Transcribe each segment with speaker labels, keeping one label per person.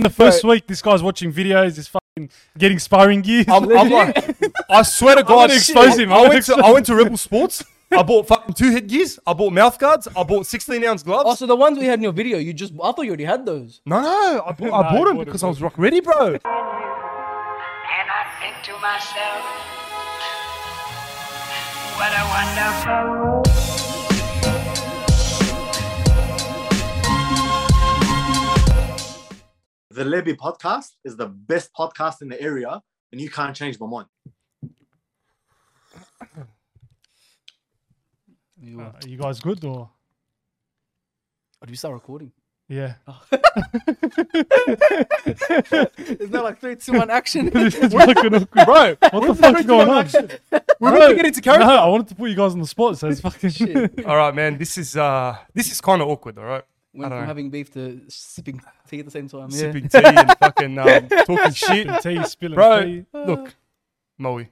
Speaker 1: In the first week, this guy's watching videos. He's fucking getting sparring gear.
Speaker 2: I'm, I'm like, I swear to God,
Speaker 1: gonna expose
Speaker 2: shit,
Speaker 1: him.
Speaker 2: I,
Speaker 1: I'm
Speaker 2: went to,
Speaker 1: gonna
Speaker 2: I went to Rebel Sports. I bought fucking two headgears. I bought mouth guards. I bought 16 ounce gloves.
Speaker 3: Oh, so the ones we had in your video, you just I thought you already had those.
Speaker 2: no, no, I, bought, I
Speaker 1: you
Speaker 2: bought them
Speaker 1: bought it,
Speaker 2: because
Speaker 1: bought
Speaker 2: I was rock ready, bro.
Speaker 4: And I think to myself, what a wonderful world.
Speaker 5: The Levy podcast is the best podcast in the area, and you can't change my mind.
Speaker 3: You,
Speaker 1: Uh, you guys good or?
Speaker 3: oh, do we start recording?
Speaker 1: Yeah.
Speaker 3: Is that like three, two, one, action?
Speaker 1: this is fucking awkward.
Speaker 2: Bro,
Speaker 1: What the fuck's going on?
Speaker 2: we're about to get into
Speaker 1: No,
Speaker 2: character.
Speaker 1: I wanted to put you guys on the spot, so it's fucking shit.
Speaker 2: All right, man. This is uh, this is kind of awkward. All right,
Speaker 3: Went
Speaker 2: don't
Speaker 3: from
Speaker 2: know.
Speaker 3: having beef to sipping tea at the same time. Yeah.
Speaker 2: sipping tea and fucking um, talking shit,
Speaker 1: tea spilling
Speaker 2: bro.
Speaker 1: tea.
Speaker 2: Look, Moe,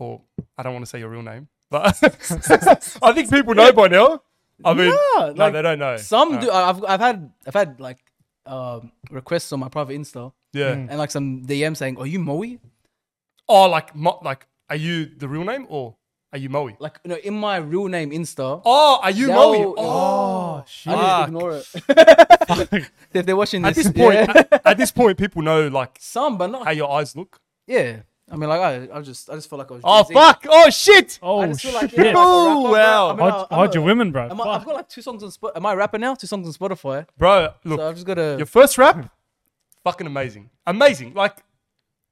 Speaker 2: or I don't want to say your real name, but I think people know by now. I mean,
Speaker 3: Nah,
Speaker 2: no,
Speaker 3: like,
Speaker 2: they don't know. Uh,
Speaker 3: Some
Speaker 2: No.
Speaker 3: do. I- I've I've had I've had like um, requests on my private Insta
Speaker 2: Yeah.
Speaker 3: and like some DM saying, "Are you Moe?"
Speaker 2: Oh, like, mo- like, are you the real name or are you Moe?
Speaker 3: Like you know, in my real name Insta.
Speaker 2: Oh, are you Moe?
Speaker 3: They'll-
Speaker 2: Oh,
Speaker 3: I just
Speaker 2: fuck.
Speaker 3: ignore it. if they're watching this,
Speaker 2: At this point,
Speaker 3: yeah.
Speaker 2: at, at this point, people know like
Speaker 3: some, but not
Speaker 2: how your eyes look.
Speaker 3: yeah. I mean, like I, I just, I just feel like I was.
Speaker 2: Oh
Speaker 3: Jay-Z.
Speaker 2: fuck! Oh shit!
Speaker 3: I
Speaker 1: Oh,
Speaker 3: just feel
Speaker 1: shit.
Speaker 3: like, yeah, like a
Speaker 2: Oh,
Speaker 3: rapper, bro.
Speaker 2: wow.
Speaker 3: I mean,
Speaker 1: Hide,
Speaker 3: I- I'm
Speaker 1: hide
Speaker 3: a-
Speaker 1: your women, bro.
Speaker 3: Am I, I've
Speaker 1: Fuck.
Speaker 3: got like two songs on Spotify. Am I a rapper now? Two songs on Spotify.
Speaker 2: Bro, look,
Speaker 3: So I've just got to.
Speaker 2: your first rap, fucking amazing, amazing, like
Speaker 3: Oh,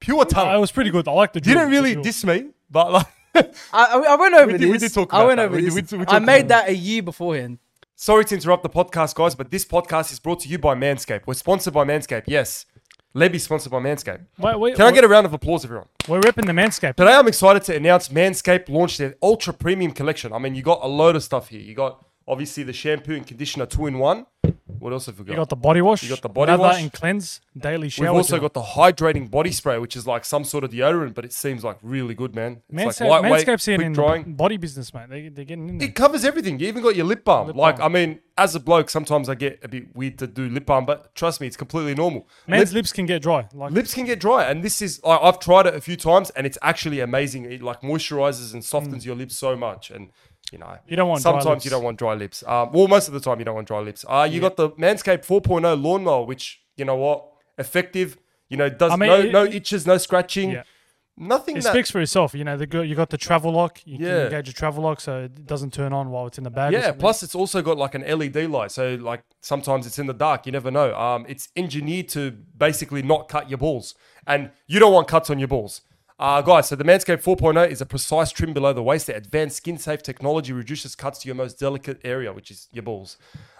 Speaker 2: pure
Speaker 1: Uh, it
Speaker 2: talent.
Speaker 1: was pretty good. I like the
Speaker 2: You
Speaker 1: drill,
Speaker 2: didn't really
Speaker 1: the drill.
Speaker 2: diss me, but like,
Speaker 3: I, I, I went over
Speaker 2: We
Speaker 3: this.
Speaker 2: did- we did talk
Speaker 3: I
Speaker 2: about
Speaker 3: went
Speaker 2: that.
Speaker 3: over
Speaker 2: We did-
Speaker 3: this.
Speaker 2: we did- we
Speaker 3: I
Speaker 2: talked
Speaker 3: made
Speaker 2: about
Speaker 3: that a year beforehand.
Speaker 2: sorry to interrupt the podcast, guys, but this podcast is brought to you by Manscaped. We're sponsored by Manscaped. Yes, Levy's sponsored by Manscaped.
Speaker 1: Wait, wait,
Speaker 2: Can I get a round of applause, everyone?
Speaker 1: We're repping the manscape.
Speaker 2: Today, I'm excited to announce Manscaped launched their ultra premium collection. I mean, you got a load of stuff here. You got obviously the shampoo and conditioner two in one. What else have we got?
Speaker 1: You got the body wash.
Speaker 2: You got the body
Speaker 1: lather
Speaker 2: wash.
Speaker 1: and cleanse daily shower.
Speaker 2: We've also
Speaker 1: gel.
Speaker 2: got the hydrating body spray, which is like some sort of deodorant, but it seems like really good, man. It's
Speaker 1: Manscape,
Speaker 2: like lightweight,
Speaker 1: Manscaped's in
Speaker 2: quick
Speaker 1: in
Speaker 2: drying.
Speaker 1: body business, mate. They, they're getting in there.
Speaker 2: It covers everything. You even got your lip balm. like,
Speaker 1: balm.
Speaker 2: I mean, as a bloke, sometimes I get a bit weird to do lip balm, but trust me, it's completely normal.
Speaker 1: Men's
Speaker 2: Lip-
Speaker 1: lips can get dry. Like
Speaker 2: lips can get dry, and this is I, I've tried it a few times, and it's actually amazing. It like moisturizes and softens your lips so much, and you know,
Speaker 1: Mm. You don't want dry
Speaker 2: sometimes
Speaker 1: lips.
Speaker 2: you don't want dry lips. Um, well, most of the time you don't want dry lips. Uh, you got the Manscaped 4.0 lawnmower, which you know what, effective. You know, does
Speaker 1: I mean,
Speaker 2: no
Speaker 1: it-
Speaker 2: no itches, no scratching,
Speaker 1: Yeah.
Speaker 2: nothing.
Speaker 1: it
Speaker 2: that,
Speaker 1: speaks for itself. You know, the good, you got the travel lock. You
Speaker 2: Yeah.
Speaker 1: can engage your travel lock so it doesn't turn on while it's in the bag. or
Speaker 2: Yeah,
Speaker 1: something.
Speaker 2: plus it's also got like an LED light, so like sometimes it's in the dark, you never know. Um, it's engineered to basically not cut your balls, and you don't want cuts on your balls. Uh, guys, so the Manscaped 4.0 is a precise trim below the waist. The advanced skin safe technology reduces cuts to your most delicate area, which is your balls.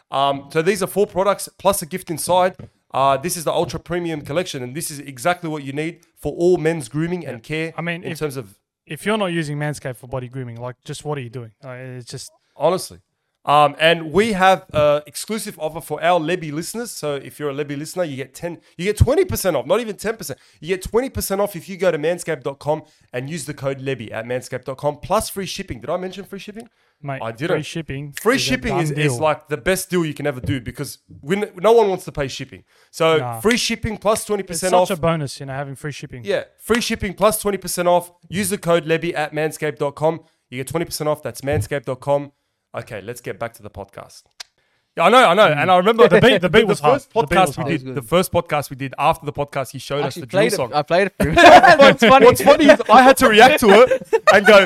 Speaker 2: Um, so these are four products plus a gift inside. Uh, this is the ultra premium collection, and this is exactly what you need for all men's grooming and care.
Speaker 1: I mean,
Speaker 2: in
Speaker 1: if-
Speaker 2: terms of
Speaker 1: if you're not using Manscaped for body grooming, like just what are you doing? Like, it's just
Speaker 2: honestly. Um, and we have uh, exclusive offer for our Lebby listeners. So if you're a Lebby listener, you get ten, you get twenty percent off. Not even ten percent. You get twenty percent off if you go to manscaped.com and use the code Lebby at manscaped.com plus free shipping. Did I mention free shipping?
Speaker 1: mate.
Speaker 2: I didn't.
Speaker 1: free shipping.
Speaker 2: Free
Speaker 1: is a
Speaker 2: shipping
Speaker 1: done
Speaker 2: is, is
Speaker 1: deal.
Speaker 2: like the best deal you can ever do because we, n- no one wants to pay shipping. So
Speaker 1: Nah.
Speaker 2: free shipping plus twenty
Speaker 1: it's
Speaker 2: percent
Speaker 1: such
Speaker 2: off.
Speaker 1: a bonus, you know, having free shipping.
Speaker 2: Yeah, free shipping plus 20% off. Use the code Lebby at manscaped.com. You get 20% off. That's manscaped.com. Okay, let's get back to the podcast. Yeah, I know, I know. And I remember
Speaker 1: The beat- the beat was hard.
Speaker 2: first
Speaker 1: The beat was
Speaker 2: podcast
Speaker 1: hard.
Speaker 2: we
Speaker 1: It
Speaker 3: was
Speaker 2: did.
Speaker 3: good.
Speaker 2: The first podcast we did after the podcast, he showed
Speaker 3: I
Speaker 2: us the
Speaker 3: actually
Speaker 2: drill
Speaker 3: played it.
Speaker 2: song.
Speaker 3: I played it for you. That's funny.
Speaker 2: What's funny is I had to react to it and go,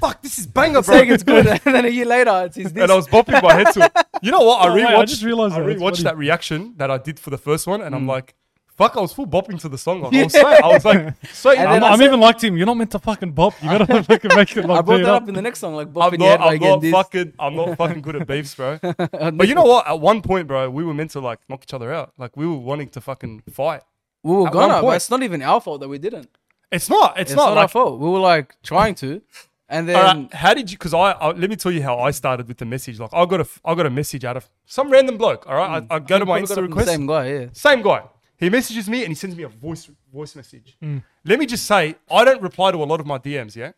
Speaker 2: "Fuck, this is banger, bro!"
Speaker 3: Saying it's good, and then a year later, it's he's this.
Speaker 2: and I was bopping my head to it. You know what? I
Speaker 1: Oh, wait,
Speaker 2: rewatched.
Speaker 1: I just realised
Speaker 2: I
Speaker 1: that. That's
Speaker 2: rewatched
Speaker 1: funny.
Speaker 2: that reaction that I did for the first one, and I'm like, "Fuck!" I was full bopping to the song. Like, I was straight. I was like, straight.
Speaker 3: And
Speaker 1: I'm,
Speaker 3: then I
Speaker 1: I'm
Speaker 3: said-
Speaker 1: even like Tim. You're not meant to fucking bop. You gotta fucking make it
Speaker 3: I
Speaker 1: like
Speaker 3: brought
Speaker 1: do it
Speaker 3: that up
Speaker 1: up.
Speaker 3: in the next song, like
Speaker 2: I'm
Speaker 3: bopping your
Speaker 2: not,
Speaker 3: head
Speaker 2: I'm
Speaker 3: like
Speaker 2: not
Speaker 3: this.
Speaker 2: fucking, I'm not fucking good at beefs, bro. but you know what? At one point, bro, we were meant to like knock each other out. Like we were wanting to fucking fight.
Speaker 3: We were
Speaker 2: at one
Speaker 3: gonna,
Speaker 2: point.
Speaker 3: but it's not even our fault that we didn't.
Speaker 2: It's not. It's,
Speaker 3: It's
Speaker 2: not.
Speaker 3: not our
Speaker 2: like,
Speaker 3: fault. We were like trying to, and
Speaker 2: all
Speaker 3: then
Speaker 2: right, how did you? Because I, I let me tell you how I started with the message. Like I got a, f- I got a message out of some random bloke. All right, I, I go to my
Speaker 3: Probably Mm. got it
Speaker 2: Insta
Speaker 3: from
Speaker 2: request.
Speaker 3: The same guy, yeah.
Speaker 2: Same guy. He messages me and he sends me a voice voice message. Let me just say, I don't reply to a lot of my DMs, yeah?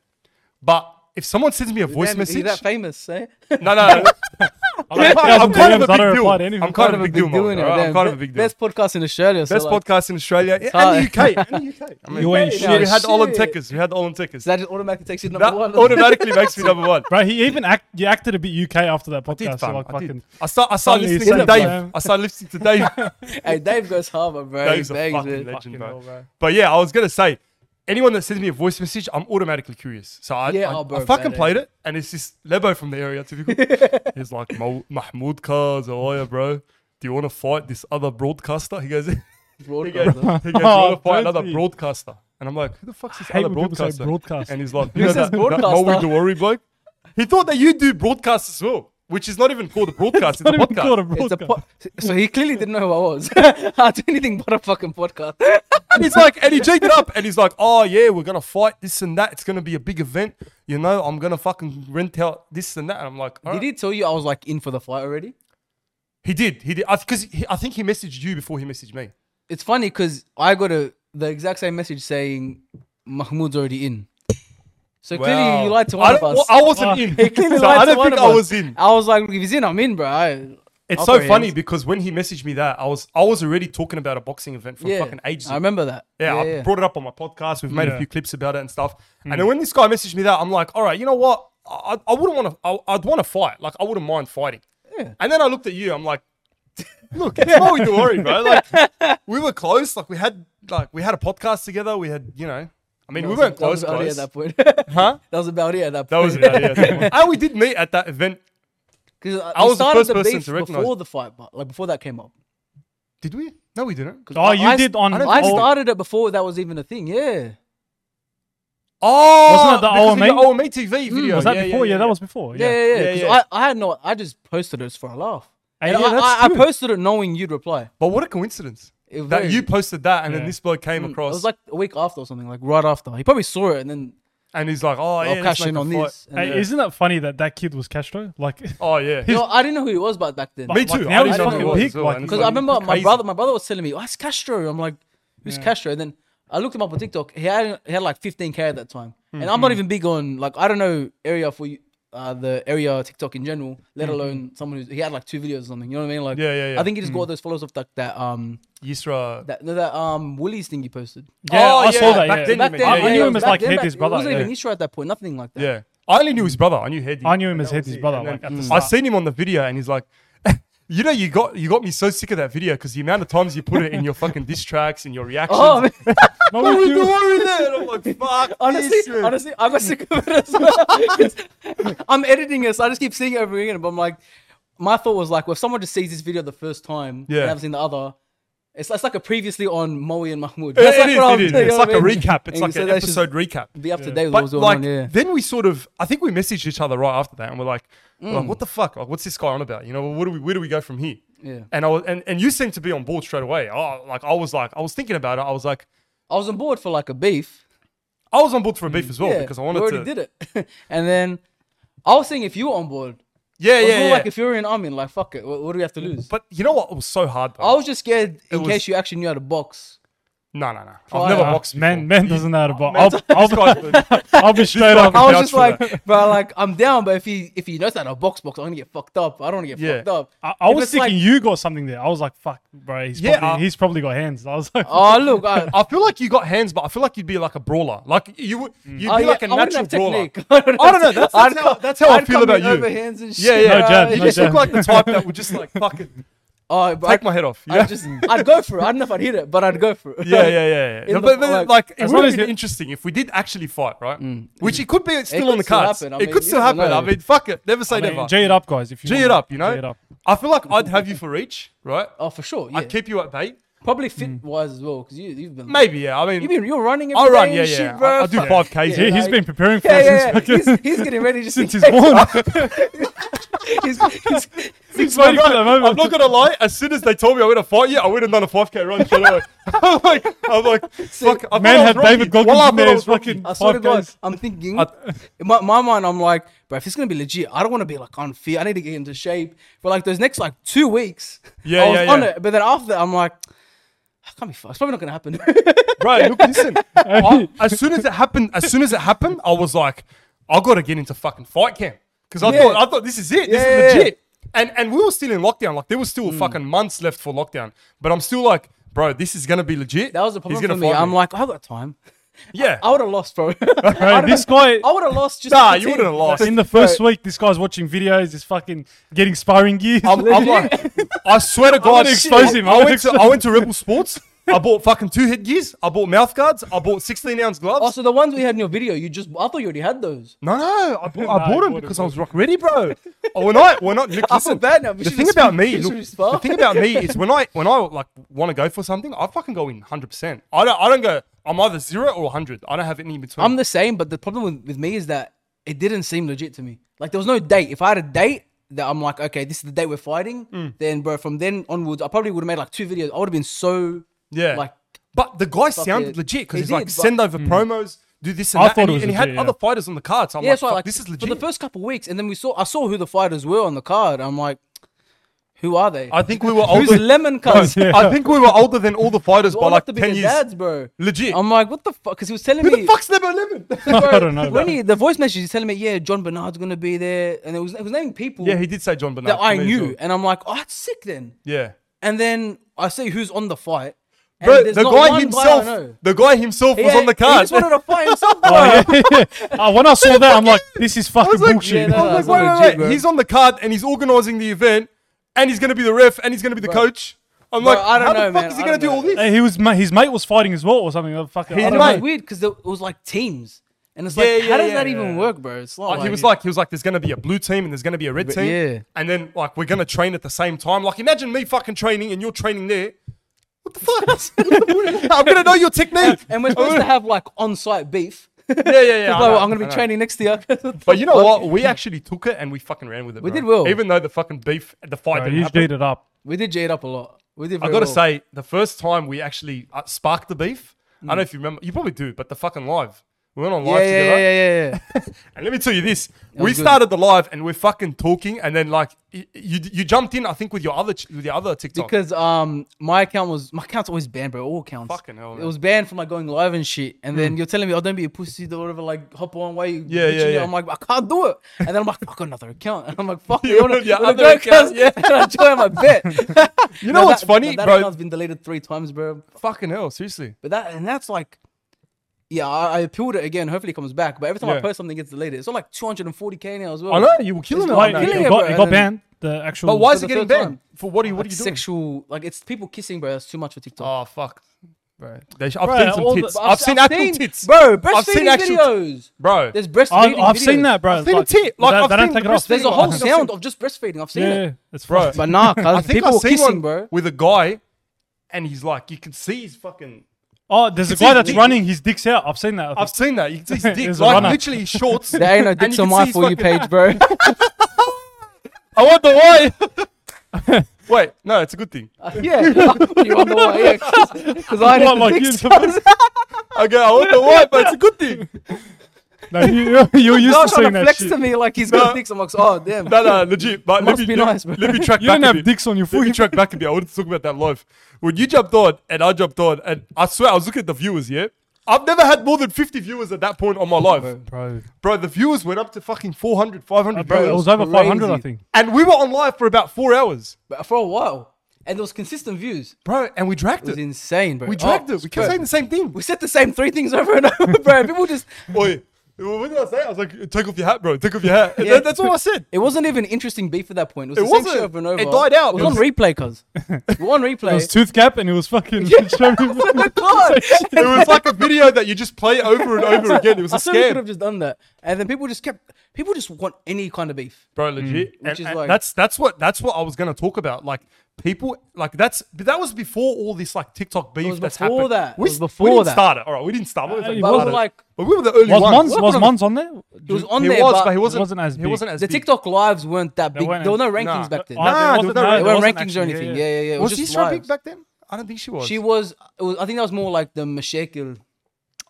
Speaker 2: But if someone sends me a voice
Speaker 3: Damn, is he
Speaker 2: message,
Speaker 3: that famous, eh?
Speaker 2: no, no, no. I'm,
Speaker 1: like,
Speaker 2: kind of- I'm kind of
Speaker 1: DMs, I don't
Speaker 2: a big deal.
Speaker 1: reply to anything.
Speaker 2: I'm kind of a big deal.
Speaker 3: innit?
Speaker 2: Moment, all right? I'm
Speaker 3: Damn,
Speaker 2: kind
Speaker 3: be-
Speaker 2: of a big deal. Best,
Speaker 3: Best podcast in Australia. so like,
Speaker 2: podcast in Australia yeah,
Speaker 3: Sorry.
Speaker 2: and the UK. And the UK. I mean,
Speaker 1: You ain't
Speaker 2: we
Speaker 1: shit.
Speaker 2: had Olin
Speaker 3: Shit.
Speaker 2: Tickers. We had Olin Tickers.
Speaker 3: So that just automatically takes you to
Speaker 2: That
Speaker 3: number one.
Speaker 2: automatically makes me number one.
Speaker 1: Bro, he even act, you acted a bit UK after that podcast.
Speaker 2: Did,
Speaker 1: so
Speaker 2: fam,
Speaker 1: like
Speaker 2: I, did.
Speaker 1: fucking,
Speaker 2: I start. I started
Speaker 1: Suddenly
Speaker 2: listening to
Speaker 1: said it,
Speaker 2: Dave.
Speaker 1: bro.
Speaker 2: I started listening to Dave.
Speaker 3: hey, Dave goes harbour, bro.
Speaker 2: Dave's a
Speaker 3: Bangs,
Speaker 2: fucking
Speaker 3: man.
Speaker 2: legend, bro.
Speaker 1: hell, bro.
Speaker 2: But yeah, I was gonna say, anyone that sends me a voice message, I'm automatically curious. So I,
Speaker 3: Yeah,
Speaker 2: I,
Speaker 3: oh, bro,
Speaker 2: I fucking
Speaker 3: badass.
Speaker 2: played it, and it's this Lebo from the area. Typical. He's like, "Mo- Mahmoud Cars, oh yeah, bro. Do you want to fight this other broadcaster? He goes, he goes,
Speaker 3: Broadcaster.
Speaker 2: "Do you want to fight
Speaker 1: Oh,
Speaker 2: another
Speaker 1: dirty.
Speaker 2: broadcaster? And I'm like, who the fuck's this
Speaker 1: hate
Speaker 2: other
Speaker 1: when people say
Speaker 2: broadcaster?
Speaker 1: broadcaster.
Speaker 2: And he's like, you know
Speaker 3: says
Speaker 2: that, that Maui
Speaker 3: broadcaster?
Speaker 2: Dewari bloke? He thought that you do broadcast as well, which is not even called a broadcast. it's,
Speaker 1: not
Speaker 2: a
Speaker 1: even
Speaker 2: podcast.
Speaker 1: called a
Speaker 3: It's a
Speaker 1: broadcast.
Speaker 3: po- so he clearly didn't know who I was. I do anything but a fucking podcast.
Speaker 2: And he's like, and he jigged it up, and he's like, oh yeah, we're gonna fight this and that. It's gonna be a big event, you know. I'm gonna fucking rent out this and that. And I'm like,
Speaker 3: Did
Speaker 2: he?
Speaker 3: he tell you I was like in for the fight already?
Speaker 2: He did, he did, because I, think he messaged you before he messaged me.
Speaker 3: It's funny because I got a the exact same message saying Mahmoud's already in. So clearly you
Speaker 2: Wow.
Speaker 3: lied to one
Speaker 2: I
Speaker 3: of
Speaker 2: don't-
Speaker 3: us.
Speaker 2: well, I
Speaker 1: Oh.
Speaker 2: wasn't in,
Speaker 3: He clearly
Speaker 2: so
Speaker 3: lied
Speaker 2: I
Speaker 3: to
Speaker 2: don't
Speaker 3: one
Speaker 2: think
Speaker 3: of
Speaker 2: I
Speaker 3: us.
Speaker 2: was in.
Speaker 3: I was like, if he's in, I'm in, bro. I,
Speaker 2: It's
Speaker 3: I'll
Speaker 2: so
Speaker 3: put it
Speaker 2: funny
Speaker 3: in.
Speaker 2: because when he messaged me that, I was I was already talking about a boxing event for
Speaker 3: yeah,
Speaker 2: fucking ages.
Speaker 3: I remember that.
Speaker 2: Yeah,
Speaker 3: yeah,
Speaker 2: I
Speaker 3: yeah.
Speaker 2: brought it up on my podcast. We've made a
Speaker 1: Yeah.
Speaker 2: few clips about it and stuff. And then when this guy messaged me that, I'm like, all right, you know what? I, I- I wouldn't want to. I, I'd want to fight. Like I wouldn't mind fighting.
Speaker 3: Yeah.
Speaker 2: And then I looked at you. I'm like, look, it's not we to worry, bro. Like we were close. Like we had like we had a podcast together. We had you know. I mean, we
Speaker 3: That
Speaker 2: weren't
Speaker 3: was- that was
Speaker 2: close,
Speaker 3: about it
Speaker 2: close.
Speaker 3: at that point. that
Speaker 2: huh?
Speaker 3: was about it at that point.
Speaker 2: That was about it. yeah. and we did meet at that event.
Speaker 3: Because I,
Speaker 2: I
Speaker 3: uh, we
Speaker 2: was the
Speaker 3: started
Speaker 2: first
Speaker 3: the
Speaker 2: person
Speaker 3: beef
Speaker 2: to recognise.
Speaker 3: before the fight, but like before that came up.
Speaker 2: Did we? No, we didn't.
Speaker 3: 'Cause
Speaker 1: Oh,
Speaker 3: I-
Speaker 1: you
Speaker 3: I,
Speaker 1: did on-
Speaker 3: I, don't-
Speaker 1: I
Speaker 3: I
Speaker 1: don't-
Speaker 3: started it before that was even a thing. Yeah.
Speaker 2: Oh,
Speaker 1: Wasn't it the
Speaker 2: because of
Speaker 1: OMA?
Speaker 2: your OMA
Speaker 3: Hmm.
Speaker 2: TV video?
Speaker 1: was that before? Yeah, that was before.
Speaker 3: Yeah, yeah, yeah.
Speaker 2: Yeah,
Speaker 3: 'cause
Speaker 2: yeah.
Speaker 3: I, I had no, I just posted it just for a laugh.
Speaker 1: Hey,
Speaker 3: And
Speaker 1: yeah,
Speaker 3: I-
Speaker 1: that's
Speaker 3: I, I,
Speaker 1: true.
Speaker 3: posted it knowing you'd reply. Mm,
Speaker 2: But what a coincidence
Speaker 3: It was
Speaker 2: that
Speaker 3: very-
Speaker 2: you posted that, and then
Speaker 1: Yeah.
Speaker 2: this bloke came
Speaker 3: Mm,
Speaker 2: across.
Speaker 3: It was like a week after or something, like right after. He probably saw it and then
Speaker 2: And he's like, oh, yeah,
Speaker 3: I'll
Speaker 2: let's
Speaker 3: cash
Speaker 2: make
Speaker 3: in
Speaker 2: a
Speaker 3: on
Speaker 2: fight.
Speaker 3: this. and
Speaker 1: Hey,
Speaker 3: then-
Speaker 1: isn't that funny that that kid was Castro? Like,
Speaker 2: Oh, yeah.
Speaker 3: No, I didn't know who he was back back then.
Speaker 2: Me
Speaker 1: like,
Speaker 2: too.
Speaker 1: now
Speaker 2: I
Speaker 1: he's
Speaker 2: didn't know
Speaker 1: fucking
Speaker 2: who it was
Speaker 1: big,
Speaker 2: as well,
Speaker 1: like,
Speaker 2: and it's
Speaker 3: Because I remember my
Speaker 2: crazy.
Speaker 3: brother, my brother was telling me, "Oh, it's Castro." I'm like, "Who's Castro?" And then I looked him up on TikTok. He had he had like 15k at that time, and
Speaker 2: Mm-hmm.
Speaker 3: I'm not even big on like I don't know area for you. Uh, the area TikTok in general, let alone someone who's he had like two videos or something. You know what I mean? Like,
Speaker 2: Mm-hmm. Yeah, yeah, Mm-hmm. yeah.
Speaker 3: I think he just got those followers of like that um
Speaker 2: Yisra.
Speaker 3: that no, that um Woolies thing you posted.
Speaker 1: yeah,
Speaker 2: Oh,
Speaker 1: I
Speaker 2: yeah,
Speaker 1: saw that.
Speaker 2: back
Speaker 1: yeah.
Speaker 2: then you
Speaker 3: Back
Speaker 2: mean,
Speaker 3: then,
Speaker 2: yeah,
Speaker 1: I, I
Speaker 2: yeah,
Speaker 1: knew
Speaker 2: yeah.
Speaker 1: him as
Speaker 3: back
Speaker 1: like
Speaker 3: then, back-
Speaker 1: Hedy's
Speaker 3: It wasn't
Speaker 1: brother.
Speaker 3: even
Speaker 1: Yeah.
Speaker 3: Isra at that point. Nothing like that.
Speaker 2: Yeah. I only knew his brother. I knew Hedy.
Speaker 1: I knew him as
Speaker 2: That was
Speaker 1: Hedy's
Speaker 2: it.
Speaker 1: brother.
Speaker 2: And
Speaker 1: Like
Speaker 2: then
Speaker 1: at the
Speaker 2: I
Speaker 1: start.
Speaker 2: seen him on the video, and he's like, you know, you got you got me so sick of that video because the amount of times you put it in your fucking diss tracks and your reactions.
Speaker 3: Oh, man.
Speaker 1: No, we do.
Speaker 2: worry there. And I'm like, fuck. this,
Speaker 3: Honestly,
Speaker 2: man.
Speaker 3: honestly, I got sick of it as well. I'm editing it, so I just keep seeing it over again. But I'm like, my thought was like, well, if someone just sees this video the first time
Speaker 2: Yeah.
Speaker 3: and haven't seen the other, it's, it's like a previously on Moe and Mahmoud.
Speaker 2: It-
Speaker 3: That's
Speaker 2: it
Speaker 3: like
Speaker 2: is,
Speaker 3: what I
Speaker 2: it
Speaker 3: was
Speaker 2: is.
Speaker 3: doing, you
Speaker 2: It's
Speaker 3: know
Speaker 2: like
Speaker 3: what
Speaker 2: a
Speaker 3: I mean?
Speaker 2: recap. It's
Speaker 3: And
Speaker 2: like
Speaker 3: so
Speaker 2: an
Speaker 3: that should
Speaker 2: episode recap.
Speaker 3: Be up to date with what
Speaker 2: But
Speaker 3: was going
Speaker 2: like,
Speaker 3: on. Yeah.
Speaker 2: then we sort of, I think we messaged each other right after that, and we're like, we're
Speaker 3: Mm.
Speaker 2: like, what the fuck? Like, what's this guy on about? You know, what do we, where do we go from here?
Speaker 3: Yeah.
Speaker 2: And I was, and, and you seemed to be on board straight away. Oh, like I was like, I was thinking about it. I was like,
Speaker 3: I was on board for like a beef.
Speaker 2: I was on board for a beef as well
Speaker 3: Yeah,
Speaker 2: because I
Speaker 3: we
Speaker 2: wanted
Speaker 3: already
Speaker 2: to.
Speaker 3: did it. and then I was saying if you were on board,
Speaker 2: Yeah,
Speaker 3: it was
Speaker 2: yeah,
Speaker 3: more
Speaker 2: yeah.
Speaker 3: like if you were in Armin, like fuck it, what, what do we have to lose?
Speaker 2: but you know what? It was so hard. Bro.
Speaker 3: I was just scared in
Speaker 2: was-
Speaker 3: case you actually knew how to box.
Speaker 2: no, no, no. I've
Speaker 3: Fire.
Speaker 2: never
Speaker 3: Uh,
Speaker 2: boxed.
Speaker 1: Man,
Speaker 2: before.
Speaker 1: man doesn't know how to
Speaker 2: Man,
Speaker 1: box.
Speaker 2: this
Speaker 1: I'll, I'll,
Speaker 2: guy-
Speaker 1: I'll be straight
Speaker 2: guy
Speaker 1: up.
Speaker 2: can
Speaker 3: I was
Speaker 2: vouch
Speaker 3: just
Speaker 2: for
Speaker 3: like, bro, like I'm down, but if he if he knows that a box box, I'm gonna get fucked up. I don't wanna get
Speaker 2: Yeah.
Speaker 3: fucked up.
Speaker 1: I, I
Speaker 3: If
Speaker 1: was
Speaker 3: it's like-
Speaker 1: thinking you got something there. I was like, fuck, bro. He's,
Speaker 2: Yeah,
Speaker 1: probably,
Speaker 2: I-
Speaker 1: he's probably got hands. I was like,
Speaker 3: Oh look, I,
Speaker 2: I feel like you got hands, but I feel like you'd be like a brawler. Like you would, you'd
Speaker 3: oh,
Speaker 2: be
Speaker 3: yeah,
Speaker 2: like a
Speaker 3: I wouldn't
Speaker 2: natural
Speaker 3: have
Speaker 2: brawler.
Speaker 3: technique.
Speaker 2: I don't know. That's,
Speaker 3: I'd
Speaker 2: that's how,
Speaker 3: come-
Speaker 2: that's how I
Speaker 3: I'd
Speaker 2: feel
Speaker 3: come
Speaker 2: about
Speaker 3: in
Speaker 2: you.
Speaker 3: overhands and
Speaker 2: Yeah,
Speaker 3: shit, Uh,
Speaker 2: yeah.
Speaker 1: No
Speaker 3: bro.
Speaker 1: jab,
Speaker 2: You
Speaker 1: no
Speaker 2: just look
Speaker 1: jab.
Speaker 2: like the type that would just like fucking
Speaker 3: Oh, bro,
Speaker 2: take my head off. You know?
Speaker 3: I just, I'd go for it. I don't know if I'd hit it, but I'd go for it.
Speaker 2: yeah, yeah, yeah. yeah.
Speaker 3: In
Speaker 2: No,
Speaker 3: the-
Speaker 2: but, but,
Speaker 3: like-
Speaker 2: like, it
Speaker 1: As
Speaker 2: would
Speaker 1: long
Speaker 2: have
Speaker 1: as
Speaker 2: been
Speaker 1: you-
Speaker 2: interesting if we did actually fight, right? Which Mm, it could be still
Speaker 3: could
Speaker 2: on the
Speaker 3: still
Speaker 2: cards.
Speaker 3: happen. I
Speaker 2: it
Speaker 3: mean,
Speaker 2: could still
Speaker 3: you
Speaker 2: happen.
Speaker 3: never
Speaker 2: I
Speaker 3: know.
Speaker 2: mean, fuck it. Never say
Speaker 1: I mean,
Speaker 2: never.
Speaker 1: G it up, guys. If you
Speaker 2: G
Speaker 1: want
Speaker 2: it
Speaker 1: to.
Speaker 2: up, you know.
Speaker 1: G it up.
Speaker 2: I feel like I'd have you for each, right?
Speaker 3: Oh, for sure. Yeah.
Speaker 2: I'd keep you at bay.
Speaker 3: Probably
Speaker 2: Mm.
Speaker 3: fit wise as well, because you you've been
Speaker 2: Maybe, yeah. I
Speaker 3: you've
Speaker 2: mean,
Speaker 3: been you're running.
Speaker 2: I
Speaker 3: every
Speaker 2: run,
Speaker 3: day
Speaker 2: yeah,
Speaker 3: and
Speaker 2: yeah.
Speaker 3: shit,
Speaker 2: I-
Speaker 3: bro.
Speaker 2: I, do
Speaker 3: Fuck.
Speaker 2: five k's.
Speaker 1: He,
Speaker 3: Yeah,
Speaker 1: has
Speaker 3: like-
Speaker 1: been preparing for
Speaker 3: Yeah,
Speaker 1: us
Speaker 3: yeah, yeah.
Speaker 1: since, fucking-
Speaker 3: He's, he's getting ready just
Speaker 1: since
Speaker 3: in
Speaker 1: he's
Speaker 3: case.
Speaker 1: born.
Speaker 3: He's- he's-
Speaker 1: He's waiting for that
Speaker 2: I'm
Speaker 1: moment.
Speaker 2: not gonna lie. As soon as they told me I would have fought you, I would have done a five k run straight away. I'm like, I'm like, fuck. I
Speaker 1: Man
Speaker 2: thought
Speaker 1: had
Speaker 2: I was Rocky.
Speaker 1: David Goggins
Speaker 2: Wallah, I
Speaker 1: in there
Speaker 2: thought I
Speaker 1: as
Speaker 2: was Rocky.
Speaker 1: fucking
Speaker 3: I swear to
Speaker 1: five
Speaker 3: God,
Speaker 1: guys.
Speaker 3: I'm thinking in my, my mind. I'm like, bro, if it's gonna be legit, I don't want to be like on fear. I need to get into shape. But like those next like two weeks,
Speaker 2: Yeah,
Speaker 3: I was
Speaker 2: yeah,
Speaker 3: on
Speaker 2: yeah.
Speaker 3: it. But then after that, I'm like, I can't be fucked. It's probably not gonna happen.
Speaker 2: Bro, look, listen. I- as soon as it happened, as soon as it happened, I was like, I got to get into fucking fight camp because I
Speaker 3: Yeah.
Speaker 2: thought I thought this is it. This
Speaker 3: Yeah,
Speaker 2: is
Speaker 3: yeah, Mm. yeah.
Speaker 2: legit. And and we were still in lockdown. Like there was still fucking months left for lockdown. But I'm still like, bro, this is gonna be legit.
Speaker 3: That was the
Speaker 2: He's
Speaker 3: problem
Speaker 2: gonna
Speaker 3: for me.
Speaker 2: fight
Speaker 3: I'm like, I got time.
Speaker 2: yeah,
Speaker 3: I would have lost, bro. I
Speaker 1: Bro, this guy
Speaker 3: would have lost just.
Speaker 2: Nah,
Speaker 3: to
Speaker 2: you
Speaker 3: team.
Speaker 2: wouldn't have lost.
Speaker 1: in the first week, this guy's watching videos. He's fucking getting sparring gear.
Speaker 2: I'm, I'm like, I swear to God,
Speaker 1: gonna expose him.
Speaker 2: I,
Speaker 1: I'm
Speaker 2: I
Speaker 1: gonna
Speaker 2: went to I went to Rebel Sports. I bought fucking two headgears. I bought mouth guards. I bought 16 ounce gloves.
Speaker 3: Also, Oh, the ones we had in your video, you just. I thought you already had those.
Speaker 2: No, no, I, bought I
Speaker 1: you
Speaker 2: bought him
Speaker 1: bought it,
Speaker 2: because
Speaker 1: bought
Speaker 2: I was rock ready, bro. oh, when I when I look,
Speaker 3: I
Speaker 2: listen,
Speaker 3: feel bad now. We
Speaker 2: the
Speaker 3: should
Speaker 2: thing
Speaker 3: just-
Speaker 2: about me,
Speaker 3: we should
Speaker 2: look,
Speaker 3: just spar.
Speaker 2: the thing about me is when I when I like want to go for something, I fucking go in hundred percent. I don't I don't go. I'm either zero or hundred. I don't have any in between.
Speaker 3: I'm the same, but the problem with, with me is that it didn't seem legit to me. Like there was no date. If I had a date that I'm like, okay, this is the date we're fighting,
Speaker 2: Hmm.
Speaker 3: then bro, from then onwards, I probably would have made like two videos. I would have been so
Speaker 2: yeah,
Speaker 3: like
Speaker 2: but the guy sounded
Speaker 3: it.
Speaker 2: legit because
Speaker 3: He
Speaker 2: he's like
Speaker 3: did, but-
Speaker 2: send over promos, do this and
Speaker 1: Hmm. I
Speaker 2: that,
Speaker 1: thought
Speaker 2: and,
Speaker 1: it
Speaker 2: he-
Speaker 1: was
Speaker 2: and he had
Speaker 1: legit, yeah.
Speaker 2: other fighters on the card. So I'm
Speaker 3: yeah.
Speaker 2: like,
Speaker 3: so I,
Speaker 2: fuck,
Speaker 3: like
Speaker 2: this is
Speaker 3: for
Speaker 2: legit.
Speaker 3: the first couple weeks, and then we saw I saw who the fighters were on the card. I'm like, who are they?
Speaker 2: I think we were
Speaker 3: Who's
Speaker 2: older.
Speaker 3: lemon cuz?
Speaker 1: yeah.
Speaker 2: I think we were older than all the fighters by
Speaker 3: All
Speaker 2: like
Speaker 3: like the
Speaker 2: ten
Speaker 3: bigger
Speaker 2: years.
Speaker 3: dads, bro.
Speaker 2: Legit.
Speaker 3: I'm like, what the fuck? Because he was telling
Speaker 2: Who
Speaker 3: me
Speaker 2: the fuck's Lebo Lemon?
Speaker 3: bro,
Speaker 1: I don't know,
Speaker 3: When
Speaker 1: bro.
Speaker 3: he, the voice message is telling me, yeah, John Bernard's gonna be there, and it was it was naming people
Speaker 2: yeah, he did say John Bernard.
Speaker 3: that I
Speaker 2: to me as
Speaker 3: knew,
Speaker 2: well.
Speaker 3: and I'm like, oh, that's sick then.
Speaker 2: Yeah.
Speaker 3: and then I see who's on the fight. and
Speaker 2: Bro,
Speaker 3: there's
Speaker 2: the
Speaker 3: not
Speaker 2: guy
Speaker 3: one
Speaker 2: himself,
Speaker 3: I know.
Speaker 2: the guy himself was
Speaker 3: Yeah,
Speaker 2: on the
Speaker 3: He
Speaker 2: card.
Speaker 3: just wanted to fight himself. bro.
Speaker 1: Oh, yeah, yeah. Uh, when I saw that, I'm like, this is fucking
Speaker 2: like,
Speaker 1: bullshit.
Speaker 3: Yeah, no,
Speaker 2: I was
Speaker 3: that's
Speaker 2: like, wait,
Speaker 3: not
Speaker 2: wait,
Speaker 3: legit,
Speaker 2: wait,
Speaker 3: bro.
Speaker 2: He's on the card and he's organizing the event, and he's gonna be the ref, and he's gonna be the coach. I'm
Speaker 3: Bro,
Speaker 2: like,
Speaker 3: I don't
Speaker 2: how
Speaker 3: know,
Speaker 2: the fuck
Speaker 3: man,
Speaker 2: is he
Speaker 3: I
Speaker 2: gonna
Speaker 3: don't
Speaker 2: do all
Speaker 3: know.
Speaker 2: this?
Speaker 1: Hey, Uh, he was ma- his mate was fighting as well or something. Oh, fuck, I
Speaker 2: His
Speaker 1: don't
Speaker 3: and it
Speaker 1: know.
Speaker 3: was
Speaker 2: mate.
Speaker 3: weird because it was like teams, and it's
Speaker 2: Yeah,
Speaker 3: like,
Speaker 2: yeah,
Speaker 3: how does
Speaker 2: yeah,
Speaker 3: that
Speaker 2: yeah,
Speaker 3: even
Speaker 2: yeah.
Speaker 3: work, bro? It's not
Speaker 2: Like, he was like, he was like, there's gonna be a blue team and there's gonna be a red
Speaker 3: But-
Speaker 2: team,
Speaker 3: yeah.
Speaker 2: and then like we're gonna train at the same time. Like, imagine me fucking training and you're training there. What the fuck? I'm gonna know your technique.
Speaker 3: and we're supposed to have like on-site beef.
Speaker 2: yeah, yeah, yeah. I know,
Speaker 3: I'm gonna
Speaker 2: I
Speaker 3: be
Speaker 2: know.
Speaker 3: training next year.
Speaker 2: But you know what? We actually took it and we fucking ran with it.
Speaker 3: We
Speaker 2: bro.
Speaker 3: did well.
Speaker 2: Even though the fucking beef, the fight.
Speaker 1: Bro,
Speaker 2: didn't
Speaker 1: he's
Speaker 2: happen.
Speaker 1: beat it up.
Speaker 3: We did jade up a lot. We did.
Speaker 2: I
Speaker 3: very
Speaker 2: gotta
Speaker 3: well.
Speaker 2: say, the first time we actually uh, sparked the beef, I don't know if you remember, you probably do, but the fucking live. We went on
Speaker 3: Mm. yeah,
Speaker 2: live
Speaker 3: yeah,
Speaker 2: together.
Speaker 3: yeah, yeah, yeah, yeah.
Speaker 2: And let me tell you this we
Speaker 3: was good.
Speaker 2: started the live and we're fucking talking, and then like y- you, you jumped in, I think, with your other ch- with your other TikTok.
Speaker 3: Because um, my account was my account's always banned, bro. All accounts.
Speaker 2: Fucking hell,
Speaker 3: It
Speaker 2: man. Hmm.
Speaker 3: was banned from like going live and shit. And then you're telling me, oh, don't be a pussy, or whatever. Like, hop on, why you?
Speaker 2: Yeah, yeah,
Speaker 3: bitching me?"
Speaker 2: yeah.
Speaker 3: I'm like, I can't do it. And then I'm like, fuck another account. And I'm like, fuck
Speaker 2: You
Speaker 3: you.
Speaker 2: want your other account,
Speaker 3: Yeah. And I join my bet. you
Speaker 2: know what's funny,
Speaker 3: that
Speaker 2: bro?
Speaker 3: account's been deleted three times, bro.
Speaker 2: fucking hell, seriously.
Speaker 3: But that and that's like, yeah, I, I appealed it again. Hopefully, it comes back. But every time
Speaker 2: Yeah.
Speaker 3: I post something, it gets deleted. It's on like 240k now as well.
Speaker 2: I know, you were killing it.
Speaker 3: It's
Speaker 1: Wait,
Speaker 3: no,
Speaker 1: he,
Speaker 3: no,
Speaker 1: he
Speaker 3: no.
Speaker 1: got, he got
Speaker 3: Yeah, bro,
Speaker 1: banned. The actual.
Speaker 2: But why is
Speaker 3: For
Speaker 2: it
Speaker 3: the
Speaker 2: getting
Speaker 3: third
Speaker 2: banned?
Speaker 3: time.
Speaker 2: For what are you, what are
Speaker 3: Like
Speaker 2: you doing?
Speaker 3: sexual, like it's people kissing, bro. That's too much for TikTok.
Speaker 2: Oh, fuck. Bro. They sh- I've
Speaker 1: Bro,
Speaker 2: seen some
Speaker 1: all the-
Speaker 2: tits.
Speaker 1: I've
Speaker 2: I've, seen actual tits.
Speaker 3: bro.
Speaker 2: I've seen
Speaker 3: Breastfeeding
Speaker 2: actual t-
Speaker 3: videos.
Speaker 2: Bro.
Speaker 3: There's breastfeeding.
Speaker 1: I've, I've
Speaker 3: videos.
Speaker 1: seen that, bro.
Speaker 2: I've seen a tit. Like,
Speaker 1: they,
Speaker 2: I've
Speaker 1: they don't
Speaker 2: seen
Speaker 1: take it
Speaker 2: the
Speaker 1: off.
Speaker 3: There's a
Speaker 2: breastfeeding.
Speaker 3: whole
Speaker 2: I've seen-
Speaker 3: sound of just breastfeeding. I've seen
Speaker 1: Yeah, yeah,
Speaker 3: it.
Speaker 1: it's
Speaker 2: Bro.
Speaker 1: bro.
Speaker 3: But nah,
Speaker 2: I
Speaker 3: cause
Speaker 2: think
Speaker 3: people
Speaker 2: I've
Speaker 3: were
Speaker 2: seen
Speaker 3: kissing,
Speaker 2: one
Speaker 3: bro.
Speaker 2: with a guy, and he's like, you can see his fucking.
Speaker 1: Oh, there's a
Speaker 2: It's his
Speaker 1: guy that's
Speaker 2: dick.
Speaker 1: running. His dick's out. I've seen that. I
Speaker 2: I've
Speaker 1: think.
Speaker 2: seen that. You can see his dick,
Speaker 1: He's a
Speaker 2: like
Speaker 1: runner.
Speaker 2: literally his shorts.
Speaker 3: There ain't no
Speaker 2: and you
Speaker 3: dicks
Speaker 2: can
Speaker 3: on
Speaker 2: see
Speaker 3: my
Speaker 2: his
Speaker 3: for you
Speaker 2: fucking-
Speaker 3: page, bro.
Speaker 1: I want the white.
Speaker 2: Wait, no, it's a good thing.
Speaker 3: yeah, you on the way? Because
Speaker 1: Not
Speaker 3: I didn't
Speaker 1: like
Speaker 3: like
Speaker 1: you.
Speaker 3: dicks.
Speaker 2: Okay, I want the white, but it's a good thing.
Speaker 1: no, you, you- you're used
Speaker 3: I
Speaker 1: to
Speaker 3: was
Speaker 1: seeing
Speaker 3: trying to
Speaker 1: that
Speaker 3: flex
Speaker 1: shit.
Speaker 3: to me like he's
Speaker 2: No.
Speaker 3: got dicks. I'm like, oh damn.
Speaker 2: No, no, legit. But let
Speaker 3: Must
Speaker 2: me,
Speaker 3: be
Speaker 2: let,
Speaker 3: nice, bro.
Speaker 2: let me track
Speaker 1: You
Speaker 2: back
Speaker 1: didn't
Speaker 2: a
Speaker 1: have
Speaker 2: bit.
Speaker 1: dicks on your
Speaker 2: Let me
Speaker 1: foot.
Speaker 2: track back a bit. I wanted to talk about that live. When you jumped on and I jumped on, and I swear I was looking at the viewers, yeah? I've never had more than 50 viewers at that point on my live.
Speaker 1: Bro,
Speaker 2: Bro, the viewers went up to fucking 400, 500
Speaker 1: bro, it
Speaker 2: viewers.
Speaker 1: was over 500, I
Speaker 3: crazy.
Speaker 1: think.
Speaker 2: And we were on live for about four hours.
Speaker 3: But for a while, and there was consistent views.
Speaker 2: Bro, and we dragged
Speaker 3: It was
Speaker 2: it.
Speaker 3: insane, bro.
Speaker 2: We dragged
Speaker 3: Oh,
Speaker 2: it. We kept
Speaker 3: bro.
Speaker 2: saying the same thing.
Speaker 3: We said the same three things over and over, bro. People just.
Speaker 2: Oi, what did I say? I was like, take off your hat, bro. Take off your hat.
Speaker 3: Yeah.
Speaker 2: That- that's all I said.
Speaker 3: It wasn't even interesting beef at that point. It was
Speaker 2: It
Speaker 3: the same shit
Speaker 2: wasn't.
Speaker 3: over and over.
Speaker 2: It died out.
Speaker 3: It was,
Speaker 2: It
Speaker 3: on replay, cause we were on replay.
Speaker 1: It was tooth cap and it was fucking.
Speaker 3: God.
Speaker 2: It was like a video that you just play over and over again. It was a
Speaker 3: I thought we could
Speaker 2: scam.
Speaker 3: have just done that, and then people just kept. People just want any kind of beef.
Speaker 2: bro legit and,
Speaker 3: is
Speaker 2: and
Speaker 3: like-
Speaker 2: that's that's what that's what i was going to talk about like people like that's but that was before all this like tiktok beef
Speaker 3: was
Speaker 2: that's
Speaker 3: before
Speaker 2: happened
Speaker 3: that. It
Speaker 2: we,
Speaker 3: was
Speaker 2: s-
Speaker 3: before
Speaker 2: we didn't
Speaker 3: that.
Speaker 2: start it all right we didn't start it,
Speaker 1: Uh, it
Speaker 2: but,
Speaker 1: wasn't
Speaker 2: we were
Speaker 3: like-
Speaker 2: the- but we were the early
Speaker 1: Was
Speaker 2: ones
Speaker 1: Mons, was Mons on there?
Speaker 3: It was on
Speaker 2: he
Speaker 3: there,
Speaker 2: was
Speaker 3: but,
Speaker 2: but he wasn't,
Speaker 1: wasn't as
Speaker 2: he
Speaker 1: big.
Speaker 2: wasn't as
Speaker 3: the
Speaker 2: big.
Speaker 3: TikTok lives weren't that big.
Speaker 1: weren't
Speaker 3: there were
Speaker 1: as-
Speaker 3: no rankings
Speaker 2: nah.
Speaker 3: back then.
Speaker 1: Oh, there
Speaker 2: Nah,
Speaker 1: wasn't- no,
Speaker 2: there weren't
Speaker 1: there
Speaker 3: there weren't
Speaker 1: wasn't
Speaker 3: rankings or
Speaker 1: actually,
Speaker 3: anything. Yeah, yeah, yeah. It
Speaker 2: was
Speaker 3: was
Speaker 2: she
Speaker 3: just
Speaker 2: so big
Speaker 3: lives.
Speaker 2: back then Oh, i don't think she was
Speaker 3: She was, it was. I think that was more like the Mashekil.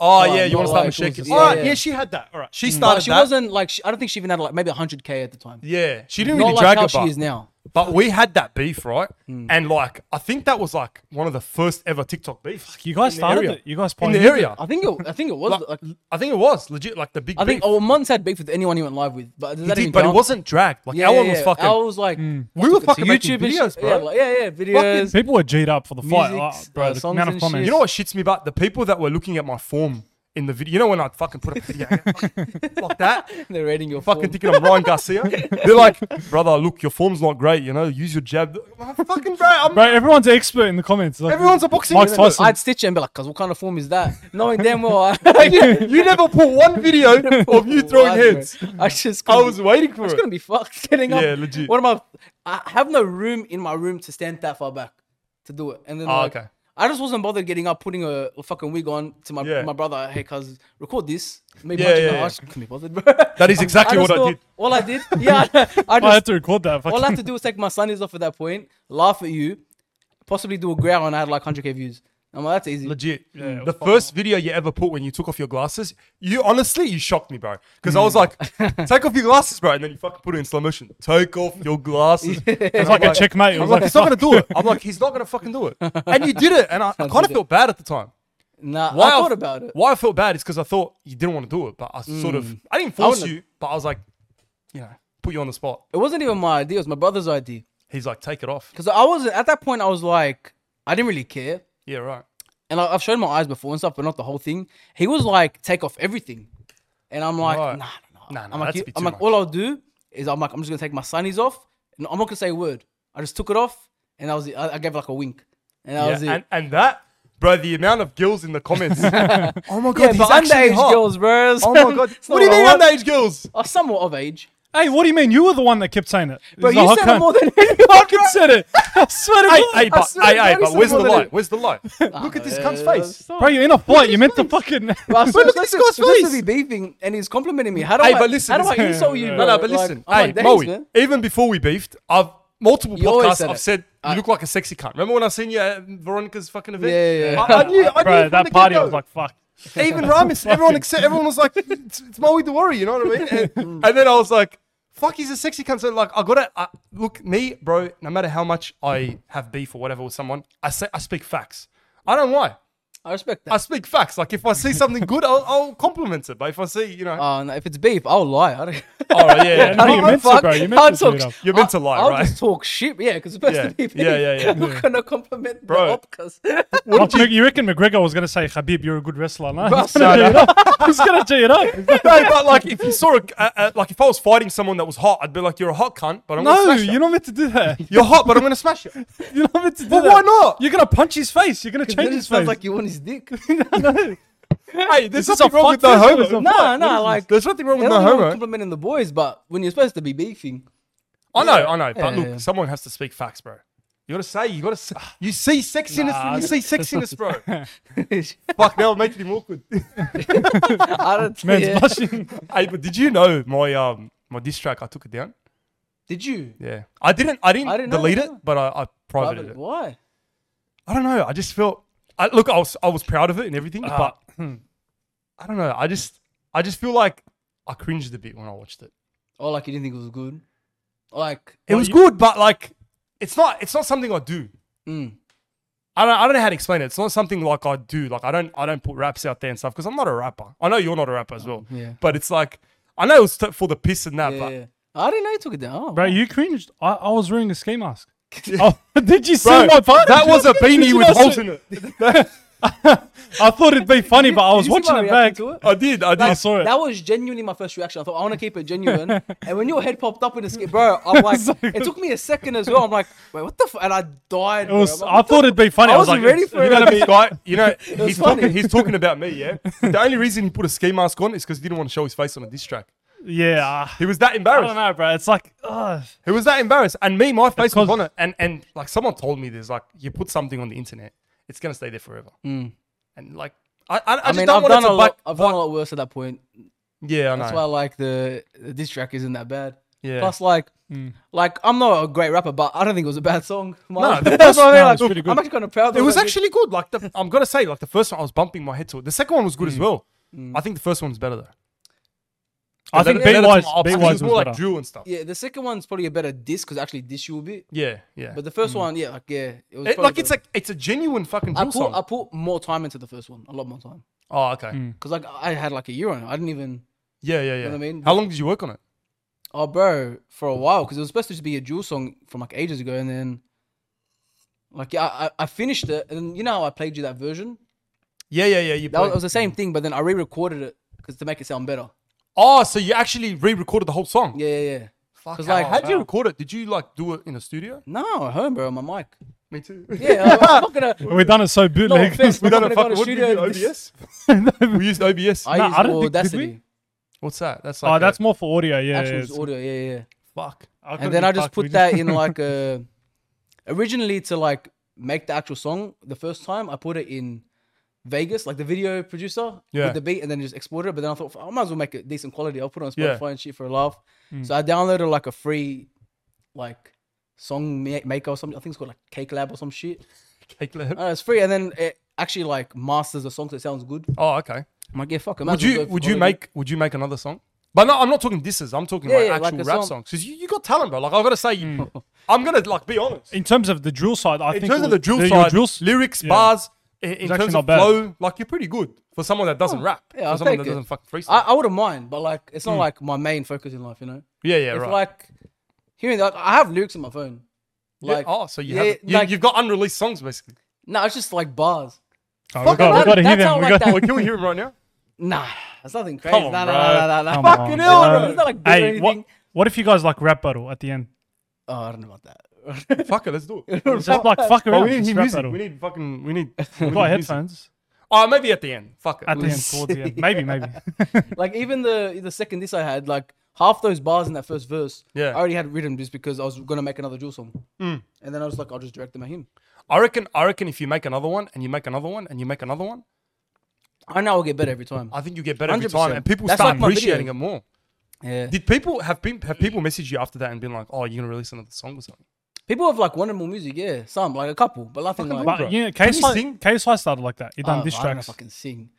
Speaker 2: oh
Speaker 3: yeah,
Speaker 2: yeah you
Speaker 3: not
Speaker 2: want to start
Speaker 3: like-
Speaker 2: shaking
Speaker 3: yeah,
Speaker 2: all right
Speaker 3: yeah.
Speaker 2: yeah she had that all right she
Speaker 3: But
Speaker 2: started
Speaker 3: she
Speaker 2: that
Speaker 3: wasn't like. She, I don't think she even had like maybe 100k at the time.
Speaker 2: yeah she didn't
Speaker 3: Not
Speaker 2: really
Speaker 3: like
Speaker 2: drag
Speaker 3: how
Speaker 2: it
Speaker 3: she
Speaker 2: but
Speaker 3: is now. Hmm.
Speaker 2: But we had that beef, right? And like, I think that was like one of the first ever TikTok beefs.
Speaker 1: You guys
Speaker 2: in the
Speaker 1: started
Speaker 2: area.
Speaker 1: it. You guys
Speaker 2: in the
Speaker 1: pioneered it.
Speaker 2: area.
Speaker 3: I think it, I think it was.
Speaker 2: Like,
Speaker 3: like,
Speaker 2: I think it was legit, like the big.
Speaker 3: I think
Speaker 2: beef.
Speaker 3: oh, Monts had beef with anyone he went live with, but does
Speaker 2: He
Speaker 3: that
Speaker 2: did,
Speaker 3: even
Speaker 2: but it
Speaker 3: count?
Speaker 2: wasn't dragged. Like
Speaker 3: Yeah,
Speaker 2: our one
Speaker 3: yeah,
Speaker 2: was
Speaker 3: yeah.
Speaker 2: fucking. Mm.
Speaker 3: I was like,
Speaker 2: we were fucking making
Speaker 1: YouTube and
Speaker 2: videos,
Speaker 1: shit.
Speaker 2: bro.
Speaker 3: yeah, like, yeah, yeah, videos.
Speaker 1: People were G'd up for the fight.
Speaker 3: Music,
Speaker 1: Oh,
Speaker 3: uh,
Speaker 1: bro, the
Speaker 3: songs
Speaker 1: amount of
Speaker 3: and
Speaker 1: comments.
Speaker 3: shit.
Speaker 2: You know what shits me about the people that were looking at my form in the video. You know when I fucking put up the video like- like that,
Speaker 3: They're rating your
Speaker 2: fucking
Speaker 3: form.
Speaker 2: thinking I'm Ryan Garcia. They're like, brother, look, your form's not great. You know, use your jab. I'm fucking bro, I'm,
Speaker 1: Bro, everyone's an expert in the comments. Like,
Speaker 2: Everyone's a boxing
Speaker 1: Mike
Speaker 2: expert.
Speaker 1: Tyson.
Speaker 3: I'd stitch it and be like, "Cause what kind of form is that?" Knowing damn well, I,
Speaker 2: you never put one video of you throwing heads.
Speaker 3: I just
Speaker 2: I
Speaker 3: couldn't
Speaker 2: was
Speaker 3: be-
Speaker 2: waiting for
Speaker 3: I was
Speaker 2: it.
Speaker 3: gonna be fucked standing up.
Speaker 2: Yeah, legit.
Speaker 3: What am I? I have no room in my room to stand that far back to do it. And then,
Speaker 2: Ah,
Speaker 3: like,
Speaker 2: okay.
Speaker 3: I just wasn't bothered getting up, putting a, a fucking wig on to my
Speaker 2: Yeah.
Speaker 3: my brother. Hey, cuz record this. Maybe
Speaker 2: Yeah,
Speaker 3: punch it
Speaker 2: yeah,
Speaker 3: in the
Speaker 2: yeah.
Speaker 3: arse. Couldn't be bothered, bro.
Speaker 2: That is exactly what
Speaker 3: just
Speaker 2: I
Speaker 3: thought-
Speaker 2: did.
Speaker 3: All I did, yeah. I
Speaker 1: I had
Speaker 3: just
Speaker 1: to record that. Fucking.
Speaker 3: all I have to do is take my sunnies off at that point, laugh at you, possibly do a growl, and I had like 100k views. I'm like, that's easy.
Speaker 2: Legit. the first video you ever put when you took off your glasses, you honestly, you shocked me, bro. Because I was like, take off your glasses, bro. And then you fucking put it in slow motion. Take off your glasses.
Speaker 1: It's like a checkmate. It
Speaker 2: I'm
Speaker 1: was
Speaker 2: like,
Speaker 1: like,
Speaker 2: he's not
Speaker 1: fuck.
Speaker 2: going to do it. I'm like, he's not going to fucking do it. And you did it. And I, I kind of
Speaker 3: did it.
Speaker 2: felt bad at the time.
Speaker 3: Nah,
Speaker 2: Why
Speaker 3: I thought about it.
Speaker 2: Why I felt bad is because I thought you didn't want to do it. But I sort of, Hmm. I didn't force
Speaker 3: wouldn't
Speaker 2: you, but I was like, you know, put you on the spot.
Speaker 3: It wasn't even my idea; it was my brother's idea.
Speaker 2: He's like, take it off.
Speaker 3: Because I wasn't at that point. I was like, I didn't really care,
Speaker 2: Yeah, right.
Speaker 3: and I, I've shown my eyes before and stuff, but not the whole thing. He was like, take off everything, and I'm like,
Speaker 2: Right.
Speaker 3: nah, nah, nah.
Speaker 2: Nah, nah,
Speaker 3: I'm like,
Speaker 2: that's a
Speaker 3: you-
Speaker 2: bit
Speaker 3: I'm
Speaker 2: too
Speaker 3: like,
Speaker 2: much.
Speaker 3: all I'll do is I'm like, I'm just gonna take my sunnies off, and I'm not gonna say a word. I just took it off, and that was it. I, I gave like a wink, and that
Speaker 2: Yeah,
Speaker 3: was it.
Speaker 2: and, and that, bro, the amount of girls in the comments. oh my God,
Speaker 3: yeah,
Speaker 2: he's
Speaker 3: but
Speaker 2: actually
Speaker 3: underage
Speaker 2: hot.
Speaker 3: girls, bro.
Speaker 2: Oh my God.
Speaker 3: It's
Speaker 2: what do you
Speaker 3: not
Speaker 2: mean
Speaker 3: hot.
Speaker 2: underage girls?
Speaker 3: Are somewhat of age.
Speaker 1: Hey, what do you mean? You were the one that kept saying it.
Speaker 3: But you said it more than anyone.
Speaker 1: fucking said it. I swear to
Speaker 2: Hey,
Speaker 1: God.
Speaker 2: hey, but,
Speaker 3: swear
Speaker 2: hey,
Speaker 3: to
Speaker 2: hey,
Speaker 3: God,
Speaker 2: but
Speaker 3: he's
Speaker 2: where's the
Speaker 3: the one
Speaker 2: light?
Speaker 3: that-
Speaker 2: Where's the light? Look at this cunt's face.
Speaker 1: Bro, you're in a fight. You're meant to fucking.
Speaker 3: But I swear,
Speaker 2: look
Speaker 3: look
Speaker 2: at this guy's
Speaker 3: supposed
Speaker 2: face.
Speaker 3: to be beefing, and he's complimenting me. How do
Speaker 2: Hey,
Speaker 3: I?
Speaker 2: but listen,
Speaker 3: how do I
Speaker 2: listen.
Speaker 3: insult you?
Speaker 2: No,
Speaker 3: Bro?
Speaker 2: no, but
Speaker 3: Like,
Speaker 2: listen.
Speaker 3: I'm
Speaker 2: hey,
Speaker 3: like, "Thanks,
Speaker 2: Moe,
Speaker 3: man."
Speaker 2: even before we beefed, I've multiple
Speaker 3: You always
Speaker 2: podcasts
Speaker 3: said
Speaker 2: I've
Speaker 3: it.
Speaker 2: said you look like a sexy cunt. Remember when I seen you at Veronica's fucking event?
Speaker 3: Yeah, yeah.
Speaker 2: I, I knew, I knew
Speaker 1: Bro,
Speaker 2: from the
Speaker 1: that party, I
Speaker 2: get-go.
Speaker 1: was like, fuck.
Speaker 2: even Ramis, everyone except everyone was like, it's, it's Moe the worry, you know what I mean? And, and then I was like, fuck, he's a sexy cunt. So like, I gotta I, look, me, bro. No matter how much I have beef or whatever with someone, I say I speak facts. I don't lie.
Speaker 3: I respect
Speaker 2: I
Speaker 3: that.
Speaker 2: speak facts. Like if I see something good, I'll, I'll compliment it. But if I see, you know,
Speaker 3: Oh, no, if it's beef, I'll lie. I don't,
Speaker 2: oh yeah, yeah,
Speaker 1: No, you're meant
Speaker 3: I don't give a
Speaker 1: to,
Speaker 3: fuck.
Speaker 1: bro. You're
Speaker 3: I'll
Speaker 1: meant to.
Speaker 3: talk-
Speaker 1: Lead up.
Speaker 2: You're meant to lie,
Speaker 3: I'll
Speaker 2: right?
Speaker 3: just talk shit. Yeah, because it's supposed
Speaker 2: Yeah.
Speaker 3: to be beef.
Speaker 2: Yeah, yeah, yeah.
Speaker 3: I'm not gonna compliment
Speaker 2: Bro.
Speaker 3: the op because
Speaker 1: What Oh, you, you reckon McGregor was going to say, Khabib, you're a good wrestler? No, he's
Speaker 2: No,
Speaker 1: going to G it up. He's going to G it up.
Speaker 2: no, but like if you saw a, a, a like if I was fighting someone that was hot, I'd be like, "You're a hot cunt," but I'm gonna
Speaker 1: No,
Speaker 2: smash you.
Speaker 1: you're not meant to do that.
Speaker 2: You're hot, but I'm gonna smash you.
Speaker 1: You're not meant to do
Speaker 2: But
Speaker 1: that.
Speaker 2: why not?
Speaker 1: You're going to punch his face. You're going to change
Speaker 3: then it
Speaker 1: his
Speaker 3: sounds
Speaker 1: face.
Speaker 3: like you want his dick.
Speaker 2: hey,
Speaker 1: Is
Speaker 2: there's
Speaker 1: this
Speaker 2: nothing
Speaker 1: a
Speaker 2: wrong with
Speaker 1: fuck
Speaker 2: no
Speaker 1: fest or is
Speaker 2: homo.
Speaker 1: it-
Speaker 3: Nah, nah, like
Speaker 2: There's nothing wrong with
Speaker 3: there's
Speaker 2: no
Speaker 3: nothing wrong with
Speaker 2: homo.
Speaker 3: complimenting the boys, but when you're supposed to be beefing,
Speaker 2: I know, I know. But
Speaker 3: Yeah,
Speaker 2: look,
Speaker 3: yeah.
Speaker 2: someone has to speak facts, bro. You gotta say, you gotta. Say, Ah. you see sexiness
Speaker 1: Nah,
Speaker 2: when you see sexiness, bro.
Speaker 3: I
Speaker 2: Fuck, now I'm making him awkward.
Speaker 1: Man's
Speaker 3: don't. yeah.
Speaker 1: blushing.
Speaker 2: hey, but did you know my um my diss track? I took it down.
Speaker 3: Did you?
Speaker 2: Yeah, I didn't. I didn't,
Speaker 3: I didn't know
Speaker 2: delete
Speaker 3: that.
Speaker 2: it, but I, I privated it.
Speaker 3: Why?
Speaker 2: I don't know. I just felt. I, look, I was I was proud of it and everything, but I don't know. I just I just feel like I cringed a bit when I watched it.
Speaker 3: Or Oh, like you didn't think it was good? Or like
Speaker 2: It was good, but like it's not it's not something I do.
Speaker 3: Mm.
Speaker 2: I don't I don't know how to explain it. It's not something like I do. Like I don't I don't put raps out there and stuff because I'm not a rapper. I know you're not a rapper as well.
Speaker 3: yeah.
Speaker 2: But it's like I know it was t- for the piss and that,
Speaker 3: Yeah,
Speaker 2: but
Speaker 3: yeah. I didn't know you took it down.
Speaker 1: Bro, you cringed. I, I was wearing a ski mask. Oh, did you see
Speaker 2: Bro,
Speaker 1: my part?
Speaker 2: that was a beanie with holes in it.
Speaker 1: I thought it'd be funny, but I was
Speaker 3: Did you see
Speaker 1: watching it
Speaker 3: my reaction
Speaker 1: back. Oh,
Speaker 3: to it?
Speaker 2: I did, I did.
Speaker 1: I saw it.
Speaker 3: That was genuinely my first reaction. I thought I want to keep it genuine. and when your head popped up in the skip, bro, I'm like,
Speaker 1: So good.
Speaker 3: it took me a second as well. I'm like, wait, what the? F-? And I died.
Speaker 1: It was.
Speaker 3: bro.
Speaker 1: I thought it'd be funny.
Speaker 3: I
Speaker 1: I was like,
Speaker 3: wasn't ready
Speaker 1: it's- you
Speaker 3: for it.
Speaker 1: know what I
Speaker 2: this
Speaker 1: mean?
Speaker 2: guy, you know, he's
Speaker 3: funny.
Speaker 2: talking, he's talking about me, yeah? The only reason he put a ski mask on is because he didn't want to show his face on a diss track.
Speaker 1: Yeah.
Speaker 2: He was that
Speaker 1: I
Speaker 2: embarrassed.
Speaker 1: don't know, bro. It's like, ugh.
Speaker 2: He was that embarrassed. And me, my face was
Speaker 1: Because-
Speaker 2: on it. And, and like someone told me this, like, you put something on the internet, it's going to stay there forever. And like, I, I, I,
Speaker 3: I
Speaker 2: just
Speaker 3: mean,
Speaker 2: don't
Speaker 3: I've
Speaker 2: want
Speaker 3: done
Speaker 2: it
Speaker 3: a
Speaker 2: to
Speaker 3: lot.
Speaker 2: bite-
Speaker 3: I've done a lot worse at that point.
Speaker 2: Yeah, I know.
Speaker 3: That's why, like, the, the diss track isn't that bad.
Speaker 2: Yeah.
Speaker 3: Plus, like,
Speaker 1: Hmm.
Speaker 3: like I'm not a great rapper, but I don't think it was a bad song.
Speaker 2: No, the
Speaker 3: that's
Speaker 2: first
Speaker 3: what I
Speaker 2: one
Speaker 3: mean.
Speaker 2: was
Speaker 3: Like,
Speaker 1: pretty good.
Speaker 3: I'm actually kind of proud. that
Speaker 2: it
Speaker 3: I
Speaker 2: was
Speaker 3: did.
Speaker 2: actually good. Like, the, I'm going to say, like, the first one, I was bumping my head to it. The second one was good as well. I think the first one's better, though.
Speaker 1: I
Speaker 2: And
Speaker 1: think
Speaker 2: then- and then
Speaker 1: Beatwise,
Speaker 2: it's more obscure.
Speaker 1: Beatwise was
Speaker 2: It's more
Speaker 1: better.
Speaker 2: like drill and stuff. Yeah,
Speaker 3: Yeah, the second one's probably a better disc because actually diss you a bit.
Speaker 2: yeah. yeah.
Speaker 3: But the first
Speaker 1: Hmm.
Speaker 3: one, yeah, like yeah, it was
Speaker 2: It-
Speaker 3: probably
Speaker 2: like it's
Speaker 3: better.
Speaker 2: like it's a genuine fucking
Speaker 3: I
Speaker 2: drill
Speaker 3: put
Speaker 2: song.
Speaker 3: I put more time into the first one, a lot more time,
Speaker 2: oh, okay.
Speaker 3: because like I had like a year on it. I didn't even
Speaker 2: Yeah, yeah, yeah.
Speaker 3: Mm. what I mean?
Speaker 2: How long did you work on it?
Speaker 3: oh bro for a while because it was supposed to just be a jewel song from like ages ago, and then like yeah, I, I- I finished it, and you know how I played you that version.
Speaker 2: Yeah, yeah, yeah. You
Speaker 3: That was,
Speaker 2: played-
Speaker 3: it was the same thing, but then I re-recorded it because to make it sound better.
Speaker 2: oh, so you actually re-recorded the whole song?
Speaker 3: Yeah, yeah, yeah.
Speaker 2: Fuck.
Speaker 3: 'Cause,
Speaker 2: Like,
Speaker 3: like-
Speaker 2: how did you record it? Did you like do it in a studio?
Speaker 3: No, at home, bro, on my mic.
Speaker 2: Me too.
Speaker 3: Yeah, I'm, I'm not gonna.
Speaker 1: We've done it so
Speaker 3: No
Speaker 1: bootleg.
Speaker 3: offense,
Speaker 2: we
Speaker 3: but
Speaker 2: don't
Speaker 3: I'm
Speaker 2: know.
Speaker 3: not
Speaker 2: Fuck,
Speaker 3: gonna go
Speaker 2: what
Speaker 3: to
Speaker 2: did
Speaker 3: studio.
Speaker 2: we
Speaker 3: and just-
Speaker 2: use? OBS? we used OBS.
Speaker 3: I
Speaker 1: Nah,
Speaker 3: use
Speaker 1: I don't think- did
Speaker 3: Audacity.
Speaker 1: we?
Speaker 2: What's that? That's like
Speaker 1: oh,
Speaker 2: a-
Speaker 1: that's more for audio. Yeah,
Speaker 3: Actual
Speaker 1: yeah,
Speaker 3: just audio, yeah, yeah.
Speaker 2: fuck.
Speaker 1: could've
Speaker 3: and then
Speaker 1: been
Speaker 3: I just
Speaker 1: fucked, we
Speaker 3: put that in like a originally to like make the actual song the first time I put it in Vegas, like the video producer
Speaker 2: Yeah.
Speaker 3: with the beat, and then just exported it. But then I thought I might as well make it decent quality. I'll put it on
Speaker 2: Yeah. Mm.
Speaker 3: Spotify and shit for a laugh. So I downloaded like a free like song ma- maker or something. I think it's called like Cake Lab or some shit.
Speaker 2: Cake lab.
Speaker 3: Uh, it's free, and then it actually like masters the song so it sounds good.
Speaker 2: Oh, okay.
Speaker 3: I'm like, yeah, fuck. I might
Speaker 2: Would
Speaker 3: as well
Speaker 2: you
Speaker 3: go for
Speaker 2: would you
Speaker 3: quality.
Speaker 2: make would you make another song? But no, I'm not talking disses. I'm talking
Speaker 3: Yeah,
Speaker 2: like
Speaker 3: yeah, like
Speaker 2: actual
Speaker 3: a
Speaker 2: rap
Speaker 3: song.
Speaker 2: songs. Because you, you got talent, bro. Like I gotta say, you, I'm gonna like be honest.
Speaker 1: in terms of the drill side, I
Speaker 2: In
Speaker 1: Hmm. think
Speaker 2: terms of the drill
Speaker 1: your
Speaker 2: side,
Speaker 1: drills-
Speaker 2: lyrics,
Speaker 1: yeah.
Speaker 2: bars, in, in
Speaker 1: It's actually
Speaker 2: terms
Speaker 1: not
Speaker 2: of
Speaker 1: bad.
Speaker 2: flow, like you're pretty good for someone that doesn't rap.
Speaker 3: Oh, yeah,
Speaker 2: for
Speaker 3: I'll
Speaker 2: someone
Speaker 3: take
Speaker 2: that
Speaker 3: it.
Speaker 2: doesn't fucking freestyle.
Speaker 3: I, I wouldn't mind, but like it's not
Speaker 2: Hmm.
Speaker 3: like my main focus in life, you know.
Speaker 2: yeah, yeah,
Speaker 3: If
Speaker 2: right.
Speaker 3: like hearing like I have lyrics on my phone.
Speaker 2: Yeah,
Speaker 3: Like
Speaker 2: oh, so you
Speaker 3: yeah,
Speaker 2: have you,
Speaker 3: like-
Speaker 2: you've got unreleased songs basically.
Speaker 3: no, it's just like bars.
Speaker 1: Oh, we got, we
Speaker 3: that-
Speaker 1: got to hear
Speaker 3: that's
Speaker 1: them.
Speaker 3: how
Speaker 1: We
Speaker 3: like
Speaker 1: got,
Speaker 3: that-
Speaker 2: Wait, Oh, can we hear him right now?
Speaker 3: Nah, that's nothing crazy.
Speaker 2: Come on,
Speaker 3: nah, nah,
Speaker 2: bro.
Speaker 3: nah, nah, nah, nah.
Speaker 1: Come
Speaker 3: Fucking
Speaker 1: on,
Speaker 3: hell,
Speaker 1: bro.
Speaker 3: bro. It's not like big or
Speaker 1: hey,
Speaker 3: anything.
Speaker 1: what, what if you guys like rap battle at the end?
Speaker 3: Oh, I don't know about that.
Speaker 2: Fuck it, let's do it.
Speaker 1: Just like fuck
Speaker 2: But
Speaker 1: around.
Speaker 2: we need
Speaker 1: just
Speaker 2: hear
Speaker 1: rap
Speaker 2: music.
Speaker 1: battle.
Speaker 2: We need fucking we need.
Speaker 1: We've got headphones
Speaker 2: Oh, maybe at the end. Fuck it.
Speaker 1: at the
Speaker 2: We'll-
Speaker 1: end, towards the end. Maybe, maybe.
Speaker 3: like even the the second this I had, like half those bars in that first verse,
Speaker 2: Yeah. Hmm.
Speaker 3: I already had written just because I was gonna make another Jewel song. And then I was like, I'll just direct them at him.
Speaker 2: I reckon. I reckon if you make another one and you make another one and you make another one,
Speaker 3: I know I'll get better every time.
Speaker 2: I think you get better every
Speaker 3: 100%.
Speaker 2: time, and people
Speaker 3: That's
Speaker 2: start
Speaker 3: like my
Speaker 2: appreciating
Speaker 3: videos.
Speaker 2: it more.
Speaker 3: yeah.
Speaker 2: Did people have been have people message you after that and been like, "Oh, you're gonna release another song or something"?
Speaker 3: People have like wanted more music, yeah. Some, like a couple, but nothing like
Speaker 1: But you know,
Speaker 2: Can you
Speaker 1: KSI,
Speaker 2: sing?
Speaker 1: KSI started like that. He done
Speaker 3: Oh,
Speaker 1: diss
Speaker 3: I don't know
Speaker 1: tracks.
Speaker 3: if I can sing.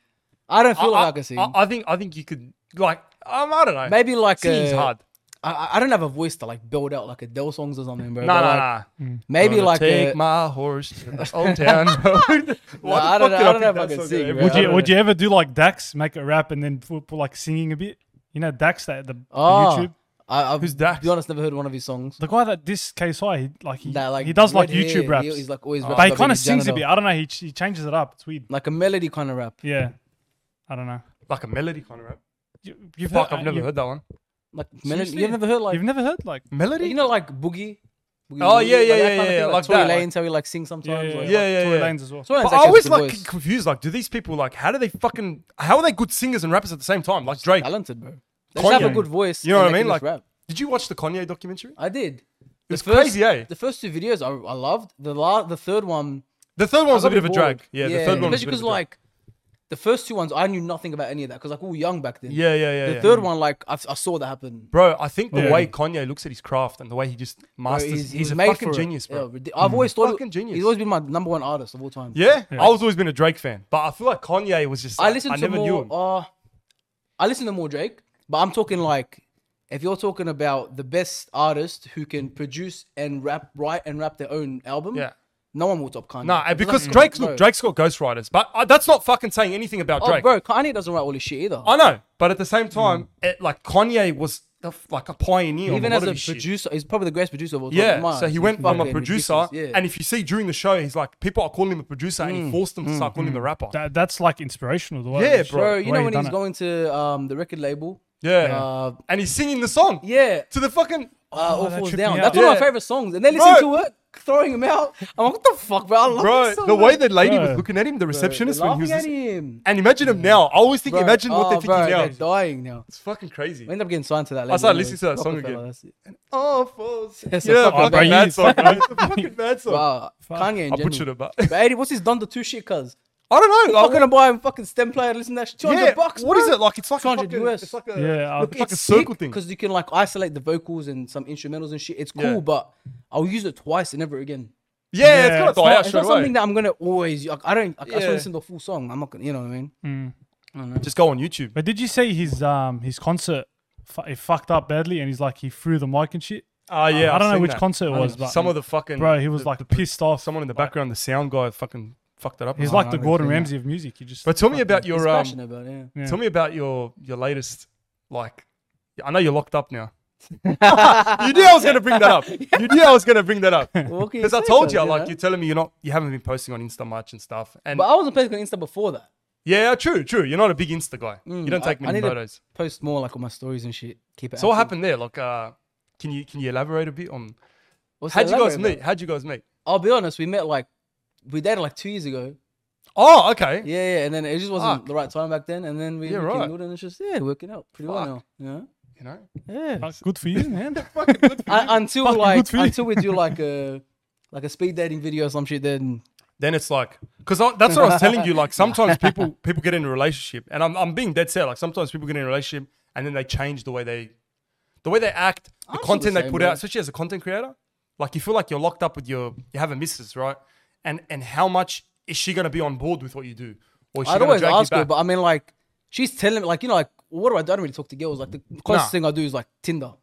Speaker 3: I don't feel like I can sing.
Speaker 2: I, I think I think you could like um, I don't know.
Speaker 3: Maybe like uh,
Speaker 2: singing's
Speaker 3: a-
Speaker 2: hard.
Speaker 3: I- I, I don't have a voice to like build out like Adele songs or something, bro.
Speaker 2: No,
Speaker 3: but,
Speaker 2: no,
Speaker 3: like,
Speaker 2: no.
Speaker 3: Maybe
Speaker 2: Gonna
Speaker 3: like
Speaker 2: take
Speaker 3: a,
Speaker 2: my horse to the old town. road. Why
Speaker 3: I
Speaker 2: the fuck did
Speaker 3: don't know- I don't
Speaker 2: pick
Speaker 3: know if
Speaker 2: that
Speaker 3: I can
Speaker 2: song?
Speaker 3: sing,
Speaker 2: Yeah,
Speaker 3: bro.
Speaker 2: would
Speaker 1: Would
Speaker 2: you-
Speaker 1: you Would you ever do like Dax, make a rap, and then put, put like singing a bit? You know Dax that the, the
Speaker 3: oh,
Speaker 1: YouTube.
Speaker 3: I, I've,
Speaker 2: Who's Dax?
Speaker 3: To be honest, never heard one of his songs.
Speaker 1: The guy that diss KSI, he, like he
Speaker 3: That like
Speaker 1: he does like
Speaker 3: red hair,
Speaker 1: YouTube raps.
Speaker 3: He, he's like always. raps
Speaker 1: but he
Speaker 3: about
Speaker 1: kind
Speaker 3: being
Speaker 1: of sings a
Speaker 3: janitor.
Speaker 1: bit. I don't know. He, ch- he changes it up. It's weird.
Speaker 3: like a melody kind of rap,
Speaker 1: Yeah, I don't know.
Speaker 2: Like a melody kind of rap.
Speaker 1: You, you've
Speaker 2: Fuck,
Speaker 1: heard- uh,
Speaker 2: I've never
Speaker 1: you've-
Speaker 2: heard that one.
Speaker 3: like melody.
Speaker 1: Seriously?
Speaker 3: You've never heard like
Speaker 1: You've never heard like
Speaker 2: Melody?
Speaker 3: you know like boogie. Boogie
Speaker 2: Oh, yeah,
Speaker 3: Woogie,
Speaker 2: yeah,
Speaker 3: like
Speaker 2: yeah,
Speaker 3: that kind
Speaker 2: yeah,
Speaker 3: of thing,
Speaker 2: like
Speaker 3: like Tory
Speaker 2: that, like-
Speaker 3: Lanez, how he like sings sometimes. like-
Speaker 2: yeah, yeah,
Speaker 1: Tory
Speaker 2: yeah.
Speaker 1: Lanez as well.
Speaker 3: Tory Lanez
Speaker 2: But I
Speaker 3: actually has
Speaker 2: always
Speaker 3: good
Speaker 2: like
Speaker 3: voice.
Speaker 2: confused. Like, do these people like how do they fucking how are they good singers and rappers at the same time? Like Drake.
Speaker 3: talented, bro. They just have a
Speaker 2: Kanye.
Speaker 3: good voice.
Speaker 2: You know
Speaker 3: and
Speaker 2: what I mean?
Speaker 3: they can
Speaker 2: Like,
Speaker 3: just rap.
Speaker 2: did you watch the Kanye documentary?
Speaker 3: I did.
Speaker 2: It's crazy, eh?
Speaker 3: The first two videos I, I loved. The la- the third one
Speaker 2: The third one was a bit of a
Speaker 3: bored.
Speaker 2: drag. Yeah, the third one was a
Speaker 3: Especially
Speaker 2: bit of
Speaker 3: because
Speaker 2: a drag.
Speaker 3: like the first two ones, I knew nothing about any of that because like we were young back then.
Speaker 2: yeah, yeah, yeah.
Speaker 3: The
Speaker 2: yeah.
Speaker 3: third one, like I, I saw that happen.
Speaker 2: Bro, I think the
Speaker 1: Yeah.
Speaker 2: way Kanye looks at his craft and the way he just
Speaker 3: Bro,
Speaker 2: masters, he's,
Speaker 3: he was
Speaker 2: a
Speaker 3: made
Speaker 2: fucking
Speaker 3: for it.
Speaker 2: genius, bro.
Speaker 3: Yeah, ridi- I've always thought
Speaker 2: Fucking genius.
Speaker 3: He's always been my number one artist of all time.
Speaker 2: Yeah? I was always been a Drake fan, but I feel like Kanye was just.
Speaker 3: I
Speaker 2: Like,
Speaker 3: listen
Speaker 2: I
Speaker 3: to
Speaker 2: never knew
Speaker 3: more.
Speaker 2: him.
Speaker 3: Uh, I listen to more Drake, but I'm talking like if you're talking about the best artist who can produce and rap, write and rap their own album.
Speaker 2: Yeah.
Speaker 3: No one will top Kanye.
Speaker 2: Nah, and
Speaker 3: It's
Speaker 2: because
Speaker 3: like-
Speaker 2: Drake's
Speaker 3: bro.
Speaker 2: look, Drake's got ghostwriters, but uh, that's not fucking saying anything about
Speaker 3: Oh,
Speaker 2: Drake.
Speaker 3: bro, Kanye doesn't write all his shit either.
Speaker 2: I know, but at the same time, it, like Kanye was the f- like a pioneer.
Speaker 3: Even
Speaker 2: on a
Speaker 3: as
Speaker 2: lot
Speaker 3: a
Speaker 2: of his shit.
Speaker 3: producer, he's probably the greatest producer of all time.
Speaker 2: Yeah,
Speaker 3: Mine.
Speaker 2: so he
Speaker 3: He's
Speaker 2: went from a
Speaker 3: fucking
Speaker 2: producer,
Speaker 3: ridiculous, yeah.
Speaker 2: and if you see during the show, he's like people are calling him a producer, and he forced them to start calling him a rapper.
Speaker 1: that, that's like inspirational. The way
Speaker 2: Yeah,
Speaker 1: it's-
Speaker 2: bro.
Speaker 3: Bro,
Speaker 1: the
Speaker 3: you
Speaker 1: way
Speaker 3: know
Speaker 1: he
Speaker 3: when
Speaker 1: done
Speaker 3: he's
Speaker 1: it.
Speaker 3: going to um, the record label?
Speaker 2: yeah,
Speaker 3: Uh,
Speaker 2: and he's singing the song.
Speaker 3: yeah.
Speaker 2: to the fucking.
Speaker 3: Uh, All
Speaker 1: Oh, that
Speaker 3: Falls
Speaker 1: tripped
Speaker 3: Down.
Speaker 1: me out.
Speaker 3: That's one of
Speaker 2: Yeah.
Speaker 3: my favorite songs. And they listen
Speaker 2: Bro.
Speaker 3: to it, throwing him out. I'm like, what the fuck, bro? I love
Speaker 2: Bro,
Speaker 3: this song,
Speaker 2: the
Speaker 3: bro.
Speaker 2: way the lady was
Speaker 1: Bro.
Speaker 2: looking at him, the
Speaker 3: Bro, they're
Speaker 2: receptionist, when he was.
Speaker 3: laughing at
Speaker 2: listening-
Speaker 3: him.
Speaker 2: And imagine him now. I always think,
Speaker 3: Bro,
Speaker 2: imagine what
Speaker 3: oh,
Speaker 2: they're
Speaker 3: bro,
Speaker 2: thinking
Speaker 3: They're
Speaker 2: now.
Speaker 3: dying now.
Speaker 2: It's fucking crazy.
Speaker 3: We end up getting signed to that. label
Speaker 2: started
Speaker 3: anyway.
Speaker 2: listening to that song
Speaker 3: Rockefeller,
Speaker 2: again.
Speaker 3: that's it.
Speaker 2: Oh, falls.
Speaker 3: That's a
Speaker 2: yeah,
Speaker 3: fucking
Speaker 2: fucking
Speaker 3: bad-
Speaker 2: mad song. bro. It's a fucking mad song.
Speaker 3: Wow, Kanye in
Speaker 2: I
Speaker 3: general.
Speaker 2: butchered it, but
Speaker 3: But Eddie, what's this Donda 2 shit, cuz?
Speaker 2: I don't know.
Speaker 3: I'm
Speaker 2: Like,
Speaker 3: gonna buy him fucking stem player and listen to that shit. 200
Speaker 2: yeah,
Speaker 3: bucks,
Speaker 2: what
Speaker 3: bro.
Speaker 2: is it like? It's like a
Speaker 3: 200
Speaker 2: fucking-
Speaker 3: US.
Speaker 2: It's like a
Speaker 1: Yeah, I-
Speaker 2: look, it's like a
Speaker 3: it's
Speaker 2: circle thing.
Speaker 3: because you can like isolate the vocals and some instrumentals and shit. It's cool,
Speaker 2: Yeah.
Speaker 3: but I'll use it twice and never again.
Speaker 2: Yeah, it's
Speaker 1: Yeah,
Speaker 2: gonna
Speaker 1: it's
Speaker 2: die
Speaker 1: not-
Speaker 2: out
Speaker 3: it's
Speaker 2: straight
Speaker 3: not something
Speaker 2: away.
Speaker 3: that I'm gonna always. Like, I don't. Like, I just
Speaker 2: Yeah.
Speaker 3: want to listen to the full song. I'm not gonna. You know what I mean?
Speaker 2: Just go on YouTube.
Speaker 1: But did you see his um his concert fu- he fucked up badly, and he's like he threw the mic and shit.
Speaker 2: Ah, yeah.
Speaker 1: I
Speaker 2: I've
Speaker 1: don't know
Speaker 2: seen
Speaker 1: which
Speaker 2: that.
Speaker 1: concert it was, but
Speaker 2: Some of the fucking
Speaker 1: bro, he was
Speaker 2: the-
Speaker 1: like
Speaker 2: the-
Speaker 1: pissed off.
Speaker 2: someone in the
Speaker 1: Like,
Speaker 2: background, the sound guy, fucking fucked it up.
Speaker 1: He's
Speaker 2: Oh,
Speaker 1: like
Speaker 2: no,
Speaker 1: the
Speaker 2: no.
Speaker 1: Gordon
Speaker 3: seen that.
Speaker 1: Ramsay of music. He just
Speaker 2: But tell me about
Speaker 3: He's
Speaker 2: your um,
Speaker 3: passionate about it,
Speaker 1: Yeah.
Speaker 2: Tell me about your your latest like. I know you're locked up now. You knew I was gonna bring that up. You knew I was gonna bring that up
Speaker 3: yeah. Well, can
Speaker 2: because I
Speaker 3: say
Speaker 2: told
Speaker 3: so,
Speaker 2: you, like
Speaker 3: know?
Speaker 2: you're telling me you're not, you haven't been posting on Insta much and stuff. And
Speaker 3: But I wasn't posting on Insta before that.
Speaker 2: yeah, true, true. You're not a big Insta guy. you don't
Speaker 3: Mm, I-
Speaker 2: take
Speaker 3: I
Speaker 2: many
Speaker 3: need to-
Speaker 2: photos.
Speaker 3: Post more like on my stories and shit. Keep it.
Speaker 2: So what
Speaker 3: active.
Speaker 2: happened there? Like, uh, can you can you elaborate a bit on
Speaker 3: What's
Speaker 2: how'd
Speaker 3: that
Speaker 2: you guys
Speaker 3: elaborate
Speaker 2: meet? How'd you guys meet?
Speaker 3: about? I'll be honest. We met like we dated like two years ago.
Speaker 2: Oh, okay.
Speaker 3: Yeah, yeah. And then it just wasn't
Speaker 2: Fuck.
Speaker 3: the right time back then. And then we
Speaker 2: Yeah,
Speaker 3: we
Speaker 2: right.
Speaker 3: kindled and it's just yeah working out pretty well
Speaker 2: Fuck.
Speaker 3: now.
Speaker 2: You know,
Speaker 3: Yeah. Yeah.
Speaker 1: Fuck, good for you, man.
Speaker 3: Un- until
Speaker 1: Fucking good
Speaker 3: like
Speaker 1: for you.
Speaker 3: until we do like a like a speed dating video or some shit, then
Speaker 2: then it's like because that's what I was telling you. Like sometimes people people get in a relationship, and I'm I'm being dead set. Like sometimes people get in a relationship and then they change the way they the way they act, the
Speaker 3: still
Speaker 2: content
Speaker 3: the
Speaker 2: they
Speaker 3: same,
Speaker 2: put
Speaker 3: bro.
Speaker 2: out, especially as a content creator. Like you feel like you're locked up with your you have a missus, right? And and how much is she gonna be on board with what you do? Or is she
Speaker 3: I'd
Speaker 2: gonna
Speaker 3: always
Speaker 2: drag you
Speaker 3: ask her,
Speaker 2: back?
Speaker 3: but I mean, like, she's telling me, like, you know, like, what do I do? I don't really talk to girls. Like, the closest
Speaker 2: Nah.
Speaker 3: thing I do is like Tinder.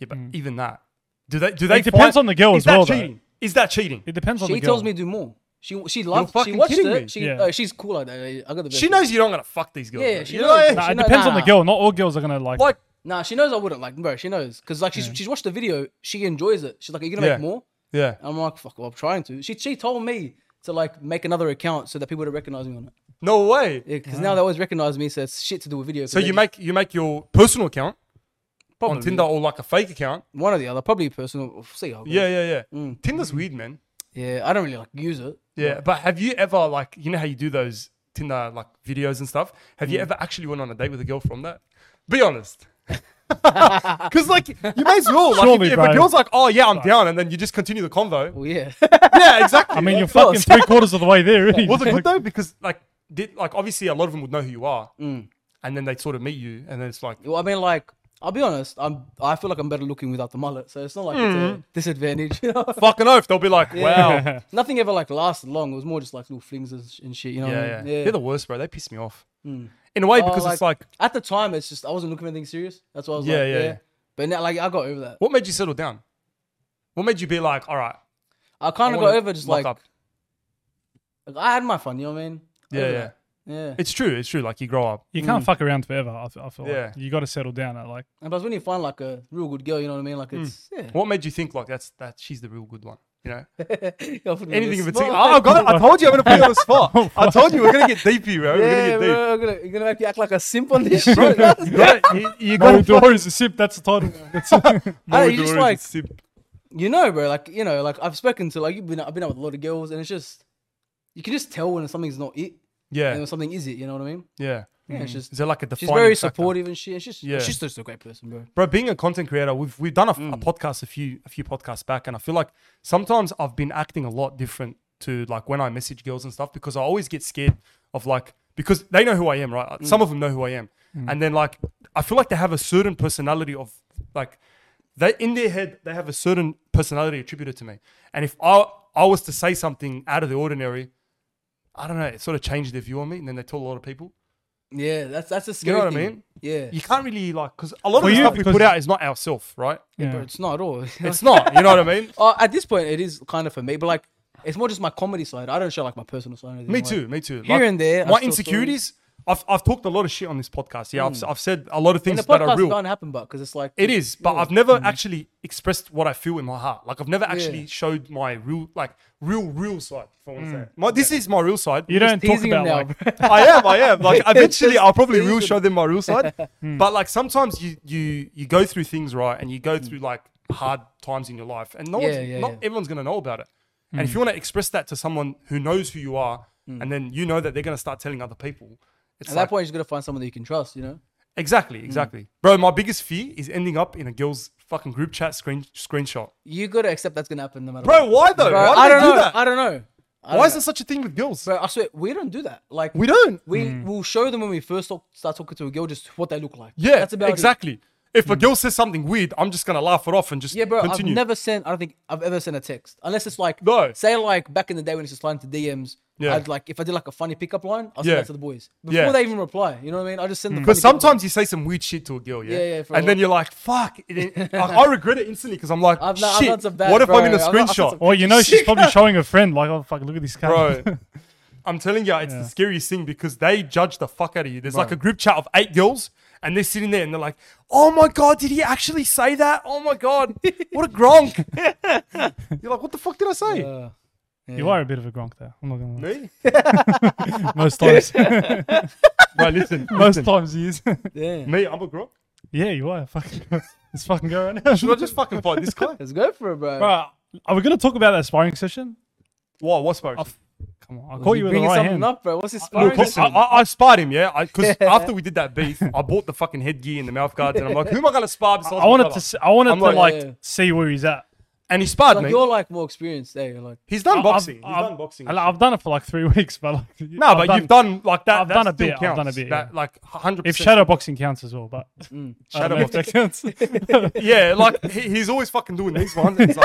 Speaker 2: Yeah, but
Speaker 3: Mm.
Speaker 2: even that. Do they do they
Speaker 1: It depends
Speaker 2: find-
Speaker 1: on the girl as
Speaker 2: is
Speaker 1: well,
Speaker 2: That
Speaker 1: though.
Speaker 2: cheating? Is that cheating?
Speaker 1: It depends on
Speaker 3: She
Speaker 1: the girl.
Speaker 3: tells me to do more. She she loves. She
Speaker 2: fucking
Speaker 3: watched
Speaker 2: kidding
Speaker 3: it.
Speaker 2: me.
Speaker 3: She
Speaker 1: Yeah.
Speaker 3: uh, she's cool like that. I- I got the best.
Speaker 2: She knows you're not gonna fuck these girls.
Speaker 3: Yeah,
Speaker 2: bro.
Speaker 3: she
Speaker 2: you
Speaker 3: knows.
Speaker 2: Know?
Speaker 1: Nah,
Speaker 3: she
Speaker 1: it
Speaker 3: know-
Speaker 1: depends
Speaker 3: nah,
Speaker 1: on the
Speaker 3: nah.
Speaker 1: girl. Not all girls are gonna like.
Speaker 2: Like
Speaker 3: Nah, she knows I wouldn't like, bro. She knows because like she's she's watched the video. She enjoys it. She's like, are you gonna
Speaker 2: Yeah.
Speaker 3: make more?
Speaker 2: yeah.
Speaker 3: And I'm like, fuck. Well, I'm trying to. She she told me to like make another account so that people would recognize me on it.
Speaker 2: No way.
Speaker 3: Yeah, because now they always recognize me. So it's shit to do with video.
Speaker 2: So you make you make your personal account on Tinder or like a fake account.
Speaker 3: one or the other, probably personal. See, how it goes.
Speaker 2: Yeah, yeah, yeah. Tinder's weird, man.
Speaker 3: yeah. I don't really like use it.
Speaker 2: Mm. Yeah, but have you ever like you know how you do those Tinder like videos and stuff? Have you ever actually went on a date with a girl from that? Be honest. Because like you may as well like
Speaker 1: Surely,
Speaker 2: if, if
Speaker 1: bro.
Speaker 2: a girl's like oh yeah I'm down and then you just continue the convo.
Speaker 3: Well, yeah.
Speaker 2: Yeah, exactly.
Speaker 1: I mean, you're fucking
Speaker 3: course.
Speaker 1: three quarters of the way there. Really.
Speaker 2: was it good
Speaker 1: Like,
Speaker 2: though? Because like did like obviously a lot of them would know who you are, and then they sort of meet you, and then it's like
Speaker 3: Well, I mean, like, I'll be honest. I'm. I feel like I'm better looking without the mullet, so it's not like
Speaker 2: Hmm.
Speaker 3: it's a disadvantage. You know?
Speaker 2: fucking oath. They'll be like wow.
Speaker 3: Nothing ever like lasted long. It was more just like little flings and sh- and shit. You know? what I
Speaker 2: Yeah, yeah.
Speaker 3: mean? yeah.
Speaker 2: They're the worst, bro. They piss me off. In a way,
Speaker 3: Oh,
Speaker 2: because it's like,
Speaker 3: at the time, it's just I wasn't looking for anything serious. That's why I was
Speaker 2: Yeah,
Speaker 3: like,
Speaker 2: yeah,
Speaker 3: yeah,
Speaker 2: yeah.
Speaker 3: But now, like, I got over that.
Speaker 2: what made you settle down? What made you be like, all right,
Speaker 3: I kind
Speaker 2: I
Speaker 3: of got
Speaker 2: wanna
Speaker 3: over just
Speaker 2: lock
Speaker 3: like,
Speaker 2: up.
Speaker 3: like, I had my fun. You know what I mean?
Speaker 2: yeah,
Speaker 3: Over
Speaker 2: yeah.
Speaker 3: that. Yeah.
Speaker 2: It's true. It's true. Like you grow up.
Speaker 1: you can't fuck around forever. I, f- I feel
Speaker 2: Yeah.
Speaker 1: like you got to settle down. At like,
Speaker 3: And plus, when you find like a real good girl, you know what I mean? Like,
Speaker 2: Hmm.
Speaker 3: it's yeah.
Speaker 2: What made you think like that's that? She's the real good one. You know,
Speaker 3: Y'all put me on
Speaker 2: anything in
Speaker 3: the
Speaker 2: particular.
Speaker 3: spot.
Speaker 2: Oh, I, got, I told you I'm gonna put you on the spot. I told you we're gonna get deep here, bro.
Speaker 3: Yeah,
Speaker 2: we're gonna get
Speaker 3: bro, you're gonna, you're gonna make me act like a simp on this shit.
Speaker 2: deep. You gotta, you, you
Speaker 1: no
Speaker 2: gotta
Speaker 1: door is a sip. That's the title. That's
Speaker 3: Ah, you just
Speaker 2: Mordor is a
Speaker 3: like
Speaker 2: sip.
Speaker 3: you know, bro. Like you know, like I've spoken to like you've been I've been out with a lot of girls, and it's just you can just tell when something's not it, and
Speaker 2: yeah,
Speaker 3: when something is it. You know what I mean?
Speaker 2: yeah.
Speaker 3: Yeah, it's just
Speaker 2: Is there like Mm. a
Speaker 3: she's
Speaker 2: defining?
Speaker 3: very
Speaker 2: factor?
Speaker 3: supportive and shit. and She's
Speaker 2: Yeah.
Speaker 3: yeah. she's just a great person, bro.
Speaker 2: bro. Being a content creator, we've we've done a, a podcast a few a few podcasts back, and I feel like sometimes I've been acting a lot different to like when I message girls and stuff because I always get scared of like because they know who I am, right? Some of them know who I am,
Speaker 1: Mm.
Speaker 2: and then like I feel like they have a certain personality of like they in their head they have a certain personality attributed to me, and if I I was to say something out of the ordinary. I don't know. It sort of changed their view on me, and then they told a lot of people.
Speaker 3: Yeah, that's that's a
Speaker 2: You
Speaker 3: scary
Speaker 2: know what I
Speaker 3: thing.
Speaker 2: mean?
Speaker 3: Yeah,
Speaker 2: You can't really like because a lot of
Speaker 1: For
Speaker 2: the
Speaker 1: you,
Speaker 2: stuff we put
Speaker 1: because-
Speaker 2: out is not ourself, right?
Speaker 1: yeah.
Speaker 3: bro. It's not at all.
Speaker 2: It's not. You know what I mean?
Speaker 3: uh, at this point, it is kind of for me, but like it's more just my comedy side. I don't show like my personal side. or anything,
Speaker 2: Me
Speaker 3: like-
Speaker 2: too. Me too.
Speaker 3: Here and there, I
Speaker 2: my
Speaker 3: saw
Speaker 2: insecurities. I've, I've talked a lot of shit on this podcast. Yeah, I've, I've said a lot of
Speaker 3: Hmm. And
Speaker 2: things
Speaker 3: the
Speaker 2: that are
Speaker 3: podcast
Speaker 2: real.
Speaker 3: can't happen, but because it's like
Speaker 2: It is, but I've never actually expressed what I feel in my heart. Like I've never actually
Speaker 3: Mm-hmm. Yeah.
Speaker 2: showed my real, like real, real side. If I
Speaker 3: Mm.
Speaker 2: want to say, it. my this is my real side.
Speaker 1: You don't talk
Speaker 3: teasing him
Speaker 1: about
Speaker 3: now,
Speaker 1: like.
Speaker 3: bro.
Speaker 2: I am, I am. Like eventually,
Speaker 3: Just Hmm.
Speaker 2: I'll probably will
Speaker 3: teasing.
Speaker 2: show them my real side. but like sometimes you you you go through things right, and you go through like hard times in your life, and no
Speaker 3: Yeah,
Speaker 2: one's,
Speaker 3: yeah,
Speaker 2: not
Speaker 3: yeah. Hmm.
Speaker 2: everyone's gonna know about it. And if you want to express that to someone who knows who you are, and then you know that they're gonna start telling other people, it's like,
Speaker 3: At that Hmm. point, you just gotta find someone that you can trust. You know?
Speaker 2: exactly, exactly, bro. My biggest fear is ending up in a girl's fucking group chat screen screenshot,
Speaker 3: You gotta accept that's gonna happen no matter.
Speaker 2: bro.
Speaker 3: what.
Speaker 2: Why though?
Speaker 3: Bro,
Speaker 2: why do
Speaker 3: I
Speaker 2: they
Speaker 3: don't
Speaker 2: do
Speaker 3: know.
Speaker 2: that?
Speaker 3: I don't know. I don't
Speaker 2: why is
Speaker 3: know.
Speaker 2: there such a thing with girls?
Speaker 3: Bro, I swear we don't do that. Like
Speaker 2: We don't.
Speaker 1: Mm.
Speaker 3: We will show them when we first talk, start talking to a girl just what they look like.
Speaker 2: Yeah,
Speaker 3: that's about it. Hmm.
Speaker 2: exactly. If a girl says something weird, I'm just gonna laugh it off and just
Speaker 3: Yeah, bro.
Speaker 2: continue.
Speaker 3: I've never sent. I don't think I've ever sent a text unless it's like
Speaker 2: No.
Speaker 3: Say like back in the day when it's just sliding to DMs.
Speaker 2: Yeah.
Speaker 3: Yeah. I'd like if I did like a funny pickup line, I'll send
Speaker 2: Yeah.
Speaker 3: that to the boys before
Speaker 2: Yeah.
Speaker 3: they even reply. You know what I mean? I just send
Speaker 1: Mm.
Speaker 3: them.
Speaker 2: Because sometimes you say some weird shit to a girl, yeah,
Speaker 3: Yeah, yeah, for
Speaker 2: and
Speaker 3: a
Speaker 2: then
Speaker 3: lot.
Speaker 2: you're like, "Fuck!" It, it- I, I regret it instantly because I'm like,
Speaker 3: I've not- I've
Speaker 2: "Shit,
Speaker 3: done some bad,
Speaker 2: what if I'm in a
Speaker 3: bro. I've not- I've done
Speaker 2: screenshot,
Speaker 3: some-
Speaker 1: Or you know she's probably showing a friend like, oh fuck, look at this guy.
Speaker 2: bro?" I'm telling you, it's the scariest thing because they judge the fuck out of you. There's like a group chat of eight girls, and they're sitting there and they're like, "Oh my god, did he actually say that? Oh my god, what a gronk!" you're like, "What the fuck did I say?"
Speaker 3: Uh,
Speaker 1: you are a bit of a gronk there. I'm not gonna lie.
Speaker 2: Me?
Speaker 1: Most times,
Speaker 2: Bro, listen,
Speaker 1: most times he is.
Speaker 3: yeah.
Speaker 2: me, I'm a gronk.
Speaker 1: yeah, you are. Fucking, let's fucking go right now.
Speaker 2: Should I just fucking fight this guy?
Speaker 3: Let's go for it, bro.
Speaker 1: Bro, are we gonna talk about that sparring session?
Speaker 2: Why? What's my?
Speaker 1: Come on, I caught you with the
Speaker 3: bringing
Speaker 1: right
Speaker 3: something
Speaker 1: hand.
Speaker 3: up, bro. What's this?
Speaker 2: No,
Speaker 3: sparring
Speaker 2: cause
Speaker 3: session?
Speaker 2: I, I, I sparred him, yeah. Because after we did that beef, I bought the fucking headgear and the mouth guards, and I'm like, who am I gonna spar besides?
Speaker 1: I wanted to,
Speaker 2: see
Speaker 1: see, I wanted
Speaker 2: I'm
Speaker 1: to
Speaker 2: like-
Speaker 1: like,
Speaker 3: Yeah, yeah.
Speaker 1: see where he's at.
Speaker 2: and he sparred
Speaker 3: Like
Speaker 2: me.
Speaker 3: you're like more experienced there. You're like
Speaker 2: He's done
Speaker 1: I've-
Speaker 2: boxing.
Speaker 1: I've,
Speaker 2: He's done boxing.
Speaker 1: I- I've done it for like three weeks, but like,
Speaker 2: no, but you've done like that.
Speaker 1: I've
Speaker 2: that
Speaker 1: done a
Speaker 2: still
Speaker 1: bit, I've
Speaker 2: counts.
Speaker 1: done a bit,
Speaker 2: That, like hundred.
Speaker 1: if shadow boxing counts as well, but
Speaker 2: Mm.
Speaker 1: I don't know if that counts.
Speaker 2: yeah, like he, he's always fucking doing these ones. and It's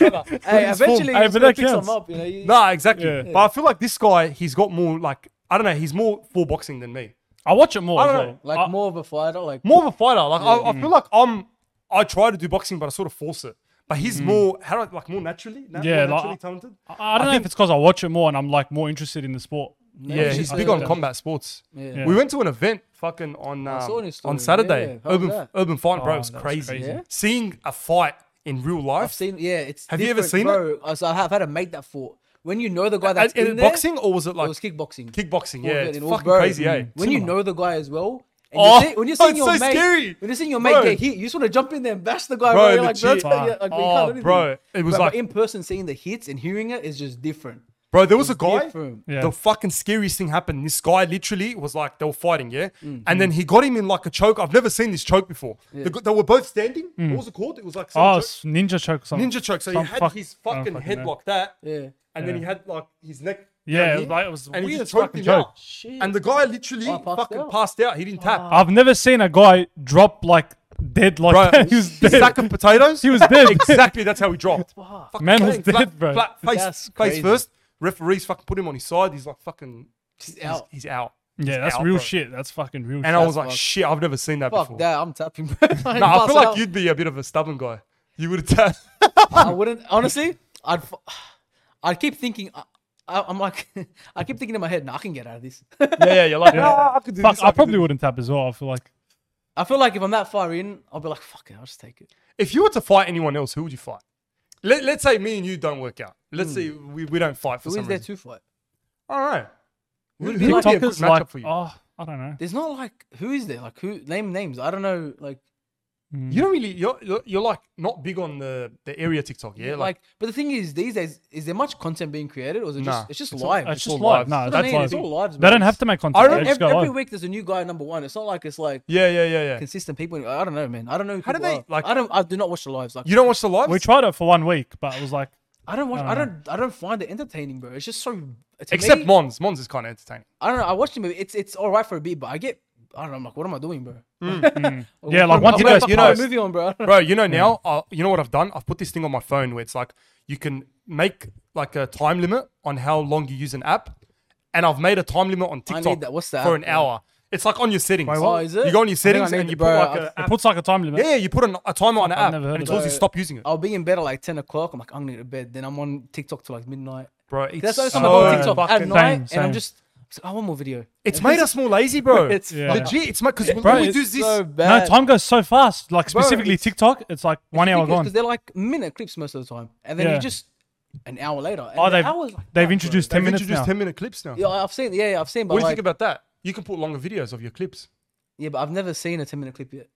Speaker 2: like,
Speaker 3: hey, eventually
Speaker 1: Hey,
Speaker 3: you
Speaker 1: but
Speaker 3: just gotta
Speaker 1: that
Speaker 3: pick
Speaker 1: counts.
Speaker 3: some up. You know, you,
Speaker 2: nah, exactly.
Speaker 1: Yeah.
Speaker 2: But I feel like this guy, he's got more like I don't know. He's more full boxing than me.
Speaker 1: I watch it more.
Speaker 2: I
Speaker 1: as
Speaker 2: don't
Speaker 1: well.
Speaker 2: know.
Speaker 3: like more of a fighter. Like
Speaker 2: More of a fighter. Like I, I
Speaker 1: Mm.
Speaker 2: feel like I'm. I try to do boxing, but I sort of force it. But he's more how do I- like more naturally. na- more
Speaker 1: Mm. Yeah, like-
Speaker 2: naturally talented.
Speaker 1: I I don't know if it's because I watch it more and I'm like more interested in the sport.
Speaker 2: Yeah, he's
Speaker 3: she's
Speaker 2: big
Speaker 3: a-
Speaker 2: on combat sports.
Speaker 3: Yeah.
Speaker 2: We went to an event fucking on um,
Speaker 3: saw his
Speaker 2: on
Speaker 3: story.
Speaker 2: Saturday.
Speaker 3: Yeah, how was
Speaker 2: urban
Speaker 3: that?
Speaker 2: urban fight, bro. It was
Speaker 1: that's
Speaker 2: crazy.
Speaker 1: Ah, crazy.
Speaker 3: Yeah?
Speaker 2: Seeing a fight in real life.
Speaker 3: I've seen. Yeah, it's.
Speaker 2: Have you ever
Speaker 3: different,
Speaker 2: seen it?
Speaker 3: bro. it? So I've had a mate that fought. When you know the guy
Speaker 2: and,
Speaker 3: that's
Speaker 2: and
Speaker 3: in there,
Speaker 2: boxing or was it
Speaker 3: it
Speaker 2: like
Speaker 3: was kickboxing.
Speaker 2: kickboxing?
Speaker 3: All
Speaker 2: Yeah,
Speaker 3: good
Speaker 2: it's
Speaker 3: and all,
Speaker 2: fucking
Speaker 3: bro.
Speaker 2: crazy, eh?
Speaker 3: When you
Speaker 2: Similar.
Speaker 3: know the guy as well, and
Speaker 2: Oh,
Speaker 3: you see, when you're
Speaker 2: oh,
Speaker 3: seeing
Speaker 2: it's
Speaker 3: your
Speaker 2: so
Speaker 3: mate,
Speaker 2: scary.
Speaker 3: when you're seeing your
Speaker 2: Bro.
Speaker 3: mate get hit, you just want to jump in there and bash the
Speaker 2: Bro,
Speaker 3: guy. Bro,
Speaker 2: the
Speaker 3: you're like, bro,
Speaker 2: cheap-
Speaker 3: that's how you- like, we
Speaker 2: Oh,
Speaker 3: can't do anything.
Speaker 2: bro, it was
Speaker 3: But- but
Speaker 2: like-
Speaker 3: in person, seeing the hits and hearing it is just different.
Speaker 2: Bro, there was a guy.
Speaker 3: different.
Speaker 1: Yeah.
Speaker 2: The fucking scariest thing happened. This guy literally was like they were fighting, yeah,
Speaker 3: Mm.
Speaker 2: and then he got him in like a choke. I've never seen this choke before. They, got- they were both standing. What was it called? It was like some
Speaker 1: Mm. Oh,
Speaker 2: choke-
Speaker 1: it's ninja choke or something.
Speaker 2: ninja choke. So
Speaker 1: some
Speaker 2: he had
Speaker 1: fuck- oh,
Speaker 2: his
Speaker 1: I don't
Speaker 2: fucking head
Speaker 1: know.
Speaker 2: like that,
Speaker 3: Yeah,
Speaker 2: and then
Speaker 1: Yeah.
Speaker 2: he had like his neck.
Speaker 1: Yeah,
Speaker 2: down
Speaker 1: it was
Speaker 2: here,
Speaker 1: like- it was
Speaker 2: and he
Speaker 1: weird
Speaker 2: just
Speaker 1: as
Speaker 2: choked
Speaker 1: fucking
Speaker 2: him
Speaker 1: joke.
Speaker 2: out. And the guy literally
Speaker 3: Oh, passed
Speaker 2: fucking
Speaker 3: out. Oh.
Speaker 2: passed out. He didn't tap.
Speaker 1: I've never seen a guy drop like dead like
Speaker 2: Bro,
Speaker 1: that. He was
Speaker 2: the
Speaker 1: dead.
Speaker 2: sack of potatoes.
Speaker 1: He was dead.
Speaker 2: exactly. That's how he dropped. Fucking
Speaker 1: Man was
Speaker 2: bang, flat-
Speaker 1: dead, bro.
Speaker 2: flat face,
Speaker 3: That's
Speaker 2: face
Speaker 3: crazy.
Speaker 2: first. Referees fucking put him on his side. He's like fucking. He's he's out.
Speaker 3: out.
Speaker 1: yeah,
Speaker 2: He's
Speaker 1: that's
Speaker 2: out,
Speaker 1: real
Speaker 2: bro.
Speaker 1: shit. That's fucking real. shit.
Speaker 2: And I was like,
Speaker 3: fucked.
Speaker 2: shit, I've never seen that before.
Speaker 3: fuck that. I'm tapping, bro.
Speaker 2: No, I feel like you'd be a bit of a stubborn guy. You would have.
Speaker 3: I wouldn't. Honestly, I'd. f- I'd keep thinking. I, I, I'm like, I keep thinking in my head, nah, I can get out of this.
Speaker 2: yeah, yeah, you're like,
Speaker 1: "Ah,
Speaker 2: I could do
Speaker 1: fuck, I probably wouldn't tap as well. I feel like
Speaker 3: I feel like if I'm that far in, I'll be like, fuck it, I'll just take it.
Speaker 2: If you were to fight anyone else, who would you fight? Let, let's say me and you don't work out. Let's say we, we don't fight for
Speaker 3: Hmm. Who
Speaker 2: some
Speaker 3: is there
Speaker 2: reason.
Speaker 3: to fight?
Speaker 2: All right.
Speaker 3: Would it be like-
Speaker 1: TikTokers
Speaker 2: matchup
Speaker 1: like,
Speaker 2: for you.
Speaker 1: oh, I don't know.
Speaker 3: There's not like who is there? Like who name names? I don't know. Like Mm.
Speaker 2: You don't really. You're, you're, you're like not big on the, the area TikTok, yeah.
Speaker 3: like, but the thing is, these days, is there much content being created, or is it just
Speaker 2: Nah,
Speaker 3: it's just
Speaker 2: it's all-
Speaker 3: live?
Speaker 1: It's
Speaker 2: all
Speaker 1: just live.
Speaker 2: lives.
Speaker 1: No,
Speaker 2: That's
Speaker 3: what I
Speaker 1: that's
Speaker 3: mean,
Speaker 1: live.
Speaker 3: it's all lives,
Speaker 1: They
Speaker 3: bro.
Speaker 1: don't have to make content.
Speaker 2: I
Speaker 1: I
Speaker 2: don't-
Speaker 1: don't,
Speaker 3: Ev-
Speaker 1: just go
Speaker 3: every
Speaker 1: live.
Speaker 3: week there's a new guy number one. It's not like it's like
Speaker 2: yeah, yeah, yeah, yeah.
Speaker 3: consistent people. I don't know, man. I don't know. who
Speaker 2: How do
Speaker 3: people
Speaker 2: they-
Speaker 3: are.
Speaker 2: like-
Speaker 3: I don't. I do not watch the lives. Like
Speaker 2: You don't watch the live?
Speaker 1: We tried it for one week, but it was like,
Speaker 3: I don't watch.
Speaker 1: I
Speaker 3: I
Speaker 1: don't know.
Speaker 3: don't. I don't find it entertaining, bro. It's just so. to
Speaker 2: Except
Speaker 3: me,
Speaker 2: Mons. Mons is kind of entertaining.
Speaker 3: I don't know. I watched him. It's it's all right for a beat, but I get. I don't know. I'm like, what am I doing, bro?
Speaker 1: Mm, yeah, like once
Speaker 3: I'm
Speaker 1: you
Speaker 2: know-
Speaker 1: guys,
Speaker 3: like,
Speaker 2: you
Speaker 3: put my
Speaker 2: know-
Speaker 3: movie on, bro. I don't know.
Speaker 2: Bro, you know now, uh, you know what I've done? I've put this thing on my phone where it's like you can make like a time limit on how long you use an app, and I've made a time limit on
Speaker 3: need
Speaker 2: TikTok
Speaker 3: that. What's the
Speaker 2: for
Speaker 3: app,
Speaker 2: an
Speaker 3: bro?
Speaker 2: hour. It's like on your settings.
Speaker 1: Wait,
Speaker 3: what? Oh, is it?
Speaker 2: You go on your
Speaker 3: I think I
Speaker 2: settings
Speaker 3: need
Speaker 2: and
Speaker 3: to-
Speaker 2: you put
Speaker 3: bro,
Speaker 2: like
Speaker 3: I-
Speaker 2: a
Speaker 1: it
Speaker 2: app.
Speaker 1: puts like a time limit.
Speaker 2: Yeah, yeah, you put an, a timer on an app,
Speaker 1: never heard
Speaker 2: and
Speaker 1: of
Speaker 2: it tells
Speaker 1: that.
Speaker 2: you stop using it.
Speaker 3: I'll be in bed at like ten o'clock. I'm like, I'm gonna go to bed. Then I'm on TikTok till like midnight.
Speaker 2: Bro, it's
Speaker 3: That's why
Speaker 2: so
Speaker 3: I'm on
Speaker 1: so
Speaker 3: TikTok at
Speaker 2: fucking-
Speaker 1: Same,
Speaker 3: night, and
Speaker 1: same.
Speaker 3: I'm just, I'm just like, oh, one more video.
Speaker 2: It's made us more lazy, bro.
Speaker 3: It's
Speaker 1: Yeah.
Speaker 2: legit. It's because when
Speaker 1: Bro,
Speaker 2: we
Speaker 1: it's
Speaker 2: do this,
Speaker 3: so
Speaker 1: No,
Speaker 3: bad.
Speaker 1: time goes so fast. Like
Speaker 3: Bro,
Speaker 1: specifically
Speaker 3: it's-
Speaker 1: TikTok, it's like one hour
Speaker 3: because
Speaker 1: gone.
Speaker 3: they're like minute clips most of the time, and then
Speaker 1: Yeah.
Speaker 3: you just an hour later. And
Speaker 1: Oh,
Speaker 3: the
Speaker 1: they've
Speaker 3: hours like
Speaker 1: they've
Speaker 3: that,
Speaker 1: introduced
Speaker 2: they've
Speaker 1: ten minutes
Speaker 2: introduced
Speaker 1: now.
Speaker 2: ten minute clips now.
Speaker 3: Bro. Yeah, I've seen. Yeah, yeah, I've seen. But
Speaker 2: What do you
Speaker 3: like,
Speaker 2: think about that? You can put longer videos of your clips.
Speaker 3: yeah, but I've never seen a ten minute clip yet.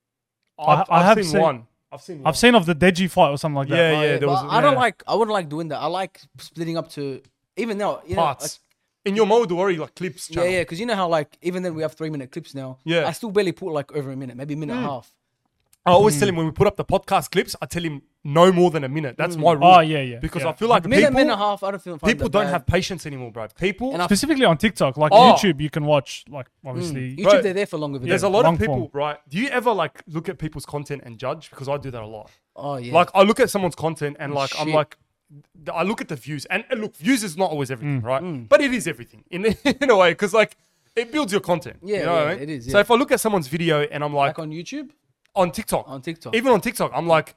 Speaker 1: I- I
Speaker 2: I've
Speaker 1: have
Speaker 2: seen,
Speaker 1: seen-
Speaker 2: one. I've seen. One.
Speaker 1: I've seen of the Deji fight or something like that.
Speaker 2: Yeah, there
Speaker 3: but
Speaker 2: was-
Speaker 3: I don't
Speaker 2: yeah.
Speaker 3: like. I wouldn't like doing that. I like splitting up to even now. You know,
Speaker 2: parts.
Speaker 3: like-
Speaker 2: In your mode, already like clips. Channel.
Speaker 3: yeah, yeah, because you know how like even then we have three minute clips now.
Speaker 2: Yeah.
Speaker 3: I still barely put like over a minute, maybe a minute and a half.
Speaker 2: I always
Speaker 1: Hmm.
Speaker 2: tell him when we put up the podcast clips, I tell him no more than a minute. That's my rule.
Speaker 1: Oh, yeah, yeah,
Speaker 2: Because
Speaker 1: yeah.
Speaker 2: I feel like
Speaker 3: Minute,
Speaker 2: people,
Speaker 3: minute and a half. I don't feel. find
Speaker 2: people
Speaker 3: that
Speaker 2: don't
Speaker 3: bad.
Speaker 2: have patience anymore, bro. People,
Speaker 3: And I-
Speaker 1: Specifically on TikTok, like
Speaker 2: Oh.
Speaker 1: YouTube, you can watch like obviously.
Speaker 3: YouTube.
Speaker 2: Bro,
Speaker 3: they're there for longer.
Speaker 2: there's a
Speaker 3: videos.
Speaker 2: lot
Speaker 1: long
Speaker 2: of people,
Speaker 1: form.
Speaker 2: right? Do you ever like look at people's content and judge? Because I do that a lot.
Speaker 3: Oh yeah.
Speaker 2: Like I look at someone's content and like I'm
Speaker 3: shit.
Speaker 2: like, th- I look at the views and, and look, views is not always
Speaker 3: Mm.
Speaker 2: everything, right? But it is everything in in a way because like it builds your content.
Speaker 3: Yeah,
Speaker 2: you know what I
Speaker 3: yeah,
Speaker 2: mean?
Speaker 3: it is,
Speaker 2: So
Speaker 3: yeah.
Speaker 2: if I look at someone's video and I'm like,
Speaker 3: like on YouTube.
Speaker 2: on TikTok.
Speaker 3: On TikTok.
Speaker 2: Even on TikTok, I'm like,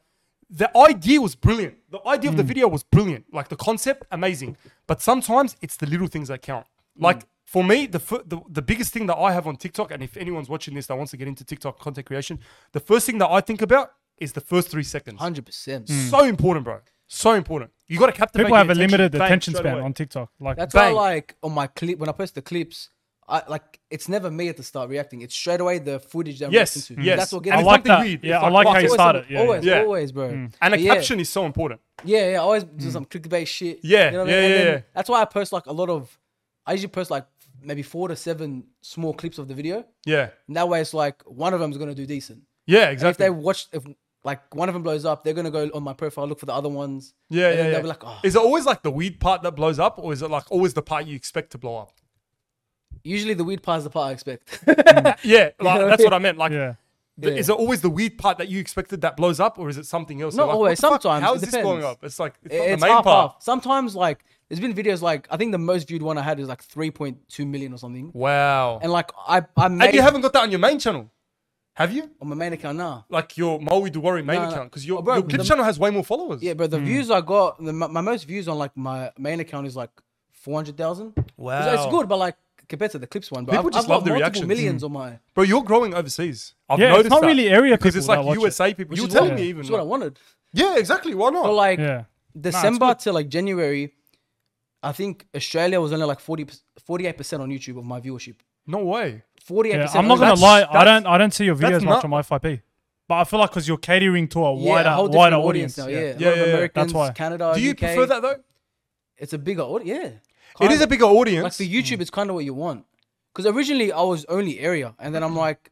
Speaker 2: the idea was brilliant. The idea of the
Speaker 3: Mm.
Speaker 2: video was brilliant. Like the concept, amazing. But sometimes it's the little things that count.
Speaker 3: Mm.
Speaker 2: Like for me, the, fir- the the biggest thing that I have on TikTok, and if anyone's watching this that wants to get into TikTok content creation, the first thing that I think about is the first three seconds.
Speaker 3: Hundred percent.
Speaker 2: So important, bro. So important. You got to captivate.
Speaker 1: People
Speaker 2: their
Speaker 1: have a limited
Speaker 2: Bang,
Speaker 1: attention
Speaker 2: straight
Speaker 1: span
Speaker 2: away.
Speaker 1: on TikTok. Like
Speaker 3: That's
Speaker 2: Bang.
Speaker 3: why, like, on my clip, when I post the clips, I like it's never me at the start reacting. It's straight away the footage that I'm
Speaker 2: Yes,
Speaker 3: reacting to.
Speaker 2: yes.
Speaker 3: That's what
Speaker 2: And
Speaker 3: gets
Speaker 1: I
Speaker 3: me.
Speaker 2: it's
Speaker 1: like
Speaker 2: something
Speaker 1: that.
Speaker 2: weird.
Speaker 1: Yeah,
Speaker 2: It's
Speaker 1: I
Speaker 2: like,
Speaker 1: like how
Speaker 2: fuck,
Speaker 1: you
Speaker 2: it's
Speaker 1: started.
Speaker 3: Always,
Speaker 1: Yeah, yeah.
Speaker 3: always,
Speaker 2: yeah. Hmm.
Speaker 3: always, bro.
Speaker 2: And a
Speaker 3: But yeah,
Speaker 2: caption is so important.
Speaker 3: Yeah, yeah. I always do some clickbait shit.
Speaker 2: Yeah, yeah, yeah, yeah.
Speaker 3: That's why I post like a lot of. I usually post like maybe four to seven small clips of the video.
Speaker 2: Yeah.
Speaker 3: And that way, it's like one of them's gonna do decent.
Speaker 2: Yeah.
Speaker 3: And if
Speaker 2: Exactly.
Speaker 3: they watch, if like one of them blows up, they're gonna go on my profile look for the other ones.
Speaker 2: Yeah,
Speaker 3: and
Speaker 2: yeah,
Speaker 3: then
Speaker 2: yeah.
Speaker 3: They'll be like, oh.
Speaker 2: Is it always like the weed part that blows up, or is it like always the part you expect to blow up?
Speaker 3: Usually, the weird part is the part I expect.
Speaker 2: Yeah, like, that's what I meant. Like,
Speaker 1: yeah.
Speaker 2: th-
Speaker 3: Yeah.
Speaker 2: is it always the weed part that you expected that blows up, or is it something else? You're
Speaker 3: Not
Speaker 2: like, what
Speaker 3: always,
Speaker 2: the fuck?
Speaker 3: sometimes,
Speaker 2: How
Speaker 3: it
Speaker 2: is this blowing
Speaker 3: depends.
Speaker 2: up? It's like it's, not
Speaker 3: it's
Speaker 2: the main
Speaker 3: half,
Speaker 2: part.
Speaker 3: half. Sometimes like there's been videos like I think the most viewed one I had is like 3.2 million or something.
Speaker 2: Wow. And,
Speaker 3: And like I I made
Speaker 2: you haven't got that on your main channel, have you?
Speaker 3: on my main account now.
Speaker 2: Like your Maui Duwari main
Speaker 3: No, no.
Speaker 2: account, because your,
Speaker 3: Oh, bro,
Speaker 2: your clip
Speaker 3: the-
Speaker 2: channel has way more followers.
Speaker 3: Yeah, but the views I got, the, my, my most views on like my main account is like 400,000. It's- It's
Speaker 2: Wow.
Speaker 3: good, but like compared to the clips one, but
Speaker 2: People
Speaker 3: I've,
Speaker 2: just
Speaker 3: I've
Speaker 2: love
Speaker 3: got
Speaker 2: the
Speaker 3: multiple
Speaker 2: reactions.
Speaker 3: millions on my.
Speaker 2: bro, you're growing overseas. I've
Speaker 1: Yeah, it's
Speaker 2: noticed
Speaker 1: not
Speaker 2: that,
Speaker 1: really area
Speaker 2: because it's
Speaker 1: people that
Speaker 2: like
Speaker 1: watch it.
Speaker 2: USA people. You were
Speaker 3: is
Speaker 2: telling
Speaker 3: what-
Speaker 2: me even.
Speaker 3: That's what I
Speaker 2: like-
Speaker 3: wanted.
Speaker 2: yeah, exactly. Why not?
Speaker 3: But like
Speaker 1: Yeah.
Speaker 3: December to like January, I think Australia was only like 40 48% on YouTube of my viewership.
Speaker 2: no way.
Speaker 3: 48%.
Speaker 1: Yeah, I'm not gonna
Speaker 2: that's-
Speaker 1: lie. I
Speaker 2: that's-
Speaker 1: don't. I don't see your
Speaker 2: that's
Speaker 1: videos much
Speaker 2: not-
Speaker 1: on my FYP, but I feel like because you're catering to a
Speaker 3: Yeah,
Speaker 1: wider,
Speaker 3: a whole different
Speaker 1: wider audience.
Speaker 3: audience, now. Yeah,
Speaker 2: Yeah,
Speaker 3: a lot
Speaker 2: yeah,
Speaker 3: of
Speaker 2: yeah.
Speaker 1: That's
Speaker 3: Americans,
Speaker 1: why.
Speaker 3: Canada,
Speaker 2: Do you
Speaker 3: UK.
Speaker 2: prefer that though?
Speaker 3: It's a bigger audience. Yeah, Mm.
Speaker 2: It
Speaker 3: kinda.
Speaker 2: is a bigger audience.
Speaker 3: like for YouTube. It's kind of what you want because originally I was only area, and then I'm like,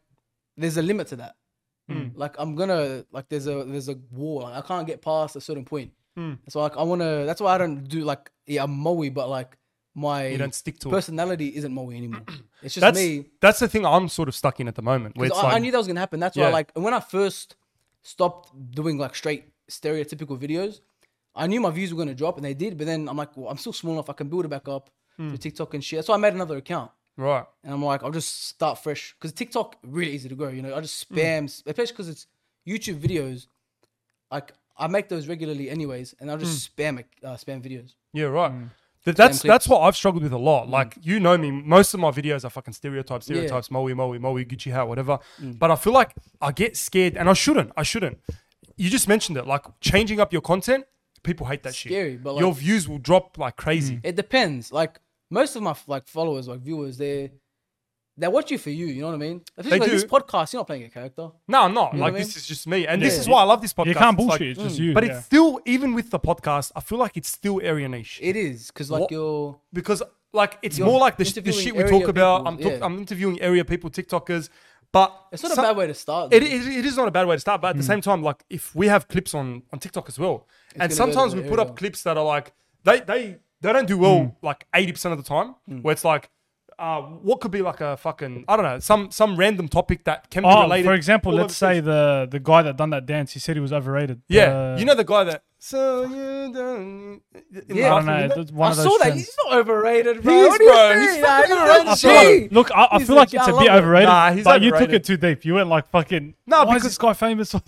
Speaker 3: there's a limit to that.
Speaker 2: Mm.
Speaker 3: Like I'm gonna like there's a there's a wall. Like, I can't get past a certain point.
Speaker 2: Mm.
Speaker 3: That's why like I wanna. That's why I don't do like yeah I'm Moe, but like my
Speaker 2: You don't stick to it.
Speaker 3: personality isn't Moe anymore. It's just
Speaker 2: that's
Speaker 3: me.
Speaker 2: that's the thing I'm sort of stuck in at the moment. Where
Speaker 3: 'Cause
Speaker 2: it's
Speaker 3: I,
Speaker 2: like,
Speaker 3: I knew that was gonna happen. That's why,
Speaker 2: Yeah.
Speaker 3: like, when I first stopped doing like straight stereotypical videos, I knew my views were gonna drop, and they did. But then I'm like, well, I'm still small enough. I can build it back up
Speaker 2: Hmm.
Speaker 3: to TikTok and shit. So I made another account,
Speaker 2: right.
Speaker 3: and I'm like, I'll just start fresh because TikTok really easy to grow. You know, I
Speaker 2: Hmm.
Speaker 3: just spam, especially because it's YouTube videos. Like I make those regularly anyways, and I'll just
Speaker 2: Hmm.
Speaker 3: spam uh, spam videos.
Speaker 2: Yeah, right.
Speaker 1: Mm.
Speaker 2: Th- that's
Speaker 3: Damn
Speaker 2: that's what I've struggled with a lot. Like you know me, most of my videos are fucking stereotypes, stereotypes, Moe, Moe, Moe, Gucci hat, whatever.
Speaker 3: Mm.
Speaker 2: But I feel like I get scared, and I shouldn't. I shouldn't. You just mentioned it, like changing up your content. People hate that
Speaker 3: Scary,
Speaker 2: shit.
Speaker 3: but
Speaker 2: your
Speaker 3: like-
Speaker 2: views will drop like
Speaker 1: Mm.
Speaker 2: crazy.
Speaker 3: It depends. Like most of my like followers, like viewers, they they watch you for you. You know what I mean? Especially
Speaker 2: They
Speaker 3: like this
Speaker 2: do.
Speaker 3: podcast, you're not playing a character.
Speaker 2: No, I'm not.
Speaker 3: know
Speaker 2: like
Speaker 3: what I
Speaker 2: this
Speaker 3: mean?
Speaker 2: is just me, and this
Speaker 3: Yeah.
Speaker 2: is why I love this podcast.
Speaker 1: You can't
Speaker 2: It's like-
Speaker 1: bullshit. It's just you.
Speaker 2: But
Speaker 1: yeah.
Speaker 2: it's still even with the podcast, I feel like it's still area niche.
Speaker 3: It is because like
Speaker 2: What-
Speaker 3: you're
Speaker 2: because like it's
Speaker 3: You're
Speaker 2: more like the, sh- the
Speaker 3: interviewing
Speaker 2: shit we
Speaker 3: area
Speaker 2: talk about.
Speaker 3: people,
Speaker 2: I'm talk-
Speaker 3: yeah.
Speaker 2: I'm interviewing area people, TikTokers, but
Speaker 3: it's not
Speaker 2: some-
Speaker 3: a bad way to start.
Speaker 2: It,
Speaker 3: though.
Speaker 2: it, it is not a bad way to start, but at
Speaker 1: Hmm.
Speaker 2: the same time, like if we have clips on on TikTok as well, and
Speaker 3: to
Speaker 2: sometimes
Speaker 3: the
Speaker 2: we put up
Speaker 3: area.
Speaker 2: clips that are like they they they don't do well
Speaker 1: Hmm.
Speaker 2: like eighty percent of the time,
Speaker 3: Hmm.
Speaker 2: where it's like. Uh, what could be like a fucking I don't know some some random topic that can be
Speaker 1: Oh,
Speaker 2: related.
Speaker 1: for example,
Speaker 2: all
Speaker 1: let's
Speaker 2: over the place.
Speaker 1: say the the guy that done that dance, he said he was overrated.
Speaker 2: yeah,
Speaker 1: Uh,
Speaker 2: you know the guy that so you don't. in the
Speaker 3: Yeah.
Speaker 1: I don't
Speaker 2: bathroom,
Speaker 1: know.
Speaker 2: you know?
Speaker 1: th-
Speaker 3: I
Speaker 1: One of those
Speaker 3: saw that.
Speaker 1: trends.
Speaker 3: He's not overrated, bro.
Speaker 2: He is,
Speaker 3: What do you
Speaker 2: bro. He's
Speaker 3: mean? Nah,
Speaker 2: fucking
Speaker 1: I
Speaker 2: overrated.
Speaker 1: feel like-
Speaker 3: Gee.
Speaker 1: look, I, I
Speaker 3: He's
Speaker 1: feel
Speaker 3: a
Speaker 1: like it's a
Speaker 3: child.
Speaker 1: bit overrated,
Speaker 2: Nah, he's
Speaker 1: but you took
Speaker 2: overrated.
Speaker 1: it too deep. You went like fucking.
Speaker 2: No,
Speaker 1: why
Speaker 2: because-
Speaker 1: is this guy famous?
Speaker 2: I-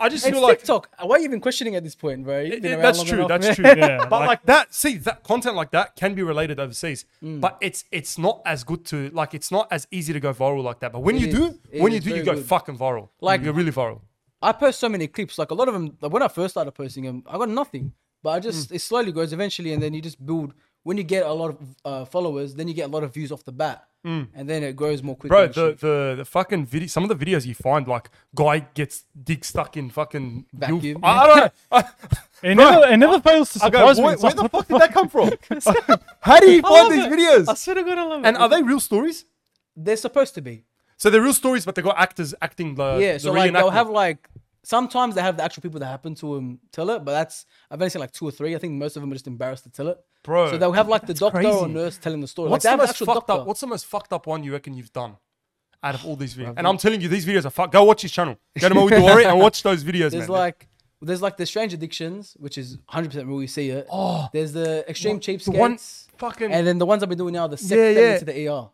Speaker 2: I just
Speaker 3: It's
Speaker 2: feel like
Speaker 3: TikTok. Why are you even questioning at this point, bro? You've been
Speaker 2: Yeah,
Speaker 3: around
Speaker 2: that's
Speaker 3: long
Speaker 2: true.
Speaker 3: enough,
Speaker 2: That's
Speaker 3: man.
Speaker 2: true.
Speaker 1: Yeah,
Speaker 2: but like,
Speaker 1: like-
Speaker 2: that, see that content like that can be related overseas,
Speaker 3: Mm.
Speaker 2: but it's it's not as good to like it's not as easy to go viral like that. But when you
Speaker 3: is.
Speaker 2: do,
Speaker 3: It
Speaker 2: when you
Speaker 3: is
Speaker 2: do, you
Speaker 3: very
Speaker 2: go
Speaker 3: good.
Speaker 2: fucking viral. Like
Speaker 3: Like-
Speaker 2: you're really viral.
Speaker 3: I post so many clips. Like a lot of them, like when I first started posting them, I got nothing. But I
Speaker 2: Mm.
Speaker 3: just it slowly grows eventually, and then you just build. When you get a lot of uh, followers, then you get a lot of views off the bat, and then it grows more quickly.
Speaker 2: Mm. Bro,
Speaker 3: and
Speaker 2: the,
Speaker 3: shit.
Speaker 2: the, the fucking video, some of the videos you find, like, guy gets dick stuck in fucking
Speaker 3: Vacuum.
Speaker 2: milk. I, I don't know. I,
Speaker 1: it never, it never fails to
Speaker 2: I go,
Speaker 1: surprise me.
Speaker 2: "Where-
Speaker 1: It's
Speaker 2: where
Speaker 1: like,
Speaker 2: the
Speaker 1: what
Speaker 2: fuck did that come from? How do you find these videos?
Speaker 1: I swear to God, I love
Speaker 2: and
Speaker 1: it.
Speaker 2: are they real stories?
Speaker 3: they're supposed to be.
Speaker 2: So they're real stories, but they got actors acting the
Speaker 3: Yeah,
Speaker 2: the
Speaker 3: so like they'll
Speaker 2: reenactment.
Speaker 3: have like sometimes they have the actual people that happen to um, tell it, but that's I've only seen like two or three. I think most of them are just embarrassed to tell it.
Speaker 2: Bro,
Speaker 3: So they'll have like the doctor or
Speaker 1: crazy.
Speaker 3: nurse telling the story.
Speaker 2: what's
Speaker 3: like, they
Speaker 2: the
Speaker 3: have
Speaker 2: most
Speaker 3: actual
Speaker 2: fucked
Speaker 3: doctor.
Speaker 2: up? What's the most fucked up one you reckon you've done out of all these videos? And I'm telling you, these videos are fuck. Go watch his channel. Go to Maui Dore and watch those videos,
Speaker 3: there's
Speaker 2: man.
Speaker 3: like there's like the strange addictions, which is 100 percent real. You see it. Oh, there's the extreme
Speaker 2: the one
Speaker 3: cheapskates,
Speaker 2: fucking-
Speaker 3: and then the ones I've been doing now, the
Speaker 2: Yeah,
Speaker 3: sex yeah,
Speaker 2: yeah.
Speaker 3: to the ER.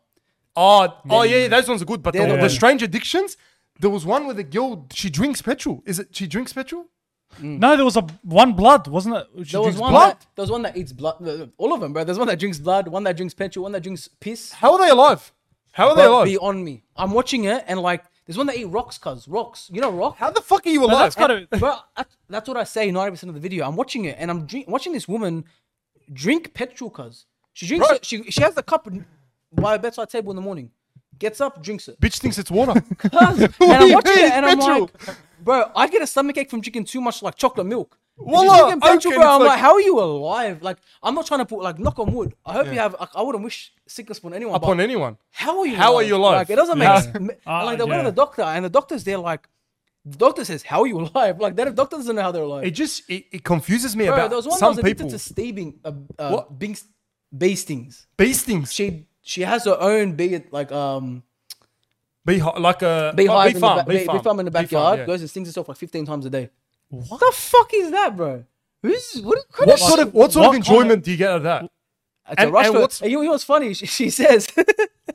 Speaker 2: oh, oh yeah, yeah, those ones are good. But the,
Speaker 3: They're the
Speaker 2: the
Speaker 1: one-
Speaker 2: strange addictions. There was one where the girl she drinks petrol. Is it she drinks petrol?
Speaker 1: No, there was a one blood, wasn't it? She
Speaker 3: There was
Speaker 1: drinks
Speaker 3: one.
Speaker 2: blood?
Speaker 3: That, there was one that eats blood. All of them, bro. There's one that drinks blood, one that drinks petrol, one that drinks piss.
Speaker 2: How are they alive? How are they
Speaker 3: Bro,
Speaker 2: alive?
Speaker 3: be on me. I'm watching it, and like there's one that eat rocks, cause rocks. You know rock.
Speaker 2: How the fuck are you alive?
Speaker 1: that's gotta-
Speaker 3: bro, that's, that's what I say 90% of the video. I'm watching it and I'm drink, watching this woman drink petrol cuz. She drinks
Speaker 2: Bro.
Speaker 3: it, she, she has the cup n- by her bedside table in the morning. Gets up, drinks it.
Speaker 2: Bitch thinks it's water.
Speaker 3: Cuz, and
Speaker 2: do
Speaker 3: I'm
Speaker 2: you
Speaker 3: watching
Speaker 2: mean,
Speaker 3: it and I'm
Speaker 2: petrol?
Speaker 3: like, bro, I get a stomachache from drinking too much like chocolate milk. And she's
Speaker 2: Wallah,
Speaker 3: drinking petrol,
Speaker 2: okay, it's
Speaker 3: bro. I'm like,
Speaker 2: like-
Speaker 3: how are you alive? Like, I'm not trying to put like knock on wood. I hope you have. Like, I wouldn't wish sickness upon anyone. but
Speaker 2: Upon anyone.
Speaker 3: how are you?
Speaker 2: How are you alive?
Speaker 3: Like, it doesn't make
Speaker 1: Yeah.
Speaker 3: s- m-
Speaker 1: Ah,
Speaker 3: like they go to
Speaker 1: yeah.
Speaker 3: the doctor and the doctor's there like the doctor says, How are you alive? Like that doctor doesn't know how they're alive.
Speaker 2: It just it, it confuses me
Speaker 3: Bro,
Speaker 2: about
Speaker 3: there was one that
Speaker 2: some
Speaker 3: was addicted
Speaker 2: people.
Speaker 3: to steaming uh, uh
Speaker 2: What?
Speaker 3: Bing, bee stings.
Speaker 2: Bee stings.
Speaker 3: She she has her own bee like um
Speaker 2: Bee hi- like a
Speaker 3: beehive
Speaker 2: oh, bee
Speaker 3: in
Speaker 2: farm.
Speaker 3: the ba- bee, bee farm in the
Speaker 2: Bee farm,
Speaker 3: backyard,
Speaker 2: yeah.
Speaker 3: goes and stings herself like fifteen times a day. What the fuck is that, bro? Who's what, kind
Speaker 2: What sort of what sort of
Speaker 1: What kind
Speaker 2: enjoyment do you get out of that?
Speaker 3: It's a
Speaker 2: And-
Speaker 3: rush
Speaker 2: and
Speaker 3: for-
Speaker 2: what's-
Speaker 3: and you know what's funny? She, she says,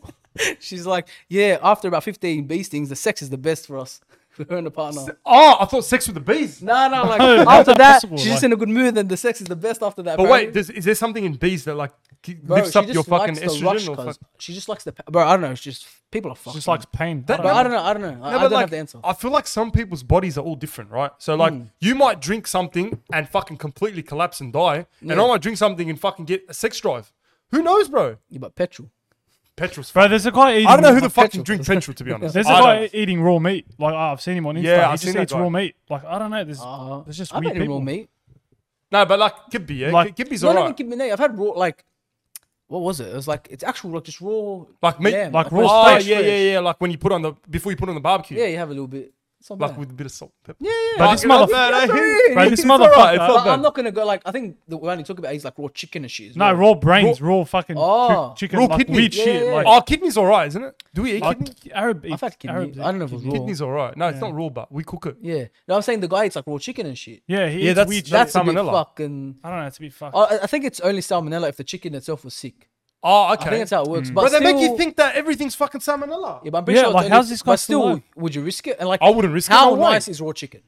Speaker 3: she's like, yeah, after about 15 bee stings, the sex is the best for us, for her and the partner.
Speaker 2: Oh, I thought sex with the bees.
Speaker 3: no, no, like
Speaker 1: No, that's
Speaker 3: after that,
Speaker 1: impossible,
Speaker 3: she's
Speaker 1: like-
Speaker 3: just in a good mood, and the sex is the best after that.
Speaker 2: But
Speaker 3: bro.
Speaker 2: wait, does, is there something in bees that like ki-
Speaker 3: Bro,
Speaker 2: lifts
Speaker 3: she
Speaker 2: up
Speaker 3: just
Speaker 2: your fucking
Speaker 3: likes the rush
Speaker 2: estrogen? Or
Speaker 3: 'cause
Speaker 2: fuck-
Speaker 3: She just likes the, pa- bro, I don't know, it's just, people are fucking.
Speaker 1: Just likes pain.
Speaker 2: That-
Speaker 1: I
Speaker 3: bro,
Speaker 1: don't
Speaker 3: I
Speaker 1: know.
Speaker 3: don't know, I don't know. I, I
Speaker 2: No,
Speaker 3: don't
Speaker 2: but like,
Speaker 3: have the answer. Hmm.
Speaker 2: I feel like some people's bodies are all different, right? So like, you might drink something and fucking completely collapse and die, and I might drink something and fucking get a sex drive. Who knows, bro?
Speaker 3: Yeah, but petrol.
Speaker 2: Petrol's.
Speaker 1: Bro, there's a guy eating.
Speaker 2: I don't know who the
Speaker 1: fuck.
Speaker 2: fuck can drink petrol, to be honest.
Speaker 1: There's a
Speaker 2: I
Speaker 1: guy
Speaker 2: don't.
Speaker 1: eating raw meat. Like I- I've seen him on Instagram.
Speaker 2: Yeah,
Speaker 1: he
Speaker 2: I've
Speaker 1: just
Speaker 2: seen that
Speaker 1: eats
Speaker 2: guy.
Speaker 1: raw meat. Like I don't know. There's,
Speaker 3: Uh,
Speaker 1: there's just
Speaker 3: I've
Speaker 1: weird
Speaker 3: had
Speaker 1: people.
Speaker 3: raw meat.
Speaker 2: No, but like, Kibbe, yeah,
Speaker 1: Like-
Speaker 2: like, Kibbe's
Speaker 3: No, not even
Speaker 2: alright.
Speaker 3: kidney. I've had raw, like, what was it? It was like, it's actual, like, just raw.
Speaker 2: Like meat,
Speaker 3: lamb.
Speaker 1: like
Speaker 3: I
Speaker 1: raw
Speaker 2: Oh
Speaker 3: thought it was
Speaker 1: steak.
Speaker 2: yeah,
Speaker 3: fresh.
Speaker 2: yeah, yeah. Like when you put on the before you put on the barbecue,
Speaker 3: Yeah, you have a little bit. It's not
Speaker 2: like
Speaker 3: bad.
Speaker 2: with a bit of salt. and pepper.
Speaker 3: Yeah, yeah.
Speaker 1: But this
Speaker 2: Fucking hell,
Speaker 1: motherfucker-
Speaker 2: man, I
Speaker 3: That's
Speaker 2: hear-
Speaker 3: alright.
Speaker 1: Bro, this
Speaker 2: It's alright, it's
Speaker 1: motherfucker-
Speaker 2: not
Speaker 3: But I'm
Speaker 2: bad.
Speaker 3: not gonna go like I think the we only talk about is like raw chicken and shit. as
Speaker 1: No,
Speaker 3: well.
Speaker 1: raw brains, raw, fucking chi-
Speaker 3: Oh.
Speaker 1: chicken,
Speaker 2: Raw
Speaker 1: like
Speaker 2: kidney.
Speaker 1: weird
Speaker 2: Yeah,
Speaker 1: shit.
Speaker 3: yeah,
Speaker 1: Like,
Speaker 2: Oh, kidney's alright, isn't it? Do we eat
Speaker 1: like
Speaker 2: kidney?
Speaker 1: Arab.
Speaker 3: I've had
Speaker 1: eats-
Speaker 3: kidney.
Speaker 1: Arabs
Speaker 3: I don't know if
Speaker 1: eat
Speaker 3: it was
Speaker 1: kidney.
Speaker 3: raw.
Speaker 2: Kidney's alright. No, it's not raw, but we cook it.
Speaker 3: Yeah, no, I'm saying the guy eats like raw chicken and shit.
Speaker 1: Yeah, he
Speaker 2: Yeah,
Speaker 1: eats
Speaker 2: that's-
Speaker 1: weird shit.
Speaker 3: that's a bit
Speaker 2: salmonella.
Speaker 3: fucking.
Speaker 1: I don't know. It's a bit fucked.
Speaker 3: I, I- I think it's only salmonella if the chicken itself was sick.
Speaker 2: Oh,
Speaker 3: I think
Speaker 2: okay.
Speaker 3: that's how it works. But
Speaker 2: But they
Speaker 3: still,
Speaker 2: make you think that everything's fucking salmonella.
Speaker 3: Yeah, but I'm pretty
Speaker 1: Yeah,
Speaker 3: sure. it's
Speaker 1: like,
Speaker 3: only-
Speaker 1: how's this guy
Speaker 3: But
Speaker 1: still
Speaker 3: still,
Speaker 1: alive?
Speaker 3: would you risk it? And like,
Speaker 2: I wouldn't risk it,
Speaker 3: How
Speaker 2: no way.
Speaker 3: nice is raw chicken?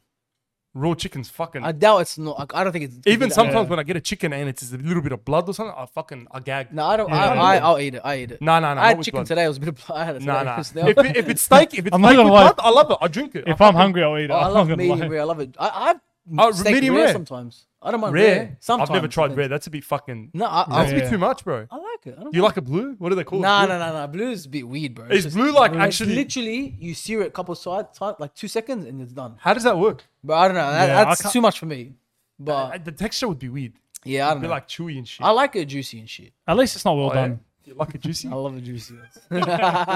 Speaker 2: Raw chicken's fucking.
Speaker 3: I doubt it's not. Like, I don't think it's
Speaker 2: Even
Speaker 3: that-
Speaker 2: sometimes when I get a chicken and it's just a little bit of blood or something, I fucking I gag.
Speaker 3: No, I don't.
Speaker 1: Yeah.
Speaker 3: I, I, I'll eat it. I eat it.
Speaker 2: No, no, no,
Speaker 3: I
Speaker 2: not
Speaker 3: had
Speaker 2: with
Speaker 3: chicken
Speaker 2: blood.
Speaker 3: today. It was a bit of blood. I had it.
Speaker 2: Nah,
Speaker 3: today.
Speaker 2: nah.
Speaker 3: It's now-
Speaker 2: If, it, if it's steak, if it's
Speaker 1: I'm not
Speaker 2: steak with
Speaker 1: gonna lie.
Speaker 2: blood, I love it. I drink it. I
Speaker 1: If I'm
Speaker 2: fucking-
Speaker 1: hungry, I'll eat it.
Speaker 3: I
Speaker 1: I'm not
Speaker 3: love
Speaker 1: gonna
Speaker 3: medium
Speaker 1: lie.
Speaker 3: rare. I love it. I, I
Speaker 2: Oh,
Speaker 3: have steak
Speaker 2: medium
Speaker 3: rare,
Speaker 2: rare.
Speaker 3: sometimes. I don't mind rare.
Speaker 2: rare.
Speaker 3: Sometimes
Speaker 2: I've never tried
Speaker 3: depends.
Speaker 2: rare. That's a bit fucking.
Speaker 3: No, I, I,
Speaker 2: That's a bit too much, bro.
Speaker 3: I like it. I don't
Speaker 2: You like a blue? What do they call it?
Speaker 3: Nah,
Speaker 2: Blue?
Speaker 3: nah, nah, nah. Blue is a bit weird, bro.
Speaker 2: Is blue like
Speaker 3: It's
Speaker 2: actually?
Speaker 3: literally you sear it a couple side, side like two seconds and it's done.
Speaker 2: how does that work?
Speaker 3: But I don't know. That,
Speaker 1: Yeah, I
Speaker 3: that's
Speaker 1: can't-
Speaker 3: too much for me. But
Speaker 2: I- the texture would be weird.
Speaker 3: yeah, I don't
Speaker 2: It'd be
Speaker 3: know.
Speaker 2: like chewy and shit.
Speaker 3: I like it juicy and shit.
Speaker 1: At least it's not well
Speaker 2: Oh, yeah.
Speaker 1: done.
Speaker 2: You like it juicy?
Speaker 3: I love it juicy.
Speaker 2: what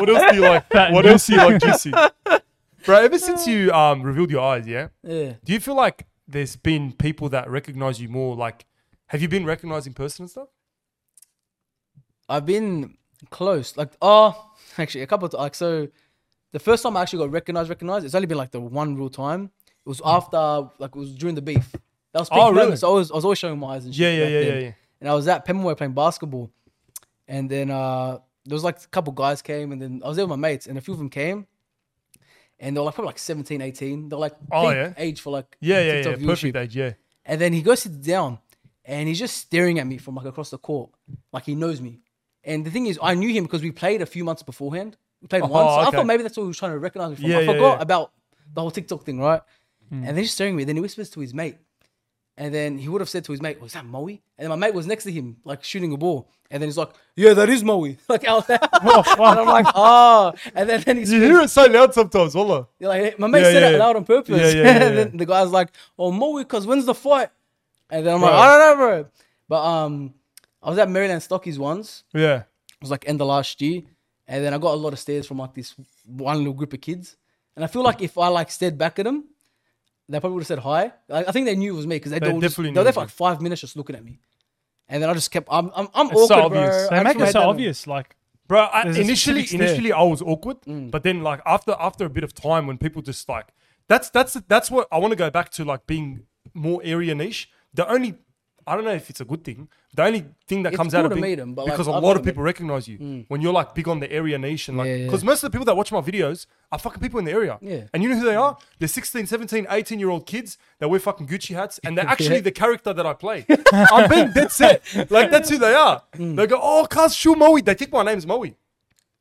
Speaker 2: else do you like?
Speaker 1: Fat and
Speaker 2: what else do you like juicy? Bro, ever since you um, revealed your eyes, yeah,
Speaker 3: yeah.
Speaker 2: do you feel like there's been people that recognize you more? Like, have you been recognized in person and stuff?
Speaker 3: I've been close. Like, oh, actually, a couple of like so. The first time I actually got recognized, recognized, it's only been like the one real time. It was after, like, it was during the beef. That was peak
Speaker 2: Mm. Oh, really?
Speaker 3: moment, So I was, I was always showing my eyes and shit.
Speaker 2: Yeah, yeah,
Speaker 3: back
Speaker 2: yeah,
Speaker 3: then.
Speaker 2: yeah, yeah.
Speaker 3: And I was at Pemmoy playing basketball, and then uh, there was like a couple guys came, and then I was there with my mates, and a few of them came, and they were like probably like 17, 18. They're like
Speaker 2: Oh,
Speaker 3: peak
Speaker 2: yeah.
Speaker 3: age for like
Speaker 2: Yeah, yeah, yeah.
Speaker 3: TikTok
Speaker 2: Perfect
Speaker 3: viewership.
Speaker 2: age, yeah.
Speaker 3: And then he goes sits down and he's just staring at me from like across the court. Like he knows me. And the thing is, I knew him because we played a few months beforehand. We played once. I
Speaker 2: Oh, okay.
Speaker 3: thought maybe that's what he was trying to recognize me from.
Speaker 2: Yeah,
Speaker 3: I
Speaker 2: yeah,
Speaker 3: forgot
Speaker 2: yeah. Hmm.
Speaker 3: about the whole TikTok thing, right? And then he's staring at me. Then he whispers to his mate. And then he would have said to his mate, Was that Moe? And then my mate was next to him, like shooting a ball. And then he's like, Yeah, that is Moe. Like out loud. and I'm like, Oh. And then, then he's
Speaker 2: You hear it so loud sometimes, wallah.
Speaker 3: you're like, "Hey, my mate
Speaker 2: Yeah,
Speaker 3: said
Speaker 2: yeah,
Speaker 3: it
Speaker 2: yeah.
Speaker 3: loud on purpose.
Speaker 2: Yeah, yeah, yeah,
Speaker 3: and then
Speaker 2: yeah.
Speaker 3: the guy's like, oh, Moe, because when's the fight? And then I'm like, I don't know, bro. But um, I was at Maryland Stockies once.
Speaker 2: Yeah.
Speaker 3: It was like end of last year. And then I got a lot of stares from like this one little group of kids. And I feel like if I like stared back at them, they probably would have said hi. Like, I think they knew it was me because they,
Speaker 1: They
Speaker 3: they were just-
Speaker 1: definitely
Speaker 3: they were
Speaker 1: knew
Speaker 3: there
Speaker 1: it
Speaker 3: for
Speaker 1: was
Speaker 3: like five minutes just looking at me, and then I just kept. I'm I'm, I'm
Speaker 1: It's
Speaker 3: awkward,
Speaker 1: so obvious. They
Speaker 3: bro. I just
Speaker 1: make it
Speaker 3: made
Speaker 1: so
Speaker 3: that-
Speaker 1: obvious. Like,
Speaker 2: bro. I,
Speaker 1: There's a
Speaker 2: initially,
Speaker 1: specific stare.
Speaker 2: initially I was awkward,
Speaker 3: Mm.
Speaker 2: but then like after after a bit of time, when people just like that's that's that's what I want to go back to, like being more area niche. The only I don't know if it's a good thing. The only thing that
Speaker 3: It's
Speaker 2: comes out of
Speaker 3: cool to
Speaker 2: being,
Speaker 3: meet 'em, but, like,
Speaker 2: because a
Speaker 3: I'd
Speaker 2: lot
Speaker 3: rather
Speaker 2: of people recognize you when you're like big on the area nation, like
Speaker 3: Mm. Yeah, yeah,
Speaker 2: because most of the people that watch my videos are fucking people in the area.
Speaker 3: Yeah. Mm.
Speaker 2: And you know who they are? They're 16, 17, 18 year old kids that wear fucking Gucci hats and they're actually the character that I play. I'm being dead set. Like that's who they are.
Speaker 3: Mm.
Speaker 2: They go, oh, cuz Shu Moe. They think my name's Moe.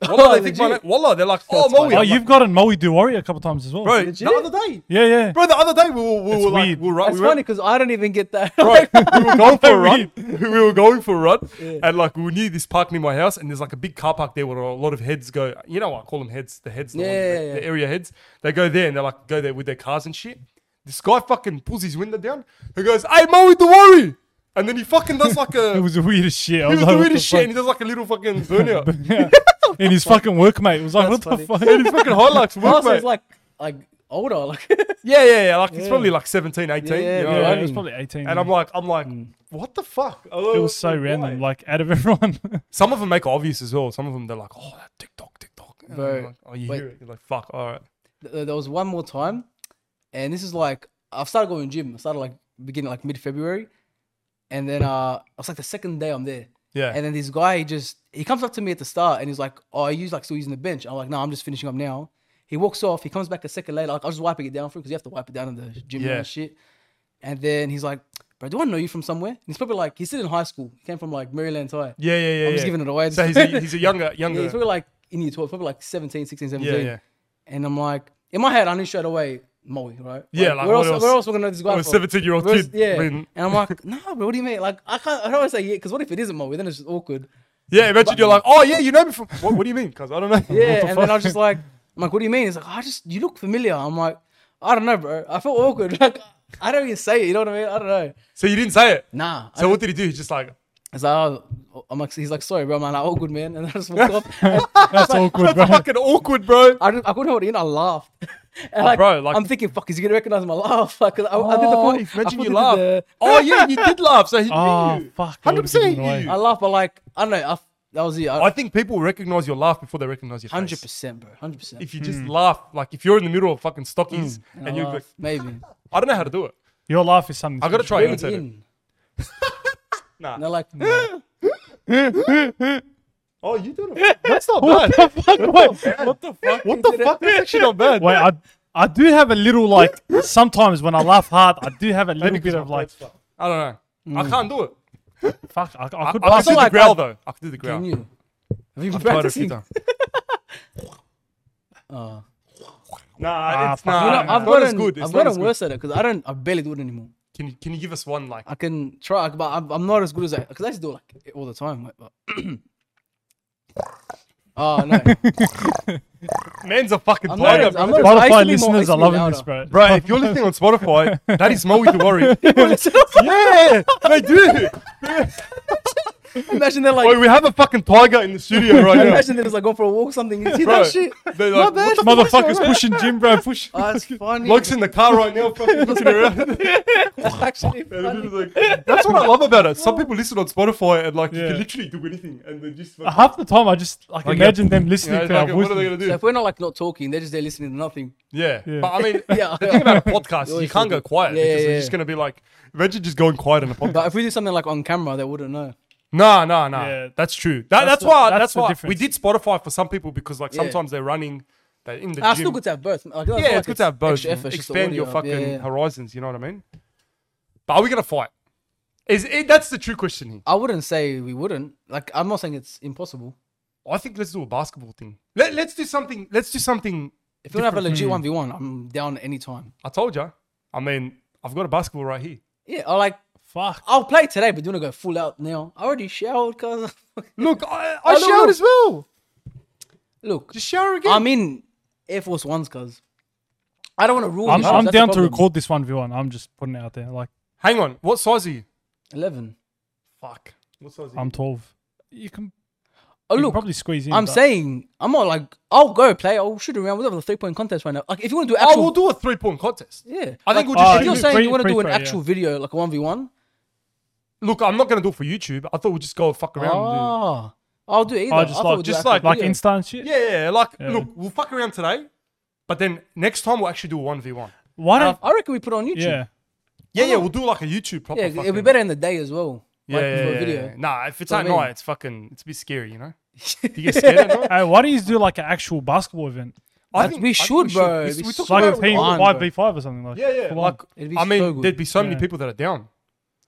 Speaker 2: Wallah, they think my name,
Speaker 3: Oh, legit?
Speaker 2: Wallah, they're like, oh,
Speaker 3: That's
Speaker 2: Moe.
Speaker 3: funny.
Speaker 1: oh,
Speaker 2: I'm
Speaker 1: you've gotten Moe Duori a couple times as well.
Speaker 2: like, bro,
Speaker 3: Legit?
Speaker 2: the other day.
Speaker 1: Yeah, yeah.
Speaker 2: Bro, the other day we were, we were like,
Speaker 1: weird.
Speaker 2: we were, right-
Speaker 3: That's
Speaker 2: we
Speaker 3: funny
Speaker 2: were,
Speaker 3: because I don't even get that.
Speaker 2: Right, we were going for a run. We were going for a run, and like we were near this park near my house, and there's like a big car park there where a lot of heads go. You know what I call them heads? The heads, the, one- the-
Speaker 3: Yeah, yeah, yeah.
Speaker 2: the area heads. They go there and they like go there with their cars and shit. This guy fucking pulls his window down. He goes, "Hey, Moe, don't worry." And then he fucking does like a.
Speaker 1: It was the weirdest shit. I
Speaker 2: he
Speaker 1: was, like,
Speaker 2: was doing
Speaker 1: what the
Speaker 2: his shit, and
Speaker 1: fuck?
Speaker 2: he does like a little fucking burnout.
Speaker 1: And his fucking workmate was like, what the fuck?
Speaker 2: He fucking highlights
Speaker 3: Oh,
Speaker 2: work,
Speaker 3: so
Speaker 2: mate.
Speaker 3: it's like like older. Like
Speaker 2: Yeah, yeah, yeah. Like it's probably like 17, 18.
Speaker 3: Yeah,
Speaker 2: you know
Speaker 1: Yeah,
Speaker 2: what I
Speaker 1: it
Speaker 2: mean?
Speaker 1: was probably 18.
Speaker 2: And I'm like, I'm like,
Speaker 3: Mm.
Speaker 2: what the fuck?
Speaker 1: it was so random. Like, out of everyone.
Speaker 2: Some of them make it obvious as well. Some of them they're like, oh, that TikTok, TikTok. And
Speaker 3: Bro,
Speaker 2: I'm like, oh, you
Speaker 3: wait.
Speaker 2: hear it? You're like, fuck. All right.
Speaker 3: th- there was one more time, and this is like I've started going to gym. I started like beginning like mid February, and then uh, I was like the second day I'm there.
Speaker 2: Yeah.
Speaker 3: And then this guy he just he comes up to me at the start and he's like, "Oh, are you like still using the bench?" I'm like, "No, I'm just finishing up now." He walks off. He comes back a second later. Like I was just wiping it down for him because you have to wipe it down in the gym
Speaker 2: Yeah.
Speaker 3: and shit. And then he's like, "Bro, do I know you from somewhere?" And he's probably like, he's still in high school. He came from like Maryland High.
Speaker 2: Yeah, yeah, yeah.
Speaker 3: I'm just
Speaker 2: yeah.
Speaker 3: giving it away.
Speaker 2: So he's a, he's a younger, younger.
Speaker 3: Yeah, he's probably like in year 12, probably like 17, 16, 17.
Speaker 2: Yeah, yeah.
Speaker 3: And I'm like, in my head, I knew straight away Moe, right?
Speaker 2: Yeah, like,
Speaker 3: where
Speaker 2: what
Speaker 3: else,
Speaker 2: else?
Speaker 3: Where else we're going to know this guy?
Speaker 2: Or a
Speaker 3: from?
Speaker 2: 17-year-old
Speaker 3: Where else-
Speaker 2: oh, kid,
Speaker 3: Yeah.
Speaker 2: I mean-
Speaker 3: And I'm like, nah, bro, what do you mean? Like, I can't, I don't want to say yeah, because what if it isn't Moe? Then it's just awkward.
Speaker 2: yeah, imagine you're like, oh yeah, you know me from. What, what do you mean? Because I don't know.
Speaker 3: Yeah. and then I was just like, I'm like, what do you mean? He's like, "Ah, I just, you look familiar. I'm like, I don't know, bro. I feel awkward. Like, I don't even say it. You know what I mean? I don't know.
Speaker 2: So you didn't say it.
Speaker 3: Nah. I
Speaker 2: So what did he do? He's just like,
Speaker 3: He's like, oh, I'm like, he's like, sorry, bro. I'm like, oh, good man. And I just walked off.
Speaker 1: That's awkward, bro.
Speaker 2: fucking awkward, bro.
Speaker 3: I, just, I couldn't hold it in. I laughed. And
Speaker 2: Oh,
Speaker 3: like,
Speaker 2: bro, like-
Speaker 3: I'm thinking, fuck, is he gonna recognize my laugh? Like, 'cause I, I did the
Speaker 2: Oh,
Speaker 3: full,
Speaker 2: if-
Speaker 3: I
Speaker 2: imagine
Speaker 3: full
Speaker 2: you
Speaker 3: did
Speaker 2: laugh.
Speaker 3: the-
Speaker 2: Oh yeah, you did laugh. So he
Speaker 1: Oh,
Speaker 2: knew you.
Speaker 1: fuck. I would've
Speaker 2: 100%
Speaker 1: given it
Speaker 2: you.
Speaker 1: away.
Speaker 3: I laugh, but like, I don't know. I, that was it.
Speaker 2: I
Speaker 3: I-
Speaker 2: think people recognize your laugh before they recognize your face.
Speaker 3: 100%, bro. 100%.
Speaker 2: If you just
Speaker 3: Hmm.
Speaker 2: laugh, like if you're in the middle of fucking stockies and
Speaker 3: I
Speaker 2: you're
Speaker 3: laugh,
Speaker 2: like,
Speaker 3: Uh, maybe.
Speaker 2: I don't know how to do it.
Speaker 1: Your laugh is something.
Speaker 2: I gotta
Speaker 1: special.
Speaker 2: try
Speaker 3: Bring
Speaker 2: and it.
Speaker 3: it in.
Speaker 2: Nah.
Speaker 3: And they're like,
Speaker 2: Oh, you did it. That's not
Speaker 1: What
Speaker 2: bad.
Speaker 1: the fuck?
Speaker 2: What the fuck? That's actually not bad.
Speaker 1: Wait, I, I do have a little, like, sometimes when I laugh hard, I do have a little bit of, like,
Speaker 2: I don't know.
Speaker 3: Hmm.
Speaker 2: I can't do it.
Speaker 1: fuck, I, I
Speaker 2: I,
Speaker 1: could
Speaker 2: I,
Speaker 1: pass
Speaker 2: can do
Speaker 1: it.
Speaker 2: the growl though. I can do the
Speaker 3: "Can
Speaker 2: growl.
Speaker 3: you? Have you been
Speaker 2: Tried it a few
Speaker 3: practicing?
Speaker 2: times.
Speaker 3: Oh.
Speaker 2: Nah, it's
Speaker 1: fuck. You know,
Speaker 2: not. it's
Speaker 3: I've
Speaker 2: not as
Speaker 3: gotten,
Speaker 2: good. It's
Speaker 3: I've
Speaker 2: not as
Speaker 3: gotten
Speaker 2: good.
Speaker 3: worse at it because I don't, I barely do it anymore.
Speaker 2: Can you can you give us one like?
Speaker 3: I can try, but I'm, I'm not as good as I because I used to do it like all the time. Like, but oh no,
Speaker 2: Man's a fucking
Speaker 3: I'm not.
Speaker 2: player,
Speaker 3: as- I'm
Speaker 2: bro.
Speaker 3: not as- I used to
Speaker 1: Spotify
Speaker 3: be more- I
Speaker 1: listeners
Speaker 3: used
Speaker 1: are
Speaker 3: to be
Speaker 1: loving this,
Speaker 3: louder.
Speaker 1: bro.
Speaker 2: Bro, if you're listening on Spotify, that is Moe to worry. yeah, they do.
Speaker 3: Imagine they're like,
Speaker 2: Wait, we have a fucking tiger in the studio right now.
Speaker 3: imagine they're just like going for a walk or something. You see
Speaker 2: Bro,
Speaker 3: that shit?
Speaker 2: they're
Speaker 3: My
Speaker 2: like,
Speaker 3: bad.
Speaker 1: Motherfuckers pushing Jim, bro. Push.
Speaker 3: Oh, that's funny.
Speaker 2: Bloke's in the car right now, fucking looking around.
Speaker 3: that's actually funny.
Speaker 2: That's what I love about it. Some people listen on Spotify and like you
Speaker 1: Yeah.
Speaker 2: can literally do anything and they just fucking-
Speaker 1: Half the time, I just, like,
Speaker 2: Like,
Speaker 1: imagine them
Speaker 2: you
Speaker 1: listening
Speaker 2: know,
Speaker 1: to
Speaker 2: like,
Speaker 1: our
Speaker 2: what are they
Speaker 1: voices.
Speaker 2: gonna do?
Speaker 3: So if we're not like not talking, they're just there listening to nothing.
Speaker 2: Yeah.
Speaker 1: Yeah.
Speaker 2: But I mean,
Speaker 3: Yeah.
Speaker 2: the thing about a podcast,
Speaker 3: You're
Speaker 2: you can't go
Speaker 3: always
Speaker 2: quiet
Speaker 3: thinking- Yeah,
Speaker 2: because
Speaker 3: yeah,
Speaker 2: it's
Speaker 3: yeah.
Speaker 2: just going to be like, imagine just going quiet on a
Speaker 3: But
Speaker 2: podcast.
Speaker 3: if we do something like on camera, they wouldn't know.
Speaker 2: Nah, nah, nah.
Speaker 1: Yeah.
Speaker 2: That's true. That,
Speaker 1: That's
Speaker 2: that's,
Speaker 1: the-
Speaker 2: why,
Speaker 1: that's
Speaker 2: that's,
Speaker 1: the
Speaker 2: why we
Speaker 1: difference.
Speaker 2: did Spotify for some people because like
Speaker 3: Yeah.
Speaker 2: sometimes they're running, they're in the
Speaker 3: Ah, it's
Speaker 2: gym.
Speaker 3: still good to have both. Like,
Speaker 2: yeah,
Speaker 3: feel like
Speaker 2: it's good to have both.
Speaker 3: extra effort, it's just the
Speaker 2: Expand your
Speaker 3: audio up.
Speaker 2: fucking
Speaker 3: Yeah, yeah.
Speaker 2: horizons, you know what I mean? But are we going to fight? Is it, That's the true question here.
Speaker 3: I wouldn't say we wouldn't. Like, I'm not saying it's impossible.
Speaker 2: I think let's do a basketball thing. Let, let's do something. Let's do something.
Speaker 3: If you don't have a legit one v one, I'm down at any time.
Speaker 2: I told you. I mean, I've got a basketball right here.
Speaker 3: Yeah, I like.
Speaker 1: Fuck.
Speaker 3: I'll play today, but do you want to go full out now? I already showered, cause
Speaker 2: Look, Um, I,
Speaker 3: Oh,
Speaker 2: I
Speaker 3: look,
Speaker 2: showered
Speaker 3: look.
Speaker 2: as well.
Speaker 3: look,
Speaker 2: Just shower again.
Speaker 3: I'm in Air Force Ones, cause I don't want to ruin.
Speaker 1: I'm,
Speaker 3: the shoes,
Speaker 1: I'm
Speaker 3: that's the
Speaker 1: down to
Speaker 3: problem.
Speaker 1: record this one v one. I'm just putting it out there. Like
Speaker 2: Hang on. What size are you?
Speaker 3: eleven.
Speaker 2: Fuck. What size are you?
Speaker 1: I'm 12. You can.
Speaker 3: Oh
Speaker 1: You can
Speaker 3: look,
Speaker 1: probably squeeze in.
Speaker 3: I'm
Speaker 1: but-
Speaker 3: saying I'm not like I'll go play. I'll shoot around. We'll have a three point contest right now. Like if you want to do
Speaker 2: Oh,
Speaker 3: actual,
Speaker 2: we'll do a three point contest.
Speaker 3: yeah.
Speaker 2: I think
Speaker 3: Like,
Speaker 2: we'll just
Speaker 1: Oh,
Speaker 3: if
Speaker 2: do
Speaker 3: you're
Speaker 1: you-
Speaker 3: saying
Speaker 1: free-
Speaker 3: you want to
Speaker 1: free
Speaker 3: do an
Speaker 1: throw, yeah.
Speaker 3: actual video like a one v one,
Speaker 2: Look, I'm not gonna do it for YouTube. I thought we'd just go fuck around. And
Speaker 3: oh, I'll do it either.
Speaker 1: Oh, just
Speaker 3: I thought
Speaker 1: like-
Speaker 3: we'd do
Speaker 2: just
Speaker 3: actual
Speaker 2: like-
Speaker 1: like
Speaker 3: video.
Speaker 1: Insta and shit.
Speaker 2: do. Yeah, yeah. Like,
Speaker 1: Yeah.
Speaker 2: look, we'll fuck around today, but then next time we'll actually do a one v one.
Speaker 1: Why
Speaker 3: I
Speaker 1: don't?
Speaker 3: I reckon we put it on YouTube.
Speaker 1: Yeah.
Speaker 2: Yeah, yeah. We'll do like a YouTube proper.
Speaker 3: Yeah,
Speaker 2: fucking,
Speaker 3: it'll be better in the day as well.
Speaker 2: Yeah,
Speaker 3: like,
Speaker 2: yeah,
Speaker 3: for a
Speaker 2: yeah,
Speaker 3: video.
Speaker 2: yeah. Nah, if it's
Speaker 3: What
Speaker 2: at
Speaker 3: I mean?
Speaker 2: night, it's fucking. It's a bit scary, you know. Do you get scared at night?
Speaker 1: Hey, why don't you do like an actual basketball event,
Speaker 2: I
Speaker 3: Like, we should, bro.
Speaker 2: We,
Speaker 3: It'd
Speaker 2: we
Speaker 3: be
Speaker 2: talked
Speaker 3: so
Speaker 1: like
Speaker 2: about
Speaker 1: a
Speaker 2: it.
Speaker 3: much
Speaker 1: team
Speaker 3: fun,
Speaker 1: five
Speaker 3: bro.
Speaker 1: v five or something like?
Speaker 2: Yeah, yeah.
Speaker 1: Come on.
Speaker 2: Like,
Speaker 3: It'd be
Speaker 2: I mean,
Speaker 3: so good.
Speaker 2: there'd be so many
Speaker 1: Yeah. Hmm.
Speaker 2: people that are down.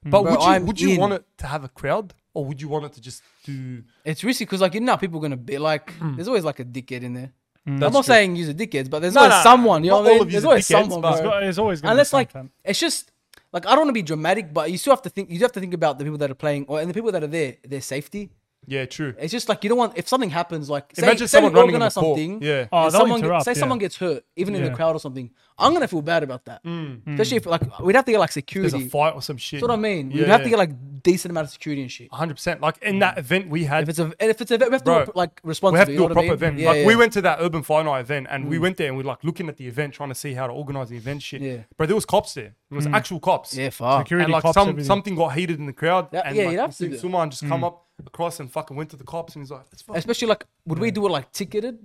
Speaker 2: But
Speaker 3: Bro,
Speaker 2: would you
Speaker 3: I'm
Speaker 2: would you
Speaker 3: in.
Speaker 2: want it to have a crowd, or would you want it to just do?
Speaker 3: It's risky because like you know how people are gonna be like. There's always like a dickhead in there. I'm
Speaker 2: Mm. That's
Speaker 3: not
Speaker 2: true.
Speaker 3: saying use a dickheads, but there's
Speaker 2: No,
Speaker 3: always
Speaker 2: no,
Speaker 3: someone. You
Speaker 2: not
Speaker 3: know what I
Speaker 2: all of
Speaker 3: mean?
Speaker 2: yous
Speaker 3: There's
Speaker 2: are dickheads,
Speaker 3: always someone,
Speaker 2: but-
Speaker 1: It's
Speaker 3: bro.
Speaker 1: got- it's always gonna
Speaker 3: Unless
Speaker 1: be
Speaker 3: like
Speaker 1: something.
Speaker 3: it's just like I don't want to be dramatic, but you still have to think. You do have to think about the people that are playing or and the people that are there, their safety.
Speaker 2: Yeah, true.
Speaker 3: It's just like you don't want if something happens, like say,
Speaker 2: Imagine
Speaker 3: say we
Speaker 2: someone running on the
Speaker 3: organize
Speaker 2: court.
Speaker 3: something.
Speaker 2: Yeah.
Speaker 1: Oh,
Speaker 3: and
Speaker 1: they'll
Speaker 3: someone
Speaker 1: interrupt,
Speaker 3: get, say
Speaker 1: yeah.
Speaker 3: someone gets hurt, even in
Speaker 1: Yeah.
Speaker 3: the crowd or something. I'm gonna feel bad about that, especially if like we'd have to get like security.
Speaker 2: Mm. There's a fight or some shit.
Speaker 3: That's what I mean.
Speaker 2: Yeah,
Speaker 3: We'd have
Speaker 2: yeah.
Speaker 3: to get like decent amount of security and shit.
Speaker 2: 100%. Like
Speaker 1: Hmm.
Speaker 2: in that event we had,
Speaker 3: If it's a and if it's a we have to
Speaker 2: Bro,
Speaker 3: do, a- like
Speaker 2: we
Speaker 3: responsibly.
Speaker 2: have to
Speaker 3: you
Speaker 2: do a
Speaker 3: know what I
Speaker 2: proper
Speaker 3: mean?
Speaker 2: event.
Speaker 3: Yeah,
Speaker 2: like
Speaker 3: yeah. Hmm.
Speaker 2: we went to that urban fire night event and we went there and we are like looking at the event, trying to see how to organize the event shit.
Speaker 3: Yeah.
Speaker 2: But there was cops there. It was actual cops.
Speaker 3: Yeah, fuck.
Speaker 1: Hmm. Security
Speaker 2: and like
Speaker 1: cops,
Speaker 2: some
Speaker 1: everything. Hmm.
Speaker 2: something got heated in the crowd.
Speaker 3: That-
Speaker 2: and
Speaker 3: yeah,
Speaker 2: like,
Speaker 3: you'd have
Speaker 2: we
Speaker 3: to
Speaker 2: seen
Speaker 3: do it.
Speaker 2: Suman just come up across and fucking went to the cops and he's like, it's fucking.
Speaker 3: Especially like, would we do it like ticketed?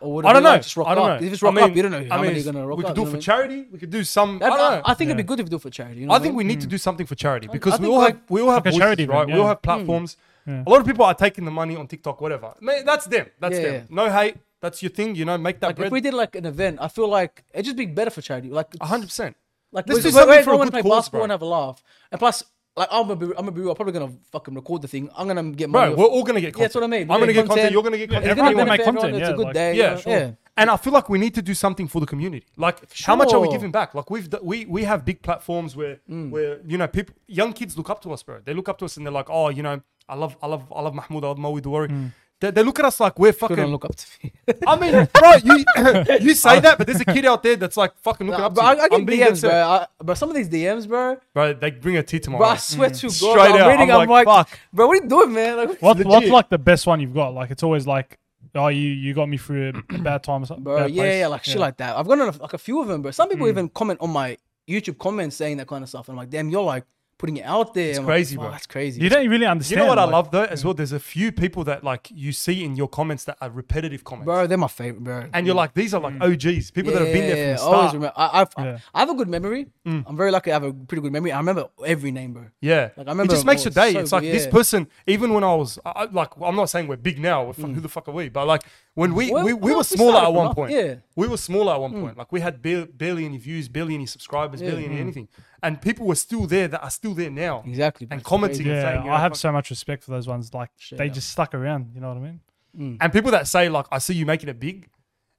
Speaker 3: Or would
Speaker 2: I don't
Speaker 3: we,
Speaker 2: know.
Speaker 3: Like, just rock
Speaker 2: I don't
Speaker 3: up?
Speaker 2: know.
Speaker 3: If it's rock
Speaker 2: I mean,
Speaker 3: up, you don't know how
Speaker 2: I mean,
Speaker 3: many are gonna rock
Speaker 2: we could
Speaker 3: up.
Speaker 2: do it
Speaker 3: you know
Speaker 2: for
Speaker 3: what
Speaker 2: charity. We could do some.
Speaker 3: I, mean?
Speaker 2: I don't know.
Speaker 3: I, I think
Speaker 1: Yeah.
Speaker 3: it'd be good if we do it for charity. You know
Speaker 2: I
Speaker 3: what
Speaker 2: think
Speaker 3: mean?
Speaker 2: we need to do something for charity because
Speaker 3: I
Speaker 2: we
Speaker 3: think
Speaker 2: all
Speaker 3: like-
Speaker 2: have we all have
Speaker 1: a
Speaker 2: voices,
Speaker 1: charity event,
Speaker 2: right? We all
Speaker 1: yeah.
Speaker 2: have platforms.
Speaker 3: Mm.
Speaker 1: Yeah.
Speaker 2: A lot of people are taking the money on TikTok, whatever. Man, that's them. That's
Speaker 3: Yeah,
Speaker 2: them.
Speaker 3: yeah.
Speaker 2: No hate. That's your thing. You know, make that
Speaker 3: Like,
Speaker 2: bread.
Speaker 3: if we did like an event, I feel like it'd just be better for charity. Like, it's-
Speaker 2: hundred percent.
Speaker 3: Like,
Speaker 2: Let's
Speaker 3: we-
Speaker 2: do
Speaker 3: we-
Speaker 2: something
Speaker 3: we-
Speaker 2: for
Speaker 3: we
Speaker 2: a
Speaker 3: wanna
Speaker 2: good
Speaker 3: play
Speaker 2: cause,
Speaker 3: basketball
Speaker 2: bro.
Speaker 3: and have a laugh. And plus, like, I'm gonna be, I'm gonna be real. I'm probably gonna fucking record the thing. I'm gonna get money.
Speaker 2: Bro,
Speaker 3: off-
Speaker 2: we're all gonna get content.
Speaker 3: Yeah, that's what I mean.
Speaker 2: I'm gonna
Speaker 3: We're
Speaker 2: get content. You're gonna get
Speaker 3: It's
Speaker 2: content.
Speaker 3: gonna
Speaker 2: Everyone
Speaker 1: make
Speaker 3: benefit everyone,
Speaker 1: content,
Speaker 3: It's a
Speaker 1: yeah,
Speaker 3: good
Speaker 1: like-
Speaker 3: day.
Speaker 2: yeah,
Speaker 3: you know?
Speaker 2: sure.
Speaker 3: Yeah.
Speaker 2: And I feel like we need to do something for the community. Like, how much are we
Speaker 3: Sure. Mm.
Speaker 2: giving back? Like, we've d- we we have big platforms where where you know people, young kids look up to us, bro. They look up to us and they're like, oh, you know, I love I love I love Mahmoud. I love Mawi Dawari. They, they look at us like we're
Speaker 3: Good
Speaker 2: fucking.
Speaker 3: on Mm. look up to me.
Speaker 2: I mean, bro, you you say that, but there's a kid out there that's like fucking looking
Speaker 3: Nah,
Speaker 2: up to
Speaker 3: bro, I,
Speaker 2: you.
Speaker 3: I get
Speaker 2: I'm being
Speaker 3: DMs,
Speaker 2: upset.
Speaker 3: bro. I, bro, some of these DMs, bro.
Speaker 2: Bro, they bring a tear to my
Speaker 3: Bro, I
Speaker 2: eyes.
Speaker 3: swear to God,
Speaker 2: Mm. Straight
Speaker 3: bro, I'm
Speaker 2: out,
Speaker 3: reading.
Speaker 2: I'm
Speaker 3: I'm,
Speaker 2: like,
Speaker 3: like,
Speaker 2: fuck.
Speaker 3: bro, what are you doing, man? Like,
Speaker 1: What, what's
Speaker 2: legit.
Speaker 1: like the best one you've got? Like it's always like, oh, you you got me through a bad time or something.
Speaker 3: bro,
Speaker 1: bad
Speaker 3: yeah,
Speaker 1: place.
Speaker 3: yeah, like shit like that. I've gotten a- like a few of them, bro. Some
Speaker 2: Hmm.
Speaker 3: people even comment on my YouTube comments saying that kind of stuff. I'm like, damn, you're like putting it out there. It's
Speaker 2: crazy, bro.
Speaker 3: That's crazy.
Speaker 1: You don't really understand.
Speaker 2: You know what I
Speaker 1: like-
Speaker 2: love though as well? There's a few people that like you see in your comments that are repetitive comments.
Speaker 3: bro, they're my favorite, bro.
Speaker 2: and you're like, these are like OGs, people that have been there from the
Speaker 3: I always
Speaker 2: start. Mm.
Speaker 3: remember. I, I've,
Speaker 1: Yeah.
Speaker 3: I have a good memory. I'm very lucky. I have a pretty good memory. I remember every name, bro.
Speaker 2: Yeah,
Speaker 3: Like, I remember
Speaker 2: it just makes
Speaker 3: it
Speaker 2: your day.
Speaker 3: was so
Speaker 2: it's like
Speaker 3: good,
Speaker 2: this
Speaker 3: yeah.
Speaker 2: person, even when I was I, I- like, I'm not saying we're big now. We're fuck-
Speaker 3: Mm.
Speaker 2: Who the fuck are we? But like when we
Speaker 3: Well,
Speaker 2: we, we
Speaker 3: well,
Speaker 2: were
Speaker 3: we
Speaker 2: smaller
Speaker 3: started
Speaker 2: at
Speaker 3: from
Speaker 2: one
Speaker 3: up-
Speaker 2: point.
Speaker 3: yeah. Mm.
Speaker 2: we were smaller at one point. Like we had barely, barely any views, barely any subscribers, barely any anything, and people were still there that are still there now.
Speaker 3: Exactly, bro.
Speaker 2: and
Speaker 3: It's
Speaker 2: commenting. And,
Speaker 1: Yeah,
Speaker 2: saying, you know,
Speaker 1: I have
Speaker 2: fuck-
Speaker 1: so much respect for those ones. Like they
Speaker 3: up.
Speaker 1: just stuck around. You know what I mean?
Speaker 2: and people that say like, I see you making it big.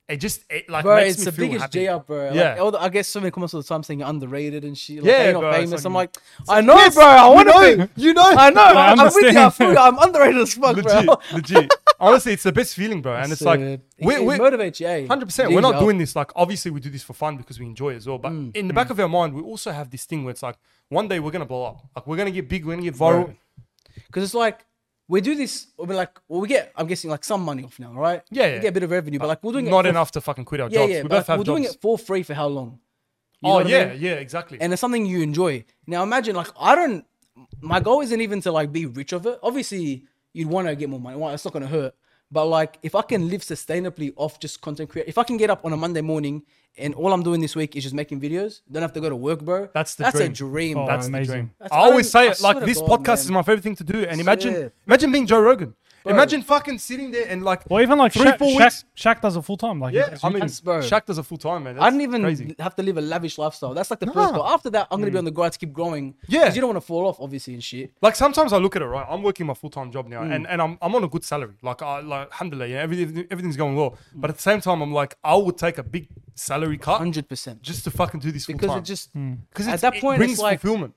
Speaker 2: It just it like
Speaker 3: Bro,
Speaker 2: makes
Speaker 3: it's
Speaker 2: me
Speaker 3: the
Speaker 2: feel
Speaker 3: biggest
Speaker 2: happy.
Speaker 3: J up, bro. Like,
Speaker 2: Yeah.
Speaker 3: all the- I get so many comments all the time saying you're underrated and shit. Like,
Speaker 2: Yeah,
Speaker 3: yeah, you're not
Speaker 2: bro, it's
Speaker 3: famous.
Speaker 2: like-
Speaker 3: I'm like, I know, bro. I
Speaker 2: You
Speaker 3: want
Speaker 2: know,
Speaker 3: to
Speaker 2: you know,
Speaker 3: I know.
Speaker 1: I
Speaker 3: I'm with you. I
Speaker 1: understand.
Speaker 3: feel you. I'm underrated as fuck,
Speaker 2: legit,
Speaker 3: bro.
Speaker 2: legit. Honestly, it's the best feeling, bro. And it's like
Speaker 3: it,
Speaker 2: we're,
Speaker 3: it
Speaker 2: we're,
Speaker 3: motivates you. eh?
Speaker 2: 100%.
Speaker 3: It
Speaker 2: We're
Speaker 3: gives
Speaker 2: not
Speaker 3: you Mm,
Speaker 2: doing this like obviously we do this for fun because we enjoy it as well. But in the back of our mind, we also have this thing where it's like one day we're gonna blow up. Like we're gonna get big. We're gonna get viral.
Speaker 3: Because it's like we do this. I mean, like, well, we get. I'm guessing like some money off now, right?
Speaker 2: Yeah, yeah.
Speaker 3: We get a bit of revenue, but like we're doing it
Speaker 2: Not
Speaker 3: for-
Speaker 2: enough to fucking quit our
Speaker 3: Yeah,
Speaker 2: jobs.
Speaker 3: yeah.
Speaker 2: we
Speaker 3: but,
Speaker 2: both
Speaker 3: like,
Speaker 2: have
Speaker 3: we're doing
Speaker 2: jobs.
Speaker 3: it for free for how long? You know
Speaker 2: Oh
Speaker 3: what I
Speaker 2: yeah,
Speaker 3: mean?
Speaker 2: yeah, exactly.
Speaker 3: And it's something you enjoy. Now imagine, like, I don't. My goal isn't even to like be rich of it. Obviously, you'd want to get more money. Well, It's not gonna hurt. But like, if I can live sustainably off just content creation, if I can get up on a Monday morning and all I'm doing this week is just making videos, don't have to go to work, bro.
Speaker 2: That's the
Speaker 3: that's
Speaker 2: dream.
Speaker 3: a dream.
Speaker 1: Oh,
Speaker 3: bro.
Speaker 2: That's
Speaker 1: amazing.
Speaker 2: the dream.
Speaker 3: That's-
Speaker 2: I
Speaker 3: I
Speaker 2: always say
Speaker 3: don't- I
Speaker 2: it like
Speaker 3: swear to
Speaker 2: this
Speaker 3: God,
Speaker 2: podcast is
Speaker 3: man.
Speaker 2: my favorite thing to do. And imagine,
Speaker 3: it.
Speaker 2: imagine being Joe Rogan. Imagine fucking sitting there and like,
Speaker 1: Well, even like
Speaker 2: three,
Speaker 1: Shaq,
Speaker 2: four
Speaker 1: Shaq,
Speaker 2: weeks.
Speaker 1: Shaq does it full time. Like
Speaker 2: Yeah, I mean,
Speaker 3: That's- bro.
Speaker 2: Shaq does a full time man.
Speaker 3: I
Speaker 2: That's
Speaker 3: didn't even
Speaker 2: crazy.
Speaker 3: have to live a lavish lifestyle. That's like the first
Speaker 2: Nah. Mm.
Speaker 3: goal. After that, I'm gonna be on the grind to keep growing.
Speaker 2: Yeah.
Speaker 3: 'Cause you don't want to fall off, obviously, and shit.
Speaker 2: Like sometimes I look at it right. I'm working my full time job now,
Speaker 3: Mm.
Speaker 2: and, and I'm, I'm on a good salary. Like I like alhamdulillah, you know, everything everything's going well. But at the same time, I'm like I would take a big salary cut
Speaker 3: Mm. Hundred percent.
Speaker 2: just to fucking do this full
Speaker 3: Because
Speaker 2: time.
Speaker 3: it just
Speaker 2: because
Speaker 3: at that point
Speaker 2: it brings
Speaker 3: it's like,
Speaker 2: fulfillment.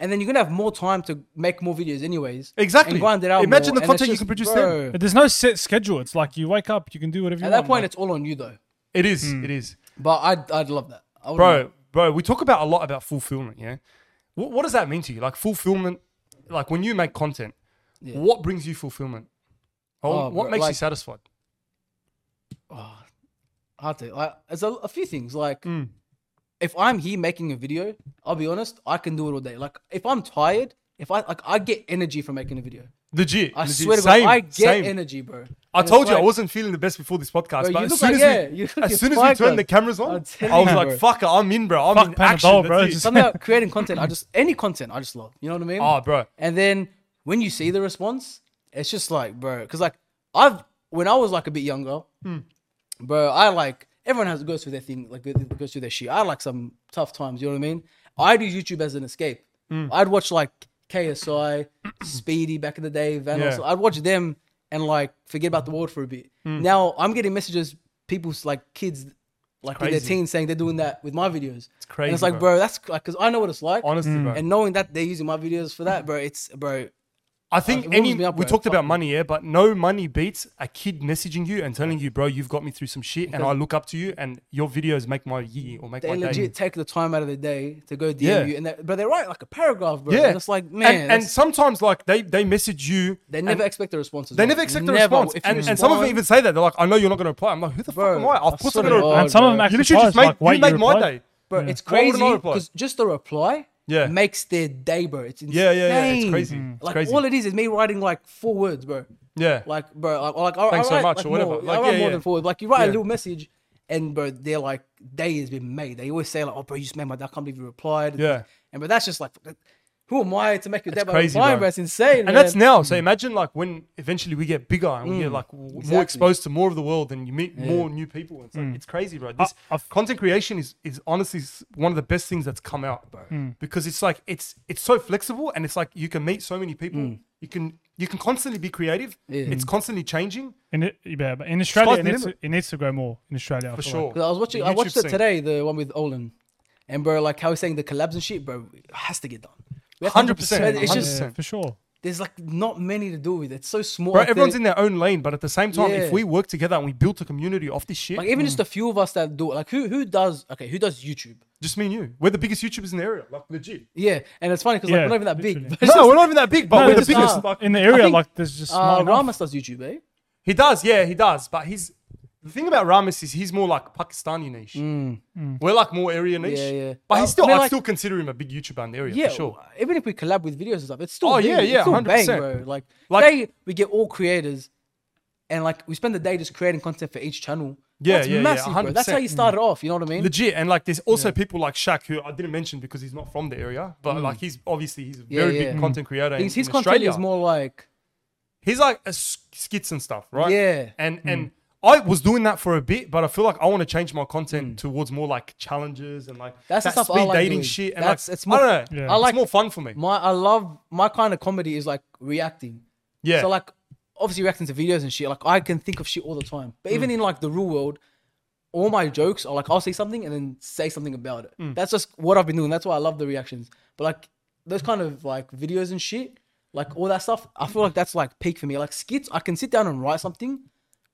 Speaker 3: and then you're gonna have more time to make more videos, anyways.
Speaker 2: Exactly.
Speaker 3: And grind it out.
Speaker 2: Imagine
Speaker 3: more,
Speaker 2: the
Speaker 3: and it's
Speaker 2: content you
Speaker 3: just,
Speaker 2: can produce
Speaker 3: bro,
Speaker 1: But there's no set schedule. It's like you wake up, you can do whatever you
Speaker 3: At
Speaker 1: want.
Speaker 3: that point,
Speaker 1: like-
Speaker 3: it's all on you though.
Speaker 2: It is.
Speaker 3: Mm.
Speaker 2: It is.
Speaker 3: But I'd, I'd love that, I wouldn't mind.
Speaker 2: bro, bro. We talk about a lot about fulfillment. Yeah, what, what does that mean to you? Like fulfillment, like when you make content, what brings you fulfillment? Oh,
Speaker 3: Oh,
Speaker 2: what
Speaker 3: bro,
Speaker 2: makes you
Speaker 3: like-
Speaker 2: satisfied?
Speaker 3: oh, hard to. Like, it's a, a few things. Like,
Speaker 2: Mm.
Speaker 3: if I'm here making a video, I'll be honest, I can do it all day. Like, if I'm tired, if I like, I get energy from making a video.
Speaker 2: Legit.
Speaker 3: I
Speaker 2: legit.
Speaker 3: swear to
Speaker 2: same,
Speaker 3: God, I get
Speaker 2: same.
Speaker 3: energy, bro.
Speaker 2: I
Speaker 3: And it's
Speaker 2: told you I
Speaker 3: like-
Speaker 2: wasn't feeling the best before this podcast,
Speaker 3: Bro,
Speaker 2: but
Speaker 3: you
Speaker 2: as
Speaker 3: look
Speaker 2: soon
Speaker 3: like-
Speaker 2: as
Speaker 3: yeah, you
Speaker 2: we,
Speaker 3: look
Speaker 2: as
Speaker 3: like
Speaker 2: soon as
Speaker 3: you're
Speaker 2: we turned the
Speaker 3: fucked.
Speaker 2: cameras
Speaker 3: I'm
Speaker 2: on,
Speaker 3: telling
Speaker 2: I was
Speaker 3: you,
Speaker 2: like,
Speaker 3: bro.
Speaker 2: "Fuck it, I'm in, bro. I'm
Speaker 1: Fuck
Speaker 2: in
Speaker 1: Panadol,
Speaker 2: action,
Speaker 1: bro.
Speaker 2: That's
Speaker 1: Just-
Speaker 2: it.
Speaker 3: Somehow creating content, I just any content, I just love. You know what I mean?
Speaker 2: Oh, bro.
Speaker 3: And then when you see the response, it's just like, bro, because like I've when I was like a bit younger,
Speaker 2: Hmm.
Speaker 3: bro, I like everyone has goes through their thing, like goes through their shit. I like some tough times. You know what I mean? I do YouTube as an escape.
Speaker 2: Hmm.
Speaker 3: I'd watch like KSI, Speedy back in the day, Van.
Speaker 2: Yeah.
Speaker 3: Oss- I'd watch them and like forget about the world for a bit.
Speaker 2: Hmm.
Speaker 3: Now I'm getting messages, people's like kids. Like in their
Speaker 2: crazy.
Speaker 3: teens saying they're doing that with my videos. It's And
Speaker 2: crazy,
Speaker 3: it's like,
Speaker 2: bro.
Speaker 3: bro, that's like, because I know what it's like.
Speaker 2: Honestly, bro.
Speaker 3: Mm. And knowing that they're using my videos for that, bro, it's bro.
Speaker 2: I think
Speaker 3: it
Speaker 2: any
Speaker 3: warms me up,
Speaker 2: we
Speaker 3: bro.
Speaker 2: talked
Speaker 3: Fuck
Speaker 2: about
Speaker 3: me.
Speaker 2: money, yeah, but no money beats a kid messaging you and telling you, bro, you've got me through some shit, and I look up to you, and your videos make my year or make
Speaker 3: They
Speaker 2: my
Speaker 3: legit
Speaker 2: day.
Speaker 3: take the time out of their day to go DM
Speaker 2: Yeah.
Speaker 3: you, and they, but they write like a paragraph, bro.
Speaker 2: Yeah,
Speaker 3: and it's like man,
Speaker 2: and, and
Speaker 3: that's-
Speaker 2: sometimes like they they message you,
Speaker 3: they never expect a response. as
Speaker 2: they
Speaker 3: well.
Speaker 2: never expect a
Speaker 3: Never.
Speaker 2: response,
Speaker 3: If you
Speaker 2: and, and some of them
Speaker 3: respond-
Speaker 2: even say that they're like, I know you're not going to reply. I'm like, who the
Speaker 3: Bro,
Speaker 2: fuck am I?
Speaker 3: I
Speaker 2: I've put
Speaker 3: swear
Speaker 2: something.
Speaker 3: to
Speaker 2: on-
Speaker 3: God.
Speaker 1: and some of
Speaker 3: bro.
Speaker 1: them
Speaker 2: You
Speaker 1: actually
Speaker 2: literally just made
Speaker 1: like, wait,
Speaker 2: you made my
Speaker 1: replied?
Speaker 2: day.
Speaker 3: bro. It's
Speaker 2: Why wouldn't I
Speaker 3: crazy
Speaker 2: reply?
Speaker 3: because just the reply,
Speaker 2: Yeah.
Speaker 3: makes their day, bro. It's insane.
Speaker 2: Yeah, yeah, yeah. It's crazy. It's
Speaker 3: Like
Speaker 2: crazy.
Speaker 3: all it is is me writing like four words, bro.
Speaker 2: yeah.
Speaker 3: Like bro, like, like I,
Speaker 2: Thanks
Speaker 3: I
Speaker 2: so
Speaker 3: write,
Speaker 2: much
Speaker 3: like,
Speaker 2: or whatever.
Speaker 3: More,
Speaker 2: Like,
Speaker 3: I write
Speaker 2: yeah,
Speaker 3: more
Speaker 2: yeah.
Speaker 3: than four. words. Like you write
Speaker 2: Yeah.
Speaker 3: a little message, and bro, they're like day has been made. They always say like, oh bro, you just made my day. I can't believe you replied.
Speaker 2: Yeah.
Speaker 3: and but that's just like, who am I to make your day by
Speaker 2: crazy,
Speaker 3: replying,
Speaker 2: bro.
Speaker 3: bro? It's insane.
Speaker 2: and that's now.
Speaker 3: Mm.
Speaker 2: So imagine like when eventually we get bigger and we get like w more
Speaker 3: exactly.
Speaker 2: exposed to more of the world and you meet more new people. It's like it's crazy, bro. This
Speaker 1: I've-
Speaker 2: content creation is is honestly s- one of the best things that's come out, bro. Because it's like it's it's so flexible and it's like you can meet so many people.
Speaker 3: Mm.
Speaker 2: You can you can constantly be creative. It's constantly changing.
Speaker 1: In it, yeah, but in Australia,
Speaker 2: the
Speaker 1: it needs, to,
Speaker 2: limit.
Speaker 1: it needs to grow more in Australia. I
Speaker 2: For
Speaker 1: feel
Speaker 2: sure.
Speaker 1: Like.
Speaker 3: Because I was watching,
Speaker 2: The
Speaker 3: I
Speaker 2: YouTube
Speaker 3: watched it
Speaker 2: thing.
Speaker 3: today, the one with Olin, and bro, like how he's saying the collabs and shit, bro, it has to get done. We have to-
Speaker 2: 100%,
Speaker 3: man, It's just
Speaker 2: 100%.
Speaker 1: yeah, for sure.
Speaker 3: there's like not many to do with. It's so small.
Speaker 2: Bro,
Speaker 3: Like,
Speaker 2: everyone's
Speaker 3: they-
Speaker 2: in their own lane, but at the same time, if
Speaker 3: Yeah.
Speaker 2: we work together and we built a community off this shit,
Speaker 3: Like even just a few of us that do it. Like who who does? Okay, who does YouTube?
Speaker 2: just me and you, we're the biggest YouTubers in the area, like legit.
Speaker 3: Yeah, and it's funny because
Speaker 1: Yeah,
Speaker 3: like we're not even that big.
Speaker 1: literally.
Speaker 3: but it's
Speaker 2: No,
Speaker 3: just-
Speaker 2: we're not even that big, but
Speaker 1: No,
Speaker 2: we're the
Speaker 1: there's
Speaker 2: biggest.
Speaker 1: just-
Speaker 3: nah.
Speaker 1: in the area,
Speaker 3: think,
Speaker 1: like there's just
Speaker 3: uh,
Speaker 1: not enough.
Speaker 3: Ramas does YouTube, eh?
Speaker 2: He does, yeah, he does. But he's the thing about Ramis is he's more like Pakistani niche. We're like more area niche.
Speaker 3: Mm. Yeah, yeah.
Speaker 2: But he's
Speaker 3: Uh,
Speaker 2: still,
Speaker 3: I mean,
Speaker 2: I
Speaker 3: like-
Speaker 2: still consider him a big YouTuber in the area
Speaker 3: Yeah,
Speaker 2: for sure.
Speaker 3: Even if we collab with videos and stuff, it's still
Speaker 2: Oh,
Speaker 3: big,
Speaker 2: yeah, yeah,
Speaker 3: it's still bang,
Speaker 2: 100%.
Speaker 3: bro. Like,
Speaker 2: Like-
Speaker 3: today we get all creators, and like we spend the day just creating content for each channel.
Speaker 2: Yeah,
Speaker 3: That's
Speaker 2: yeah, yeah,
Speaker 3: massive, bro. That's how
Speaker 2: 100%.
Speaker 3: you started off. You know what I mean?
Speaker 2: Legit, and like there's also people like Shaq who I didn't mention because he's not from the area, but like he's obviously he's a
Speaker 3: Mm. Yeah,
Speaker 2: very
Speaker 3: yeah.
Speaker 2: big
Speaker 3: Mm.
Speaker 2: content creator. in-
Speaker 3: His, his
Speaker 2: in
Speaker 3: content
Speaker 2: Australia.
Speaker 3: is more like
Speaker 2: he's like a s- skits and stuff, right?
Speaker 3: Yeah. Mm.
Speaker 2: And and I was doing that for a bit, but I feel like I want to change my content towards more like challenges and like
Speaker 3: Mm. That's the
Speaker 2: that
Speaker 3: stuff I
Speaker 2: speed
Speaker 3: like
Speaker 2: dating
Speaker 3: doing.
Speaker 2: shit. And
Speaker 3: That's-
Speaker 2: like,
Speaker 3: it's
Speaker 2: I
Speaker 3: more-
Speaker 2: don't know.
Speaker 1: Yeah.
Speaker 2: Yeah.
Speaker 1: I
Speaker 2: it's
Speaker 3: like-
Speaker 2: more fun for me.
Speaker 3: my. I love my kind of comedy is like reacting.
Speaker 2: yeah.
Speaker 3: So like obviously reacting to videos and shit. Like I can think of shit all the time. But
Speaker 2: Mm.
Speaker 3: even in like the real world, all my jokes are like I'll say something and then say something about it.
Speaker 2: Mm.
Speaker 3: That's just what I've been doing. That's why I love the reactions. But like those kind of like videos and shit, like all that stuff, I feel like that's like peak for me. Like skits, I can sit down and write something,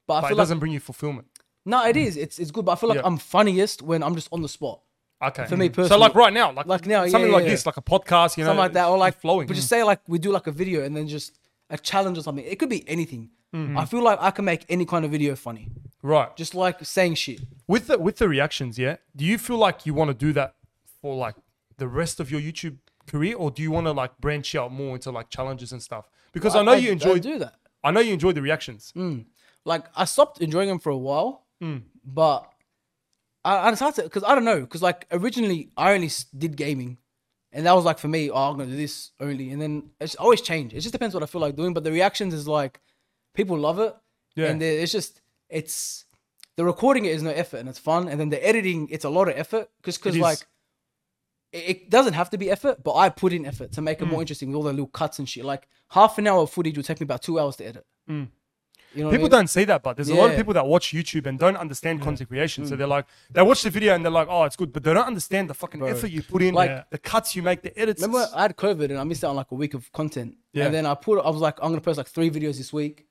Speaker 3: but I
Speaker 2: but it
Speaker 3: feel like
Speaker 2: doesn't bring you fulfulfillment.
Speaker 3: no, it is. It's it's good. But I feel like
Speaker 2: Yeah.
Speaker 3: I'm funniest when I'm just on the spot.
Speaker 2: Okay. Mm.
Speaker 3: For me
Speaker 2: So
Speaker 3: personally-
Speaker 2: like right now, like,
Speaker 3: Like now, yeah,
Speaker 2: something
Speaker 3: yeah,
Speaker 2: like
Speaker 3: yeah.
Speaker 2: this, like a podcast, you know,
Speaker 3: something like that, or
Speaker 2: it's
Speaker 3: like
Speaker 2: flowing.
Speaker 3: But just say like we do like a video and then just a challenge or something. It could be anything.
Speaker 2: Mm-hmm.
Speaker 3: I feel like I can make any kind of video funny,
Speaker 2: right. Just
Speaker 3: just like saying shit.
Speaker 2: with the with the reactions, yeah. Do you feel like you want to do that for like the rest of your YouTube career, or do you want to like branch out more into like challenges and stuff? Because I, know you enjoy. I,
Speaker 3: do Mm, that.
Speaker 2: know you enjoy the reactions.
Speaker 3: Like I stopped enjoying them for a while,
Speaker 2: Mm.
Speaker 3: but I, I decided because I don't know because like originally I only s- did gaming, and that was like for me. Oh, I'm gonna do this only, and then it's always change. It just depends what I feel like doing. But the reactions is like people love it,
Speaker 2: Yeah.
Speaker 3: and they're- it's just it's the recording it is no effort and it's fun, and then the editing it's a lot of effort because
Speaker 2: It is.
Speaker 3: like it- it doesn't have to be effort, but I put in effort to make it more
Speaker 2: Mm.
Speaker 3: interesting with all the little cuts and shit. Like half an hour of footage will take me about two hours to edit. You know, what I
Speaker 2: Mm. People
Speaker 3: mean?
Speaker 2: don't see that, but there's a lot of
Speaker 3: Yeah. Mm.
Speaker 2: people that watch YouTube and don't understand content creation. So they're like, they watch the video and they're like, oh, it's good, but they don't understand the fucking effort you put in, like
Speaker 3: Like-
Speaker 2: the cuts you make, the edits.
Speaker 3: Remember,
Speaker 2: It's-
Speaker 3: I had COVID and I missed out on like a week of content.
Speaker 2: Yeah.
Speaker 3: And then I put, I was like, I'm gonna post like three videos this week.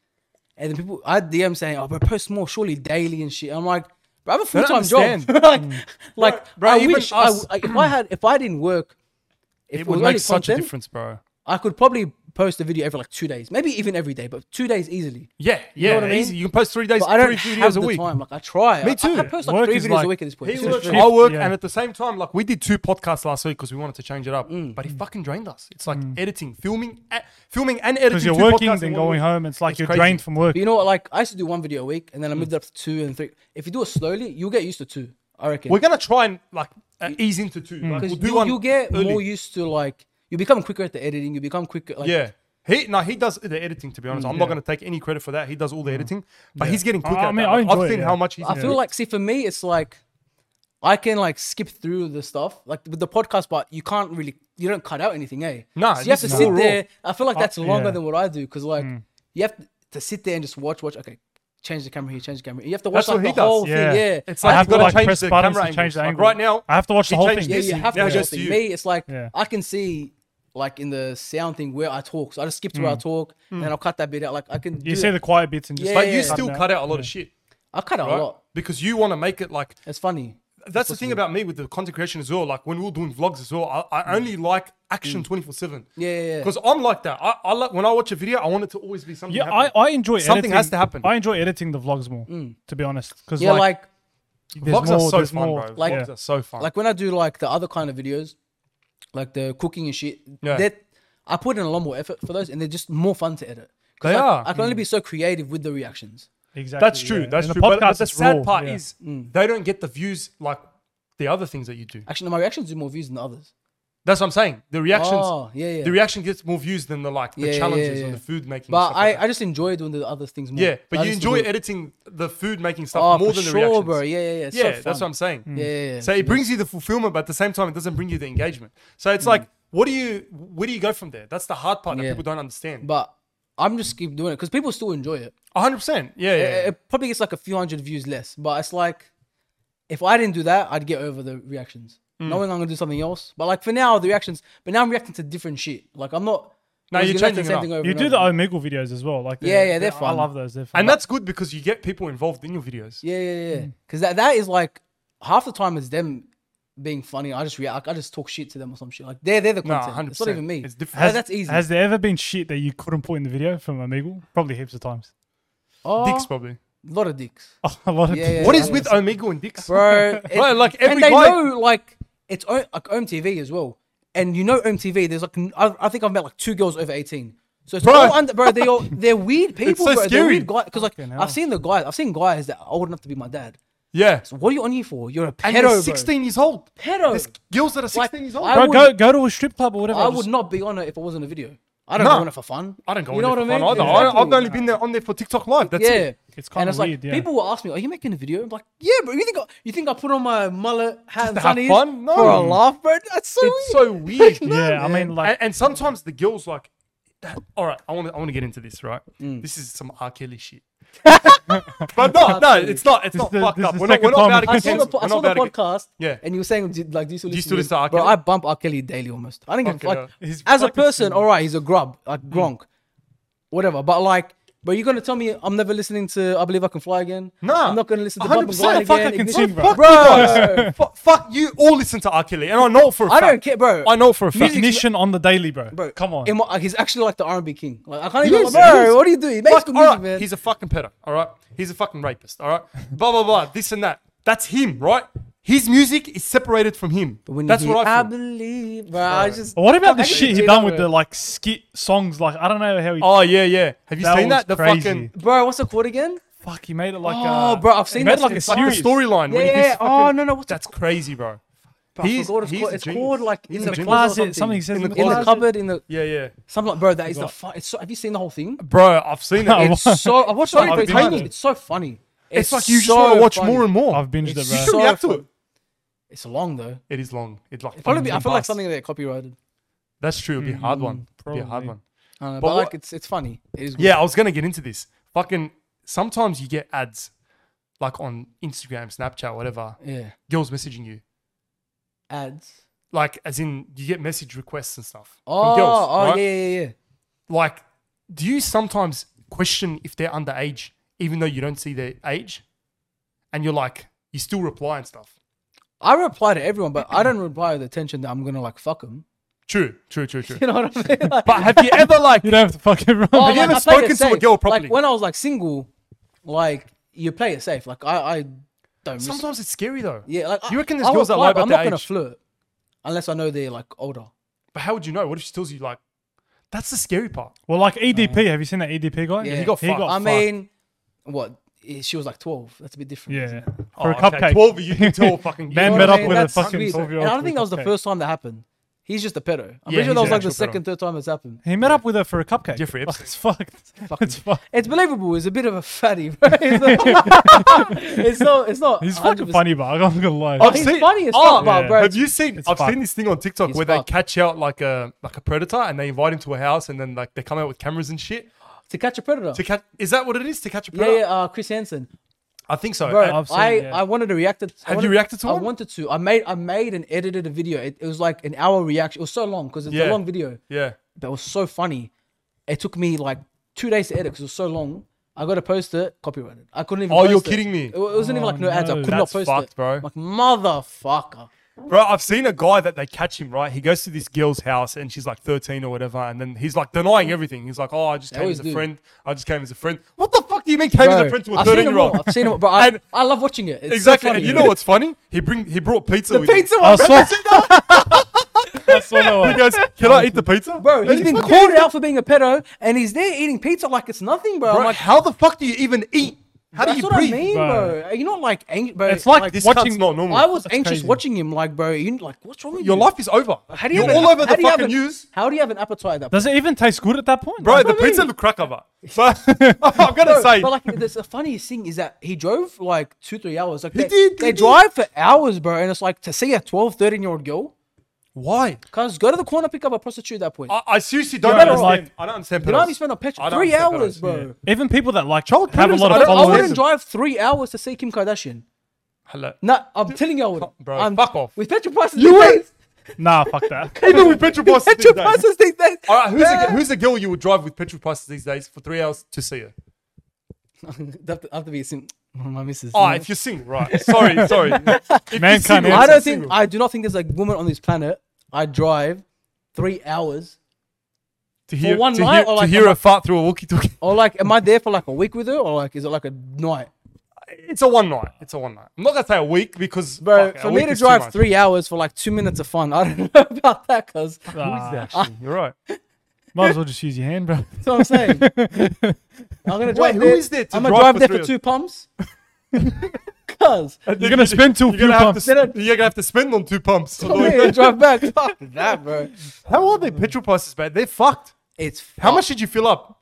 Speaker 3: And then people, I had DM saying, "Oh, bro, post more surely daily and shit." I'm like, bro, I have a full time job.
Speaker 2: understand. Mm.
Speaker 3: like, like,
Speaker 2: bro,
Speaker 3: I
Speaker 2: even
Speaker 3: wish I,
Speaker 2: us-
Speaker 3: I, if I had, if I didn't work, if
Speaker 2: it
Speaker 3: it
Speaker 2: would
Speaker 3: was
Speaker 2: make
Speaker 3: only
Speaker 2: such a
Speaker 3: content,
Speaker 2: difference, bro.
Speaker 3: I could probably post a video every like two days, maybe even every day, but two days easily.
Speaker 2: Yeah,
Speaker 3: You know
Speaker 2: yeah,
Speaker 3: what I mean?
Speaker 2: easy. You can post three days,
Speaker 3: But I don't
Speaker 2: three
Speaker 3: have
Speaker 2: videos a
Speaker 3: the
Speaker 2: week.
Speaker 3: time. Like I try.
Speaker 2: Me
Speaker 3: I- I, I
Speaker 2: too.
Speaker 3: post like
Speaker 1: Work
Speaker 3: three
Speaker 1: is
Speaker 3: videos a
Speaker 1: like-
Speaker 3: week at this point.
Speaker 2: He
Speaker 3: It's
Speaker 2: works,
Speaker 3: just-
Speaker 1: true.
Speaker 2: I work,
Speaker 1: Yeah.
Speaker 2: and at the same time, like we did two podcasts last week because we wanted to change it up,
Speaker 3: Mm.
Speaker 2: but it fucking drained us. It's like editing, filming, a- filming and editing.
Speaker 1: Mm. Because you're
Speaker 2: two
Speaker 1: working,
Speaker 2: podcasts
Speaker 1: then
Speaker 2: in one
Speaker 1: going
Speaker 2: week.
Speaker 1: home. It's like
Speaker 2: It's
Speaker 1: you're
Speaker 2: crazy.
Speaker 1: drained from work.
Speaker 3: But you know what? Like I used to do one video a week, and then I moved it up to two and three. If you do it slowly, you'll get used to two. I reckon.
Speaker 2: We're gonna try and like uh, ease into two. Like,
Speaker 3: Mm. because
Speaker 2: we'll do
Speaker 3: you,
Speaker 2: one
Speaker 3: you get
Speaker 2: early.
Speaker 3: more used to like you become quicker at the editing. You become quicker. Like,
Speaker 2: Yeah. He no, he does the editing. To be
Speaker 3: Mm.
Speaker 2: honest, I'm not going to take any credit for that. He does all the editing, but he's getting
Speaker 1: Mm.
Speaker 2: quicker.
Speaker 1: I
Speaker 2: I
Speaker 1: mean,
Speaker 2: mean,
Speaker 1: I enjoy
Speaker 2: I've
Speaker 1: it,
Speaker 2: seen
Speaker 1: yeah.
Speaker 2: how much he's.
Speaker 3: I feel like see for me, it's like I can like skip through the stuff like with the podcast part. You can't really you don't cut out anything, eh?
Speaker 2: Nah,
Speaker 3: so you have
Speaker 2: this
Speaker 3: to
Speaker 2: is
Speaker 3: sit
Speaker 2: all raw. Mm.
Speaker 3: there. I feel like that's longer
Speaker 1: yeah.
Speaker 3: than what I do because like you have to sit there and just watch, watch. Okay, change the camera here, change the camera. here. You have to watch
Speaker 2: That's
Speaker 3: like
Speaker 2: what
Speaker 3: the
Speaker 2: he does.
Speaker 3: whole
Speaker 1: Yeah.
Speaker 3: thing. Yeah,
Speaker 2: It's
Speaker 1: I
Speaker 2: like
Speaker 1: have
Speaker 2: you've
Speaker 1: to,
Speaker 2: got to
Speaker 1: like,
Speaker 2: change
Speaker 1: press
Speaker 2: the
Speaker 1: buttons
Speaker 2: camera
Speaker 1: to change the
Speaker 2: angles.
Speaker 1: angle.
Speaker 2: Like, right now,
Speaker 1: I have to watch
Speaker 2: he
Speaker 1: the whole
Speaker 2: changed
Speaker 1: thing.
Speaker 3: yeah,
Speaker 2: this
Speaker 3: you
Speaker 2: and
Speaker 3: have
Speaker 2: now
Speaker 3: to.
Speaker 2: it goes
Speaker 3: Just
Speaker 2: to you.
Speaker 3: Me, it's like
Speaker 1: Yeah.
Speaker 3: I can see. Like in the sound thing where I talk, so I just skip to where I
Speaker 2: Mm.
Speaker 3: talk and I'll cut that bit out. Like I can,
Speaker 1: You
Speaker 3: do
Speaker 1: see
Speaker 3: that.
Speaker 1: the quiet bits and just
Speaker 3: Yeah,
Speaker 2: but
Speaker 1: like
Speaker 2: you
Speaker 3: yeah.
Speaker 2: still
Speaker 1: Cutting
Speaker 2: cut out a lot of shit,
Speaker 3: I cut out
Speaker 2: right?
Speaker 3: a lot.
Speaker 2: Because you want to make it like
Speaker 3: It's funny.
Speaker 2: that's the thing about me with the content creation as well. Like when we were doing vlogs as well, I, I only like action twenty four seven.
Speaker 3: Mm. Yeah, yeah, yeah.
Speaker 2: Because I'm like that. I, I like when I watch a video, I want it to always be something.
Speaker 1: Yeah, I,
Speaker 2: happening.
Speaker 1: I enjoy
Speaker 2: Something
Speaker 1: editing-
Speaker 2: has to happen.
Speaker 1: I enjoy editing the vlogs more, to be honest. Because
Speaker 3: Yeah,
Speaker 1: like,
Speaker 3: like
Speaker 1: there's
Speaker 2: vlogs
Speaker 1: more-
Speaker 2: are so
Speaker 1: there's
Speaker 2: fun,
Speaker 1: more-
Speaker 2: bro.
Speaker 3: like-
Speaker 2: vlogs are so fun.
Speaker 3: like when I do like the other kind of videos, like the cooking and shit,
Speaker 2: Yeah.
Speaker 3: that I put in a lot more effort for those, and they're just more fun to edit. 'Cause
Speaker 2: They
Speaker 3: I,
Speaker 2: are. Mm.
Speaker 3: I can only be so creative with the reactions.
Speaker 1: exactly.
Speaker 2: that's true.
Speaker 1: yeah.
Speaker 2: That's
Speaker 1: And
Speaker 2: true. But, but the
Speaker 1: is
Speaker 2: sad
Speaker 1: raw,
Speaker 2: part
Speaker 1: yeah.
Speaker 2: is
Speaker 3: Mm.
Speaker 2: they don't get the views like the other things that you do.
Speaker 3: Actually, no, my reactions do more views than the others.
Speaker 2: That's what I'm saying. The reactions,
Speaker 3: Oh, yeah, yeah.
Speaker 2: the reaction gets more views than the like the
Speaker 3: Yeah, yeah,
Speaker 2: challenges
Speaker 3: yeah.
Speaker 2: and the food making. and
Speaker 3: But
Speaker 2: stuff
Speaker 3: I,
Speaker 2: like that.
Speaker 3: I just enjoy doing the other things more.
Speaker 2: yeah, but
Speaker 3: I
Speaker 2: you
Speaker 3: just
Speaker 2: enjoy
Speaker 3: enjoy-
Speaker 2: editing the food making stuff
Speaker 3: Oh,
Speaker 2: more
Speaker 3: for
Speaker 2: than the
Speaker 3: sure,
Speaker 2: reactions.
Speaker 3: bro. Yeah, yeah, yeah. It's so
Speaker 2: yeah, that's
Speaker 3: fun.
Speaker 2: what I'm saying.
Speaker 3: Yeah, yeah, yeah.
Speaker 2: So it brings you the fulfillment, but at the same time, it doesn't bring you the engagement. So it's like, what do you, where do you go from there? That's the hard part that
Speaker 3: Mm. Yeah.
Speaker 2: people don't understand. But
Speaker 3: But I'm just keep doing it because people still enjoy it.
Speaker 2: 100, percent yeah, yeah.
Speaker 3: It- It probably gets like a few hundred views less, but it's like if I didn't do that, I'd get over the reactions.
Speaker 2: Hmm.
Speaker 3: Knowing I'm gonna do something else, but like for now, the reactions. But now I'm reacting to different shit. Like I'm not.
Speaker 2: No,
Speaker 3: I'm
Speaker 2: you're
Speaker 3: just gonna react to
Speaker 2: changing
Speaker 3: the
Speaker 2: it up.
Speaker 3: over
Speaker 1: You
Speaker 3: and
Speaker 1: do
Speaker 3: over.
Speaker 1: the Omegle videos as well. Like
Speaker 3: Yeah, yeah, they're
Speaker 1: I
Speaker 3: fun.
Speaker 1: love those. They're fun.
Speaker 2: and that's good because you get people involved in your videos.
Speaker 3: Yeah, yeah, yeah.
Speaker 2: Hmm.
Speaker 3: Because that that is like half the time it's them being funny. I just react. I just talk shit to them or some shit. Like they're they're the
Speaker 2: Nah,
Speaker 3: content.
Speaker 2: 100%.
Speaker 3: It's not even me.
Speaker 2: It's different.
Speaker 3: That-
Speaker 2: Has-
Speaker 3: that's easy.
Speaker 1: Has there ever been shit that you couldn't put in the video from Omegle? Probably heaps of times.
Speaker 3: oh,
Speaker 2: Dicks, probably.
Speaker 3: A lot of dicks,
Speaker 1: Oh, a lot of
Speaker 3: Yeah, yeah,
Speaker 2: What
Speaker 3: yeah.
Speaker 2: is with Omegle and dicks?
Speaker 3: bro. it-
Speaker 2: Bro, like, every
Speaker 3: and they
Speaker 2: guy-
Speaker 3: know like it's o- like OMTV as well. And you know OMTV, there's like n- I, I think I've met like two girls over 18. So it's
Speaker 2: Bro.
Speaker 3: all under, bro. They are they're weird people,
Speaker 2: so
Speaker 3: bro. They're
Speaker 2: scary.
Speaker 3: weird guys. Because like
Speaker 1: Fucking hell.
Speaker 3: I've seen the guys, I've seen guys that are old enough to be my dad.
Speaker 2: Yeah.
Speaker 3: What are you on here for? You're a pedo.
Speaker 2: And they're
Speaker 3: bro.
Speaker 2: 16 years old.
Speaker 3: Pedo.
Speaker 2: There's girls that are 16
Speaker 3: Like,
Speaker 2: years old.
Speaker 3: I
Speaker 1: Bro,
Speaker 3: would-
Speaker 1: go go to a strip club or whatever.
Speaker 3: I
Speaker 1: just-
Speaker 3: would not be on it if it wasn't a video. I don't
Speaker 2: Nah.
Speaker 3: go on it for fun.
Speaker 2: I don't go
Speaker 3: You
Speaker 2: in
Speaker 3: know
Speaker 2: there
Speaker 3: what
Speaker 2: for
Speaker 3: I mean?
Speaker 2: fun either. I- I've
Speaker 3: Exactly.
Speaker 2: only been there on there for TikTok live. That's
Speaker 3: yeah.
Speaker 2: it.
Speaker 1: It's
Speaker 3: and
Speaker 1: kinda
Speaker 3: it's
Speaker 1: weird,
Speaker 3: like
Speaker 1: yeah.
Speaker 3: people will ask me, "Are you making a video?" I'm like, "Yeah, bro. You think I, you think I put on my mullet hat and
Speaker 2: to have
Speaker 3: sunnies
Speaker 2: fun? No.
Speaker 3: for a laugh, bro? That's so
Speaker 2: It's
Speaker 3: weird.
Speaker 2: so weird.
Speaker 1: Yeah, I mean, like
Speaker 2: and, and sometimes the girls like, all right, I want to, I want to get into this, right?
Speaker 3: Mm.
Speaker 2: This is some R. Kelly shit. but no, no, it's not. It's
Speaker 1: This
Speaker 2: not
Speaker 1: is the-
Speaker 2: fucked
Speaker 1: this
Speaker 2: up.
Speaker 1: is
Speaker 2: We're
Speaker 1: the
Speaker 2: not, we're
Speaker 1: second
Speaker 2: not about
Speaker 1: time
Speaker 2: to
Speaker 1: I've
Speaker 3: I
Speaker 2: get
Speaker 3: saw the,
Speaker 2: cancelled.
Speaker 3: po- I
Speaker 2: We're
Speaker 3: saw
Speaker 2: not
Speaker 3: the
Speaker 2: about to get-
Speaker 3: podcast,
Speaker 2: Yeah.
Speaker 3: and you were saying, "Do- like, do you still
Speaker 2: you
Speaker 3: listen,
Speaker 2: still listen to R.
Speaker 3: Bro,
Speaker 2: Kelly?
Speaker 3: I bump R. Kelly daily almost. I don't give a
Speaker 2: Fucking
Speaker 3: fuck.
Speaker 2: hell. He's
Speaker 3: As a
Speaker 2: fucking Mm.
Speaker 3: person,
Speaker 2: stupid.
Speaker 3: all right, he's a grub, like Gronk, whatever. But like, bro, you're gonna tell me I'm never listening to I Believe I Can Fly again?
Speaker 2: Nah,
Speaker 3: I'm not gonna listen to Bump
Speaker 2: 100%
Speaker 3: and Glide
Speaker 2: fuck
Speaker 3: again.
Speaker 2: I can
Speaker 3: Ignition-
Speaker 2: sing, bro.
Speaker 3: Bro,
Speaker 2: Fu- fuck you all listen to R. Kelly, and I know for a
Speaker 3: I
Speaker 2: fact.
Speaker 3: don't care, bro.
Speaker 2: I know for a fact.
Speaker 1: ignition on the daily, bro.
Speaker 3: Bro,
Speaker 1: Come on.
Speaker 3: in my- he's actually like the R&B king. Like I can't
Speaker 2: He
Speaker 3: even.
Speaker 2: is,
Speaker 3: bro,
Speaker 2: he is.
Speaker 3: what do you do? He makes
Speaker 2: Fuck,
Speaker 3: good
Speaker 2: all
Speaker 3: music,
Speaker 2: right,
Speaker 3: man.
Speaker 2: He's a fucking pedo. All right, he's a fucking rapist. All right, blah blah blah. This and that. That's him, right? His music is separated from him.
Speaker 3: When you
Speaker 2: That's
Speaker 3: hear,
Speaker 2: what I feel.
Speaker 3: believe, bro. I just.
Speaker 1: What about the
Speaker 3: I can
Speaker 1: shit he
Speaker 3: see
Speaker 1: done
Speaker 3: that,
Speaker 1: with
Speaker 3: bro.
Speaker 1: the like skit songs? Like I don't know how he.
Speaker 2: Oh yeah, yeah. Have you
Speaker 1: That
Speaker 2: seen
Speaker 1: was
Speaker 2: that? The
Speaker 1: crazy.
Speaker 2: fucking
Speaker 3: Bro, what's it called again?
Speaker 1: Fuck, he made it like.
Speaker 3: Oh,
Speaker 1: uh,
Speaker 3: bro, I've
Speaker 1: he
Speaker 3: seen
Speaker 1: made
Speaker 3: that
Speaker 1: like a
Speaker 3: shit.
Speaker 2: like the
Speaker 1: series.
Speaker 2: storyline.
Speaker 3: Yeah,
Speaker 2: when
Speaker 3: yeah,
Speaker 2: he's
Speaker 3: yeah.
Speaker 2: fucking-
Speaker 3: Oh, no, no, what's it
Speaker 2: that's crazy, bro.
Speaker 3: Bro, I
Speaker 2: He's-
Speaker 3: forgot what it's
Speaker 2: he's
Speaker 3: called.
Speaker 2: a
Speaker 3: It's
Speaker 2: genius.
Speaker 3: called like in
Speaker 1: He's
Speaker 3: the
Speaker 1: a
Speaker 3: closet.
Speaker 1: closet. Something
Speaker 3: something.
Speaker 1: he says in the
Speaker 3: in the
Speaker 1: closet.
Speaker 3: cupboard. In the
Speaker 2: Yeah, yeah,
Speaker 3: something like, bro. That is the
Speaker 1: Forgot.
Speaker 3: fun. It's so, have you seen the whole thing?
Speaker 2: bro. I've seen it.
Speaker 1: It's-
Speaker 2: It's,
Speaker 3: It's so. I watched it
Speaker 2: Sorry,
Speaker 3: like three
Speaker 1: I've been
Speaker 3: times.
Speaker 1: there.
Speaker 3: It's so funny.
Speaker 2: it's like you just want to watch more and more.
Speaker 1: I've binged it,
Speaker 3: It's
Speaker 1: bro.
Speaker 2: you should react to
Speaker 3: so
Speaker 2: it.
Speaker 3: It's long though.
Speaker 2: It is long. It's like
Speaker 3: Probably. Be, I
Speaker 2: fucking
Speaker 3: feel like
Speaker 2: fast.
Speaker 3: something Hmm, that copyrighted.
Speaker 2: That's true. It'd be a hard one. It'd be a hard
Speaker 1: probably.
Speaker 2: one.
Speaker 3: I don't know,
Speaker 2: But
Speaker 3: but,
Speaker 2: what-
Speaker 3: like, it's it's funny. It is. Good.
Speaker 2: Yeah, I was gonna get into this. Fucking sometimes you get ads, like on Instagram, Snapchat, whatever.
Speaker 3: Yeah.
Speaker 2: Girls messaging you,
Speaker 3: Ads.
Speaker 2: like as in you get message requests and stuff
Speaker 3: Oh,
Speaker 2: from girls.
Speaker 3: oh
Speaker 2: right?
Speaker 3: yeah, yeah, yeah.
Speaker 2: Like, do you sometimes question if they're underage, even though you don't see their age, and you're like, you still reply and stuff?
Speaker 3: I reply to everyone, but I don't reply with the attention that I'm gonna like fuck them.
Speaker 2: True, true, true, true.
Speaker 3: You know what I mean? Like,
Speaker 2: But have you ever like
Speaker 1: You don't have to fuck everyone.
Speaker 3: oh,
Speaker 1: but
Speaker 2: you
Speaker 1: yeah,
Speaker 2: ever
Speaker 3: like, I played
Speaker 2: spoken
Speaker 3: it
Speaker 2: to a
Speaker 3: safe.
Speaker 2: girl
Speaker 3: Like,
Speaker 2: properly?
Speaker 3: when I was like single, like you play it safe. Like I, I don't. risk-
Speaker 2: Sometimes it's scary though.
Speaker 3: yeah, like I-
Speaker 2: You reckon there's
Speaker 3: I
Speaker 2: girls that
Speaker 3: won't
Speaker 2: lie
Speaker 3: but
Speaker 2: about
Speaker 3: I'm
Speaker 2: their
Speaker 3: not gonna
Speaker 2: age?
Speaker 3: flirt unless I know they're like older.
Speaker 2: But how would you know? What if she tells you like, that's the scary part?
Speaker 1: well, like EDP. Have you seen that EDP guy?
Speaker 3: Yeah.
Speaker 2: He got
Speaker 1: He
Speaker 2: fucked.
Speaker 1: got
Speaker 3: I
Speaker 1: fucked.
Speaker 3: mean, what? eh, She was like twelve. That's a bit different.
Speaker 1: Yeah.
Speaker 3: isn't it?
Speaker 1: For a
Speaker 2: Oh, okay,
Speaker 1: cupcake.
Speaker 2: 12, you can tell fucking- You know
Speaker 1: Man
Speaker 2: what
Speaker 1: met
Speaker 2: I
Speaker 1: up
Speaker 2: mean?
Speaker 1: with a
Speaker 2: That's
Speaker 1: fucking
Speaker 3: crazy.
Speaker 1: 12 year
Speaker 3: And
Speaker 1: old.
Speaker 3: I don't think that was the first time that happened. He's just a
Speaker 2: Yeah,
Speaker 3: pedo. I'm pretty sure that
Speaker 2: he's
Speaker 3: was
Speaker 2: an
Speaker 3: like the
Speaker 2: actual pedo.
Speaker 3: second, third time it's happened.
Speaker 1: He met up with her for a cupcake.
Speaker 2: Jeffrey
Speaker 1: Like,
Speaker 2: Epstein.
Speaker 1: it's fucked.
Speaker 3: Fucking-
Speaker 1: It's fucked.
Speaker 3: It's believable. It's a bit of a fatty. Right? It's not. it's not. It's not
Speaker 1: He's fucking
Speaker 3: 100%.
Speaker 1: funny, but I'm not gonna lie.
Speaker 2: I've
Speaker 3: He's
Speaker 2: seen-
Speaker 3: funny as
Speaker 2: Oh,
Speaker 3: fuck, but
Speaker 1: yeah.
Speaker 3: bro.
Speaker 2: Have you seen?
Speaker 1: it's
Speaker 2: I've
Speaker 1: fucked.
Speaker 2: seen this thing on TikTok
Speaker 3: It's
Speaker 2: where
Speaker 3: fucked.
Speaker 2: they catch out like a like a predator and they invite him to a house and then like they come out with cameras and shit
Speaker 3: To catch a predator.
Speaker 2: to catch. Is that what it is to catch a
Speaker 3: yeah,
Speaker 2: predator?
Speaker 3: yeah. Uh, Chris Hansen.
Speaker 2: I think so.
Speaker 3: Bro,
Speaker 2: And-
Speaker 1: I've seen,
Speaker 3: I,
Speaker 1: yeah.
Speaker 3: I wanted to react. To, I
Speaker 2: Have you
Speaker 3: wanted-
Speaker 2: reacted to
Speaker 3: I
Speaker 2: one?
Speaker 3: wanted to. I made I made and edited a video. It, it was like an hour reaction. It was so long because it's
Speaker 2: Yeah.
Speaker 3: a long video.
Speaker 2: yeah.
Speaker 3: But it was so funny. It took me like two days to edit because it was so long. I got to post it, copyrighted. I couldn't even.
Speaker 2: Oh,
Speaker 3: post
Speaker 2: you're
Speaker 3: it.
Speaker 2: kidding me.
Speaker 3: It, wa- it wasn't even like no,
Speaker 1: Oh,
Speaker 3: ads. I
Speaker 1: no.
Speaker 3: could
Speaker 2: That's
Speaker 3: not post
Speaker 2: fucked,
Speaker 3: it,
Speaker 2: bro.
Speaker 3: Like motherfucker.
Speaker 2: Bro, I've seen a guy that they catch him, right? He goes to this girl's house and she's like 13 or whatever. And then he's like denying everything. He's like, oh, I just came
Speaker 3: always
Speaker 2: as a
Speaker 3: do.
Speaker 2: friend. I just came as a friend. What the fuck do you mean came as a
Speaker 3: Bro,
Speaker 2: friend to a
Speaker 3: I've seen
Speaker 2: 13
Speaker 3: them
Speaker 2: year
Speaker 3: all,
Speaker 2: old?
Speaker 3: I've seen it, but I,
Speaker 2: And-
Speaker 3: I love watching it. It's so
Speaker 2: Exactly.
Speaker 3: funny.
Speaker 2: and you know what's funny? He bring he brought pizza
Speaker 3: The
Speaker 2: with him.
Speaker 3: pizza
Speaker 1: I
Speaker 3: one, bro.
Speaker 1: saw, I saw that one.
Speaker 2: He goes, can I eat the pizza?
Speaker 3: Bro,
Speaker 2: And
Speaker 3: he's
Speaker 2: he's
Speaker 3: been
Speaker 2: fucking-
Speaker 3: called out for being a pedo, and he's there eating pizza like it's nothing, bro.
Speaker 2: Bro,
Speaker 3: I'm like,
Speaker 2: how the fuck do you even eat? How do
Speaker 3: that's
Speaker 2: you
Speaker 3: what
Speaker 2: breathe?
Speaker 3: I mean, bro.
Speaker 1: Bro.
Speaker 3: Are you not like angry, bro?
Speaker 1: It's like,
Speaker 2: This
Speaker 1: watching.
Speaker 2: cunt's not normal.
Speaker 3: I was anxious
Speaker 1: crazy.
Speaker 3: watching him, like, bro, you like, what's wrong with
Speaker 2: Your
Speaker 3: you?
Speaker 2: life is over.
Speaker 3: How do you
Speaker 2: You're
Speaker 3: have an-
Speaker 2: all over
Speaker 3: how
Speaker 2: the
Speaker 3: do you have
Speaker 2: fucking
Speaker 3: an-
Speaker 2: news.
Speaker 3: How do you have an appetite at that?
Speaker 1: Does it even taste good at that point?
Speaker 2: Bro,
Speaker 1: Like,
Speaker 2: the
Speaker 3: what I
Speaker 2: pizza
Speaker 3: mean.
Speaker 2: looked crack over. But I'm going to
Speaker 3: Bro,
Speaker 2: say,
Speaker 3: but like the, the funniest thing is that he drove like two, three hours. Like they,
Speaker 2: did, he
Speaker 3: they
Speaker 2: did.
Speaker 3: drive for hours, bro, and it's like to see a 12, 13 year old girl.
Speaker 2: why?
Speaker 3: Cause go to the corner, pick up a prostitute at that point.
Speaker 2: I, I seriously don't
Speaker 1: You're better off-
Speaker 2: understand. I don't understand.
Speaker 3: you know how you
Speaker 2: pedos.
Speaker 3: spend on
Speaker 2: I
Speaker 3: petrol
Speaker 2: don't
Speaker 3: three
Speaker 2: understand
Speaker 3: hours,
Speaker 2: pedos.
Speaker 3: bro.
Speaker 1: even people that like
Speaker 2: Child
Speaker 1: have a
Speaker 2: predators,
Speaker 1: lot
Speaker 2: I
Speaker 1: of
Speaker 2: don't-
Speaker 3: I
Speaker 2: Follow
Speaker 1: followers.
Speaker 3: wouldn't
Speaker 2: him.
Speaker 3: drive three hours to see Kim Kardashian.
Speaker 2: Hello.
Speaker 3: No, I'm telling um, you, I would.
Speaker 2: Bro,
Speaker 3: I'm,
Speaker 2: fuck off.
Speaker 3: With petrol prices
Speaker 2: You
Speaker 3: these
Speaker 2: would-
Speaker 3: days.
Speaker 1: Nah, fuck that.
Speaker 2: Even with petrol prices
Speaker 3: Petrol
Speaker 2: these days.
Speaker 3: prices these days.
Speaker 2: All right, who's a, who's a girl you would drive with petrol prices these days for three hours to see her?
Speaker 3: That'd have, to, that'd have to be a sim. My missus.
Speaker 2: Oh, if you're single, right? Sorry, sorry. If you're
Speaker 1: Mankind
Speaker 2: single,
Speaker 1: is-
Speaker 3: I
Speaker 2: if you're
Speaker 3: don't think.
Speaker 2: single.
Speaker 3: I do not think there's a woman on this planet. I drive three hours,
Speaker 2: to hear,
Speaker 3: one
Speaker 2: to
Speaker 3: night
Speaker 2: hear,
Speaker 3: or
Speaker 2: to
Speaker 3: like
Speaker 2: hear
Speaker 3: a-
Speaker 2: a fart through a walkie-talkie.
Speaker 3: or like, am I there for like a week with her, or like, is it like a night,
Speaker 2: It's a one night. It's a one night. I'm not gonna say a week because
Speaker 3: bro?
Speaker 2: fuck, a
Speaker 3: for
Speaker 2: week
Speaker 3: me to
Speaker 2: is too
Speaker 3: drive
Speaker 2: much.
Speaker 3: three hours for like two minutes of fun, I don't know about that, cause that's
Speaker 1: Nah,
Speaker 2: Actually, you're right.
Speaker 1: Ah. might as well just use your hand, bro.
Speaker 3: what I'm saying. I'm gonna drive.
Speaker 2: who
Speaker 3: there.
Speaker 2: is there to
Speaker 3: I'm gonna
Speaker 2: drive
Speaker 3: drive
Speaker 2: for
Speaker 3: there
Speaker 2: three
Speaker 3: for
Speaker 2: hours?
Speaker 3: two pumps, cause.
Speaker 1: You're gonna spend till
Speaker 2: You're
Speaker 1: few
Speaker 2: gonna, have to,
Speaker 1: pumps.
Speaker 2: spend- you're gonna have to spend on two pumps.
Speaker 3: Oh, yeah, drive back. Fuck that, bro.
Speaker 2: How are they petrol prices, man? They're fucked.
Speaker 3: It's
Speaker 2: How much did you fill up?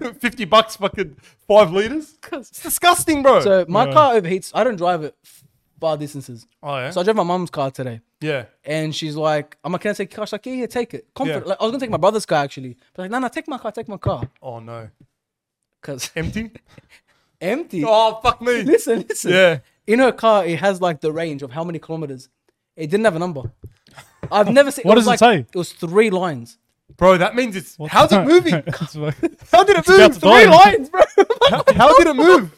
Speaker 2: 50 bucks, fucking five liters? It's disgusting, bro.
Speaker 3: So my
Speaker 1: Yeah.
Speaker 3: car overheats. I don't drive it f- far distances.
Speaker 2: oh, yeah.
Speaker 3: So I drove my mum's car today,
Speaker 2: yeah.
Speaker 3: and she's like, "I'm like, can I take your car?" She's like, "Yeah, yeah, take it." Comfort.
Speaker 2: Yeah.
Speaker 3: Like, I was gonna take my brother's car actually, but like, no, no, take my car, take my car,
Speaker 2: Oh, no.
Speaker 3: cause
Speaker 2: Empty?
Speaker 3: empty.
Speaker 2: oh, fuck me.
Speaker 3: Listen, listen.
Speaker 2: Yeah.
Speaker 3: In her car, it has like the range of how many kilometers. It didn't have a number. I've never seen.
Speaker 1: What
Speaker 3: was
Speaker 1: does it
Speaker 3: like-
Speaker 1: say?
Speaker 3: It was three lines.
Speaker 2: Bro, that means it's. how's it moving?
Speaker 1: It's like-
Speaker 2: How did it
Speaker 1: about
Speaker 2: move?
Speaker 1: to
Speaker 2: Three
Speaker 1: die.
Speaker 2: lines, bro. how, how did it move?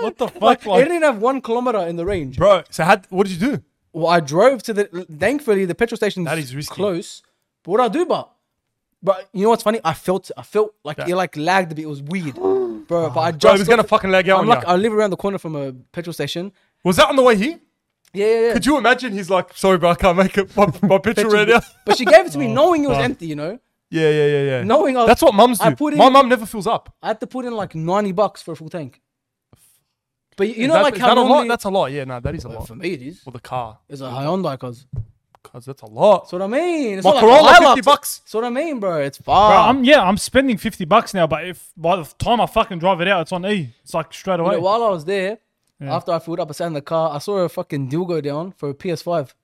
Speaker 1: what the fuck?
Speaker 3: Like,
Speaker 1: Like,
Speaker 3: it didn't have one kilometer in the range.
Speaker 2: Bro, so how, what did you do?
Speaker 3: Well, I drove to the. Thankfully, the petrol station
Speaker 2: That is risky.
Speaker 3: close. But what I do, but but you know what's funny? I felt I felt like
Speaker 2: Yeah.
Speaker 3: it like lagged a bit. It was weird, bro. But I just
Speaker 2: Bro, it was gonna
Speaker 3: got to-
Speaker 2: fucking lag out
Speaker 3: I'm
Speaker 2: on
Speaker 3: like
Speaker 2: you.
Speaker 3: I live around the corner from a petrol station.
Speaker 2: Was that on the way here?
Speaker 3: Yeah, yeah, yeah.
Speaker 2: Could you imagine? He's like, sorry, bro, I can't make it. My, my picture right now.
Speaker 3: But she gave it to
Speaker 2: Oh,
Speaker 3: me knowing it was
Speaker 1: fuck.
Speaker 3: empty. You know,
Speaker 2: Yeah, yeah, yeah, yeah.
Speaker 3: Knowing I-
Speaker 2: that's what mums do.
Speaker 3: I put in-
Speaker 2: my mum never fills up.
Speaker 3: I had to put in like 90 bucks for a full tank. But you- you know,
Speaker 2: That-
Speaker 3: like
Speaker 2: is
Speaker 3: how
Speaker 2: that a lot?
Speaker 3: normally
Speaker 2: That's a lot. Yeah, no, that is a lot.
Speaker 3: for me it is.
Speaker 2: For the car,
Speaker 3: It's a Hyundai, cause
Speaker 2: cause that's a lot.
Speaker 3: that's what I mean. It's
Speaker 2: My
Speaker 3: not
Speaker 2: Corolla,
Speaker 3: like a Hilux.
Speaker 2: 50 bucks.
Speaker 3: That's what I mean, bro. It's
Speaker 1: bro,
Speaker 3: far.
Speaker 1: I'm yeah, I'm spending fifty bucks now, but if by the time I fucking drive it out, it's on E. It's like straight
Speaker 3: You
Speaker 1: away.
Speaker 3: know, while I was there, after I filled up, I sat in the car. I saw a fucking deal go down for a PS5.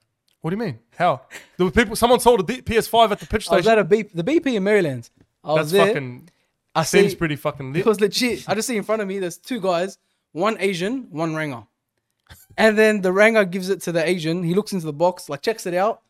Speaker 2: What do you mean? How? There were people. Someone sold a D- PS5 at the petrol
Speaker 3: I was
Speaker 2: station.
Speaker 3: at a BP, the BP in Maryland. I was
Speaker 2: that's
Speaker 3: there.
Speaker 2: fucking.
Speaker 3: I
Speaker 2: Seems
Speaker 3: see,
Speaker 2: pretty fucking lit.
Speaker 3: It was legit. I just see in front of me. There's two guys, one Asian, one Ranger. And then the Ranger gives it to the Asian. He looks into the box, like checks it out,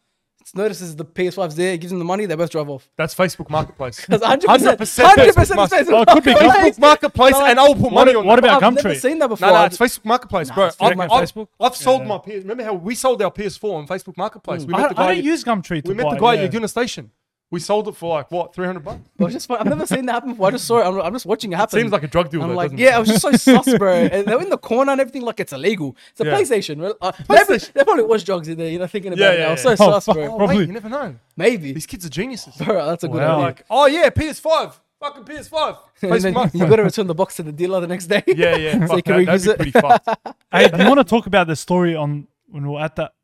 Speaker 3: notices the PS5's there, gives them the money, they both drive off.
Speaker 2: That's Facebook Marketplace.
Speaker 3: That's 100%. 100%.
Speaker 2: 100%
Speaker 3: it's
Speaker 1: Oh, it could be
Speaker 3: Facebook
Speaker 2: Facebook Marketplace, and I will put money on
Speaker 1: what
Speaker 2: that.
Speaker 1: about
Speaker 3: I've never
Speaker 1: Gumtree?
Speaker 3: seen that before.
Speaker 2: No, no,
Speaker 3: I
Speaker 2: it's Facebook Marketplace, bro.
Speaker 3: it's
Speaker 2: I've,
Speaker 1: Facebook.
Speaker 2: I've-
Speaker 1: Facebook?
Speaker 2: I've sold
Speaker 1: Yeah.
Speaker 2: my PS. Remember how we sold our PS4 on Facebook Marketplace? We
Speaker 1: Mm. I,
Speaker 2: met the guy.
Speaker 1: I
Speaker 2: at-
Speaker 1: don't use Gumtree to
Speaker 2: we met
Speaker 1: buy,
Speaker 2: the guy
Speaker 1: yeah.
Speaker 2: at Unit Station. We sold it for like what, three hundred bucks?
Speaker 3: was just, I've never seen that happen before. I just saw it. I'm, I'm just watching it happen.
Speaker 2: Seems like a drug deal.
Speaker 3: I'm
Speaker 2: though,
Speaker 3: like,
Speaker 2: doesn't it?
Speaker 3: yeah, I was just so sus, bro. And they were in the corner and everything, like it's illegal. It's a
Speaker 2: Yeah.
Speaker 3: PlayStation. right? Uh, maybe,
Speaker 2: PlayStation.
Speaker 3: there probably was drugs in there, you know, thinking about
Speaker 2: Yeah,
Speaker 3: it.
Speaker 2: yeah,
Speaker 3: I was so
Speaker 2: yeah.
Speaker 1: Oh,
Speaker 3: sus, bro.
Speaker 1: fuck.
Speaker 2: Oh,
Speaker 1: Probably.
Speaker 2: wait, you never know.
Speaker 3: Maybe.
Speaker 2: These kids are geniuses.
Speaker 3: Bro, that's a good
Speaker 1: Wow.
Speaker 3: idea.
Speaker 2: Like, oh yeah, PS5, fucking PS5.
Speaker 3: and
Speaker 2: Facebook
Speaker 3: then
Speaker 2: Marketplace.
Speaker 3: you got to return the box to the dealer the next day.
Speaker 2: Yeah, yeah.
Speaker 3: so you
Speaker 2: fuck, that,
Speaker 3: can
Speaker 2: that'd
Speaker 3: reuse
Speaker 2: be
Speaker 3: it.
Speaker 2: pretty fucked.
Speaker 1: Hey, do you want to talk about the story on when we were at that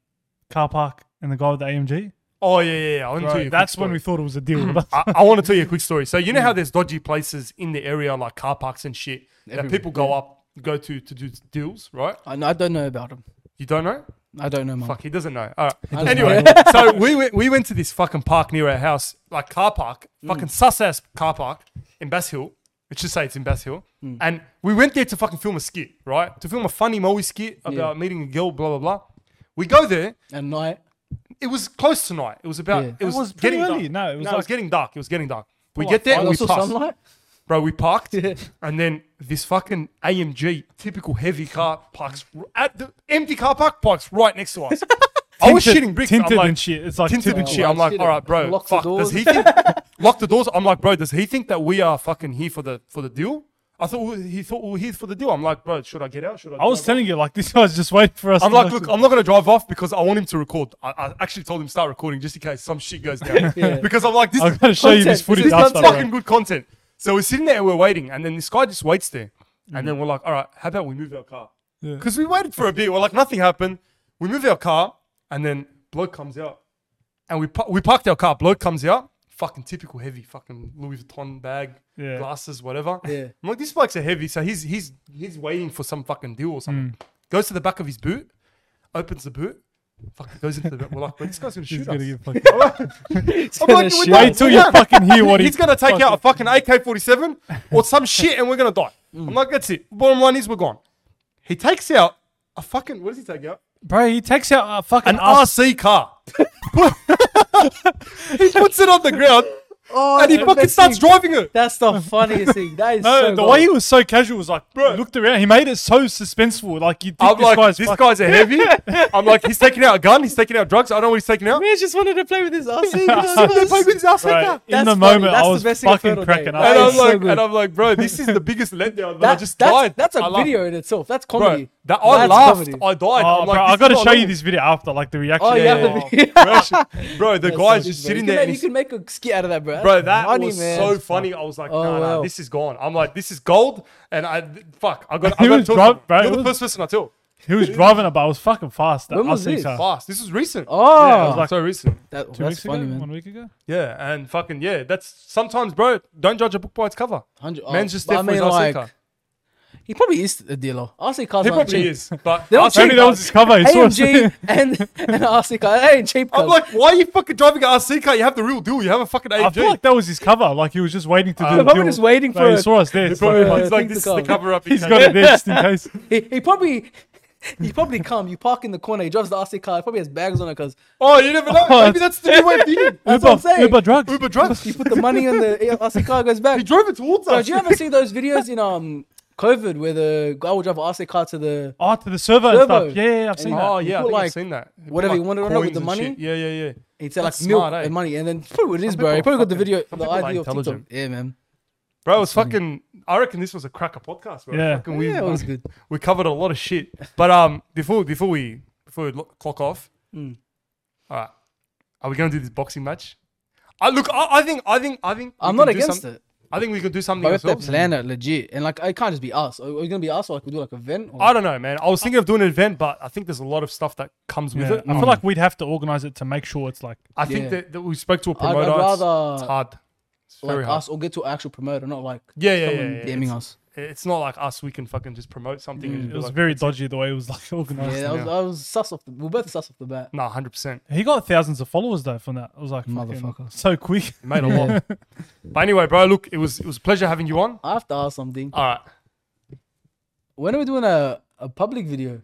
Speaker 1: car park and the guy with the AMG?
Speaker 2: Oh yeah, yeah. yeah. I want to tell you.
Speaker 1: Right,
Speaker 2: a quick
Speaker 1: that's when
Speaker 2: story.
Speaker 1: we thought it was a deal. But
Speaker 2: I, I want to tell you a quick story. So you know how there's dodgy places in the area, like car parks and shit, that
Speaker 3: Everywhere,
Speaker 2: people go up, go to to do deals, right?
Speaker 3: I, know- I don't know about him.
Speaker 2: You don't know?
Speaker 3: I don't know, man.
Speaker 2: Fuck, he doesn't know. All right.
Speaker 3: doesn't
Speaker 2: Anyway,
Speaker 3: know.
Speaker 2: so we went, we went to this fucking park near our house, like car park, fucking sus ass car park in Bass Hill. Let's just say it's in Bass Hill. And we went there to fucking film a skit, right? To film a funny Moe skit about meeting a girl, blah, blah, blah. We go there.
Speaker 3: At night.
Speaker 2: It was close to night. It was about,
Speaker 3: Yeah.
Speaker 2: it was,
Speaker 1: was pretty
Speaker 2: getting
Speaker 1: early.
Speaker 2: dark.
Speaker 1: No, it was like-
Speaker 2: getting dark. It was getting dark. We get there
Speaker 3: Oh,
Speaker 2: and we
Speaker 3: still
Speaker 2: pass.
Speaker 3: sunlight?
Speaker 2: Bro, we parked,
Speaker 3: Yeah.
Speaker 2: and then this fucking AMG, typical heavy car, parks r- at the empty car park, parks right next to us. I was
Speaker 1: Tinted-
Speaker 2: shitting bricks.
Speaker 1: tinted
Speaker 2: I'm like,
Speaker 1: and shit. It's like
Speaker 2: tinted and
Speaker 1: tinted.
Speaker 2: shit.
Speaker 3: Oh,
Speaker 2: I'm like,
Speaker 3: shit.
Speaker 2: all right, bro.
Speaker 3: Locks the
Speaker 2: fuck. Does
Speaker 3: doors.
Speaker 2: he think, lock the doors? I'm like, bro. Does he think that we are fucking here for the for the deal? I thought we- he thought we were here for the deal. I'm like, bro, should I get out? Should I?
Speaker 1: I was
Speaker 2: drive
Speaker 1: telling you, like this guy's just waiting for us.
Speaker 2: off?" I'm
Speaker 1: to
Speaker 2: like,
Speaker 1: like-
Speaker 2: look, I'm not gonna drive off because I want him to record. I, I actually told him start recording just in case some shit goes down.
Speaker 3: Yeah.
Speaker 2: Because I'm like, this
Speaker 1: I'm gonna show you
Speaker 3: Content.
Speaker 1: this
Speaker 3: This
Speaker 1: footage
Speaker 2: this is
Speaker 1: after.
Speaker 2: fucking
Speaker 1: bro.
Speaker 2: good content. So we're sitting there and we're waiting, and then this guy just waits there. And then we're like, all right, how about we move our car?
Speaker 1: Mm. Yeah.
Speaker 2: Because we waited for a bit. We're like, nothing happened. We move our car, and then bloke comes out. And we, par- we parked our car. Bloke comes out. Fucking typical heavy, fucking Louis Vuitton bag,
Speaker 1: Yeah.
Speaker 2: glasses, whatever.
Speaker 3: Yeah.
Speaker 2: I'm like, this bloke's a heavy, so he's he's he's waiting for some fucking deal or something.
Speaker 1: Mm.
Speaker 2: Goes to the back of his boot, opens the boot, fucking goes into the boot. We're like, well, this guy's gonna shoot
Speaker 1: He's
Speaker 2: us.
Speaker 1: gonna get fucking.
Speaker 2: I'm
Speaker 3: gonna
Speaker 2: like, we're
Speaker 3: shoot
Speaker 2: done.
Speaker 1: Wait till
Speaker 2: We're
Speaker 1: you
Speaker 2: done.
Speaker 1: fucking hear what he-
Speaker 2: he's gonna take out a fucking AK forty seven or some shit, and we're gonna die.
Speaker 3: Mm.
Speaker 2: I'm like, that's it. Bottom line is we're gone. He takes out a fucking. What does he take out?
Speaker 1: Bro, he takes out a fucking
Speaker 2: An RC car. he puts it on the ground
Speaker 3: Oh,
Speaker 2: and he
Speaker 3: that-
Speaker 2: fucking
Speaker 3: that's
Speaker 2: starts
Speaker 3: the-
Speaker 2: driving it.
Speaker 3: That's the funniest thing. That is
Speaker 1: No,
Speaker 3: so
Speaker 1: the
Speaker 3: gold.
Speaker 1: way he was so casual was like,
Speaker 2: Bro.
Speaker 1: bro, looked around. He made it so suspenseful. Like you think
Speaker 2: I'm
Speaker 1: this
Speaker 2: like,
Speaker 1: guy's
Speaker 2: this
Speaker 1: fucking-
Speaker 2: guy's a heavy. I'm like, he's taking out a gun. He's taking out drugs. I don't know what he's taking out.
Speaker 3: Man just wanted to play with his RC. you know,
Speaker 2: Sitting there playing with his RC
Speaker 1: Right.
Speaker 2: car.
Speaker 1: in
Speaker 3: That's
Speaker 1: the
Speaker 3: funny.
Speaker 1: moment,
Speaker 3: That's
Speaker 1: I
Speaker 3: the
Speaker 1: was
Speaker 3: best thing I've heard
Speaker 1: fucking
Speaker 3: all
Speaker 1: cracking
Speaker 3: day.
Speaker 1: up.
Speaker 2: And
Speaker 3: That
Speaker 2: I'm
Speaker 3: is so
Speaker 2: like,
Speaker 3: good.
Speaker 2: and I'm like, bro, this is the biggest letdown. That I
Speaker 3: That-
Speaker 2: just
Speaker 3: that's,
Speaker 2: died.
Speaker 3: That's a
Speaker 2: I laughed.
Speaker 3: video in itself. That's comedy.
Speaker 2: That I
Speaker 3: That's
Speaker 2: laughed.
Speaker 3: comedy.
Speaker 2: I died.
Speaker 1: Oh,
Speaker 2: I'm
Speaker 1: bro,
Speaker 2: like,
Speaker 1: I
Speaker 2: this
Speaker 1: gotta
Speaker 2: is not
Speaker 1: show you
Speaker 2: normal.
Speaker 1: this video after, like the reaction.
Speaker 3: Oh, you have the
Speaker 1: yeah.
Speaker 2: Oh,
Speaker 3: video.
Speaker 2: fresh. bro, the
Speaker 3: That's so
Speaker 2: guy's
Speaker 3: good,
Speaker 2: just
Speaker 3: bro.
Speaker 2: sitting
Speaker 3: you
Speaker 2: there.
Speaker 3: Can make, you
Speaker 2: he's-
Speaker 3: can make a skit out of that, bro.
Speaker 2: Bro, that
Speaker 3: Funny,
Speaker 2: was
Speaker 3: man.
Speaker 2: so funny. I was like,
Speaker 3: Oh,
Speaker 2: nah, nah,
Speaker 3: wow.
Speaker 2: this is gone. I'm like, this is gold. And I, fuck, I got, I
Speaker 1: He
Speaker 2: got to
Speaker 1: was
Speaker 2: tell
Speaker 1: drunk,
Speaker 2: you.
Speaker 1: bro.
Speaker 2: You're
Speaker 1: It
Speaker 2: the
Speaker 1: was-
Speaker 2: first person I tell.
Speaker 1: He was driving about. It was fucking fast. That
Speaker 3: When was
Speaker 1: RC
Speaker 3: this?
Speaker 1: car.
Speaker 2: Fast. This was recent.
Speaker 3: Oh.
Speaker 2: yeah, it was like so recent.
Speaker 3: That,
Speaker 1: Two
Speaker 3: that's
Speaker 1: weeks
Speaker 3: funny,
Speaker 1: ago, one
Speaker 3: man.
Speaker 1: week ago.
Speaker 2: Yeah, and fucking yeah. That's sometimes, bro. Don't judge a book by its cover.
Speaker 3: 100 oh,
Speaker 2: Man's just
Speaker 3: but
Speaker 2: there
Speaker 3: I
Speaker 2: for his
Speaker 3: mean,
Speaker 2: RC
Speaker 3: like,
Speaker 2: car.
Speaker 3: He probably is a dealer. RC cars
Speaker 2: He
Speaker 3: aren't
Speaker 2: probably
Speaker 3: cheap.
Speaker 2: is, but
Speaker 3: They're not
Speaker 2: RC
Speaker 3: cheap.
Speaker 1: Maybe that was his cover. He saw us.
Speaker 3: AMG and, and RC car. That ain't cheap.
Speaker 2: I'm
Speaker 3: cuz.
Speaker 2: like, why are you fucking driving an RC car? You have the real deal. You have a fucking AMG.
Speaker 1: I feel like that was his cover. Like he was just waiting to do.
Speaker 2: Uh,
Speaker 1: the
Speaker 3: Probably
Speaker 1: deal.
Speaker 3: just waiting
Speaker 1: Like,
Speaker 3: for
Speaker 1: He
Speaker 3: it.
Speaker 1: saw us there.
Speaker 2: He's
Speaker 1: It's like,
Speaker 2: probably-
Speaker 3: uh,
Speaker 2: he's like,
Speaker 3: things
Speaker 2: this
Speaker 3: to
Speaker 2: is the
Speaker 3: come.
Speaker 2: cover up. in
Speaker 1: He's
Speaker 2: case-
Speaker 1: got it there just in case.
Speaker 3: he, he probably he probably come. You park in the corner. He drives the RC car. He probably has bags on it because
Speaker 2: Oh, you never know.
Speaker 1: Oh,
Speaker 2: Maybe that's the new way of dealing.
Speaker 3: That's
Speaker 1: Uber,
Speaker 3: what I'm saying.
Speaker 1: Uber drugs.
Speaker 2: Uber drugs.
Speaker 3: you put the money on the RC car goes back.
Speaker 2: He drove it towards
Speaker 3: Bro,
Speaker 2: us.
Speaker 3: do you ever see those videos in um COVID where the guy will drive an RC car to the
Speaker 1: Oh, to the servo and
Speaker 3: Servo.
Speaker 1: stuff. Yeah, yeah, yeah, I've seen
Speaker 2: Oh
Speaker 1: that.
Speaker 2: yeah, I think
Speaker 3: put,
Speaker 2: I've
Speaker 3: like,
Speaker 2: seen that. He put,
Speaker 3: whatever
Speaker 2: like,
Speaker 3: you wanted on it with
Speaker 2: coins
Speaker 3: the
Speaker 2: and
Speaker 3: money?
Speaker 2: shit. Yeah, yeah, yeah.
Speaker 3: he'd say like
Speaker 2: That's
Speaker 3: milk
Speaker 2: smart, eh?
Speaker 3: and money and then probably what it is,
Speaker 2: Some
Speaker 3: bro. He
Speaker 2: people
Speaker 3: probably got the
Speaker 2: fucking-
Speaker 3: video
Speaker 2: some
Speaker 3: the
Speaker 2: people are
Speaker 3: idea of TikTok.
Speaker 2: intelligent.
Speaker 3: Yeah, man.
Speaker 2: Bro, it was fucking. I reckon this was a cracker podcast, bro.
Speaker 1: Yeah.
Speaker 2: Fucking we, uh,
Speaker 3: Yeah, it was good.
Speaker 2: We covered a lot of shit. But um, before before we before we lo- clock off,
Speaker 3: Mm.
Speaker 2: all right, are we gonna do this boxing match? I look, I, I think, I think, I think. we
Speaker 3: I'm not
Speaker 2: can do
Speaker 3: against
Speaker 2: some-
Speaker 3: it.
Speaker 2: I think we can do something
Speaker 3: But we have to
Speaker 2: ourselves.
Speaker 3: plan it legit. And like it can't just be us. Are are we gonna be us or like we do like an event? Or...
Speaker 2: I don't know, man. I was thinking of doing an event, but I think there's a lot of stuff that comes with
Speaker 1: Yeah.
Speaker 2: it.
Speaker 1: I feel like we'd have to organize it to make sure it's like.
Speaker 2: I think
Speaker 3: Yeah.
Speaker 2: that, that we spoke to a
Speaker 3: I'd,
Speaker 2: promoter.
Speaker 3: I'd
Speaker 2: it's- it's
Speaker 3: rather
Speaker 2: hard. It's very
Speaker 3: like
Speaker 2: hard.
Speaker 3: us or get to an actual promoter, not like
Speaker 2: Yeah, yeah, yeah.
Speaker 3: someone
Speaker 2: yeah.
Speaker 3: DMing
Speaker 2: It's-
Speaker 3: us.
Speaker 2: it's not like us. We can fucking just promote something.
Speaker 3: Mm.
Speaker 2: and
Speaker 1: It
Speaker 2: be
Speaker 1: was
Speaker 2: like,
Speaker 1: very dodgy the way it was like organized.
Speaker 3: Yeah, that was, I was sus off the we're both sus off the bat.
Speaker 2: nah, hundred percent.
Speaker 1: He got thousands of followers though from that. I was like, fucking
Speaker 3: Motherfucker.
Speaker 1: so quick.
Speaker 2: Made a lot. but anyway, bro, look, it was it was a pleasure having you on.
Speaker 3: I have to ask something.
Speaker 2: All right.
Speaker 3: When are we doing a, a public video?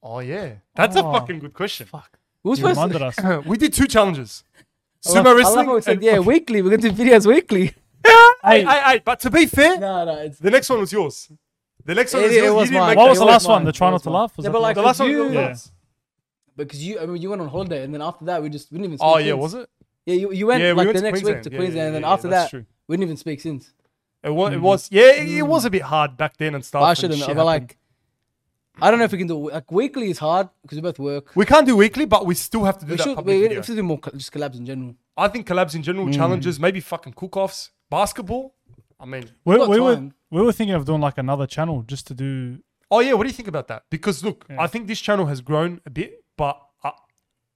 Speaker 2: Oh yeah, that's a fucking good question.
Speaker 1: Fuck.
Speaker 3: We were
Speaker 1: You
Speaker 3: supposed
Speaker 1: reminded
Speaker 3: to.
Speaker 1: us.
Speaker 2: we did two challenges.
Speaker 3: I love-
Speaker 2: Sumo
Speaker 3: I love
Speaker 2: wrestling.
Speaker 3: how we said,
Speaker 2: and-
Speaker 3: yeah, weekly. We're going to do videos weekly.
Speaker 2: Hey, hey, hey, but to be fair,
Speaker 3: no, no, it's.
Speaker 2: the next one was yours. The next one
Speaker 3: It-
Speaker 2: was
Speaker 3: it
Speaker 2: yours.
Speaker 3: was
Speaker 2: you didn't
Speaker 3: mine.
Speaker 2: make
Speaker 1: What
Speaker 3: Okay,
Speaker 1: was the
Speaker 3: it was
Speaker 1: last one?
Speaker 3: mine,
Speaker 1: The
Speaker 3: it
Speaker 1: trying
Speaker 3: was
Speaker 1: not to
Speaker 3: mine.
Speaker 1: laugh. Was
Speaker 3: Yeah,
Speaker 1: that
Speaker 3: but
Speaker 1: the
Speaker 3: like
Speaker 2: the last one.
Speaker 3: you-
Speaker 2: was
Speaker 1: Yeah.
Speaker 2: yours.
Speaker 3: Because you, I mean, you went on holiday, and then after that, we just we didn't even. Speak
Speaker 2: Oh yeah,
Speaker 3: since.
Speaker 2: was it?
Speaker 3: Yeah, you, you went
Speaker 2: Yeah, we
Speaker 3: like
Speaker 2: went
Speaker 3: the
Speaker 2: to
Speaker 3: next week
Speaker 2: Queensland.
Speaker 3: to
Speaker 2: Yeah,
Speaker 3: Queensland,
Speaker 2: yeah,
Speaker 3: and then
Speaker 2: yeah,
Speaker 3: after
Speaker 2: that's
Speaker 3: that,
Speaker 2: true.
Speaker 3: we didn't even speak since.
Speaker 2: It was, it was yeah, it, it was a bit hard back then and stuff.
Speaker 3: But Mm. I
Speaker 2: and
Speaker 3: shouldn't.
Speaker 2: shit happened.
Speaker 3: But like, I don't know if we can do like weekly is hard because we both work.
Speaker 2: we can't do weekly, but we still have to do
Speaker 3: We
Speaker 2: that
Speaker 3: should,
Speaker 2: public
Speaker 3: we, we
Speaker 2: video.
Speaker 3: should do more co- just collabs in general.
Speaker 2: I think collabs in
Speaker 3: Hmm.
Speaker 2: general, challenges, maybe fucking cook-offs, basketball. I mean,
Speaker 1: We,
Speaker 3: got
Speaker 1: we were
Speaker 3: time.
Speaker 1: we were thinking of doing like another channel just to do.
Speaker 2: oh yeah, what do you think about that? Because look, I think this channel has grown a bit, but I,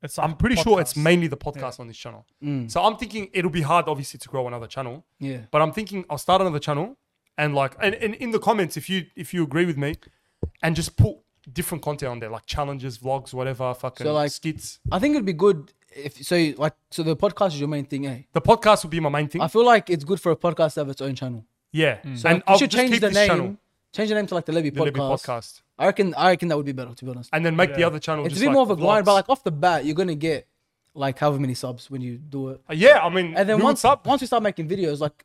Speaker 1: It's
Speaker 2: I'm
Speaker 1: like
Speaker 2: pretty sure it's
Speaker 1: podcasts.
Speaker 2: mainly the podcast on this channel. So I'm thinking it'll be hard, obviously, to grow another channel.
Speaker 3: Hmm. Yeah.
Speaker 2: But I'm thinking I'll start another channel and like and, and in the comments if you if you agree with me, and just put different content on there like challenges, vlogs, whatever, fucking
Speaker 3: So, like-
Speaker 2: skits.
Speaker 3: I think it'd be good if so. Like, so the podcast is your main thing, eh?
Speaker 2: The podcast will be my main thing.
Speaker 3: I feel like it's good for a podcast to have its own channel.
Speaker 2: yeah,
Speaker 3: So
Speaker 2: and
Speaker 3: like,
Speaker 2: I'll
Speaker 3: you should
Speaker 2: just
Speaker 3: change
Speaker 2: keep
Speaker 3: the
Speaker 2: this
Speaker 3: name.
Speaker 2: channel,
Speaker 3: Change the name to like the Levy
Speaker 2: the
Speaker 3: podcast.
Speaker 2: Libby Podcast,
Speaker 3: I reckon. I reckon that would be better, to be honest.
Speaker 2: and then make the
Speaker 1: Yeah.
Speaker 2: other channel.
Speaker 3: it's a
Speaker 2: just
Speaker 3: bit
Speaker 2: like
Speaker 3: more of a grind, but
Speaker 2: vlogs.
Speaker 3: like off the bat, you're gonna get like however many subs when you do it.
Speaker 2: Uh, yeah, I mean,
Speaker 3: And then once
Speaker 2: up,
Speaker 3: once we start making videos, like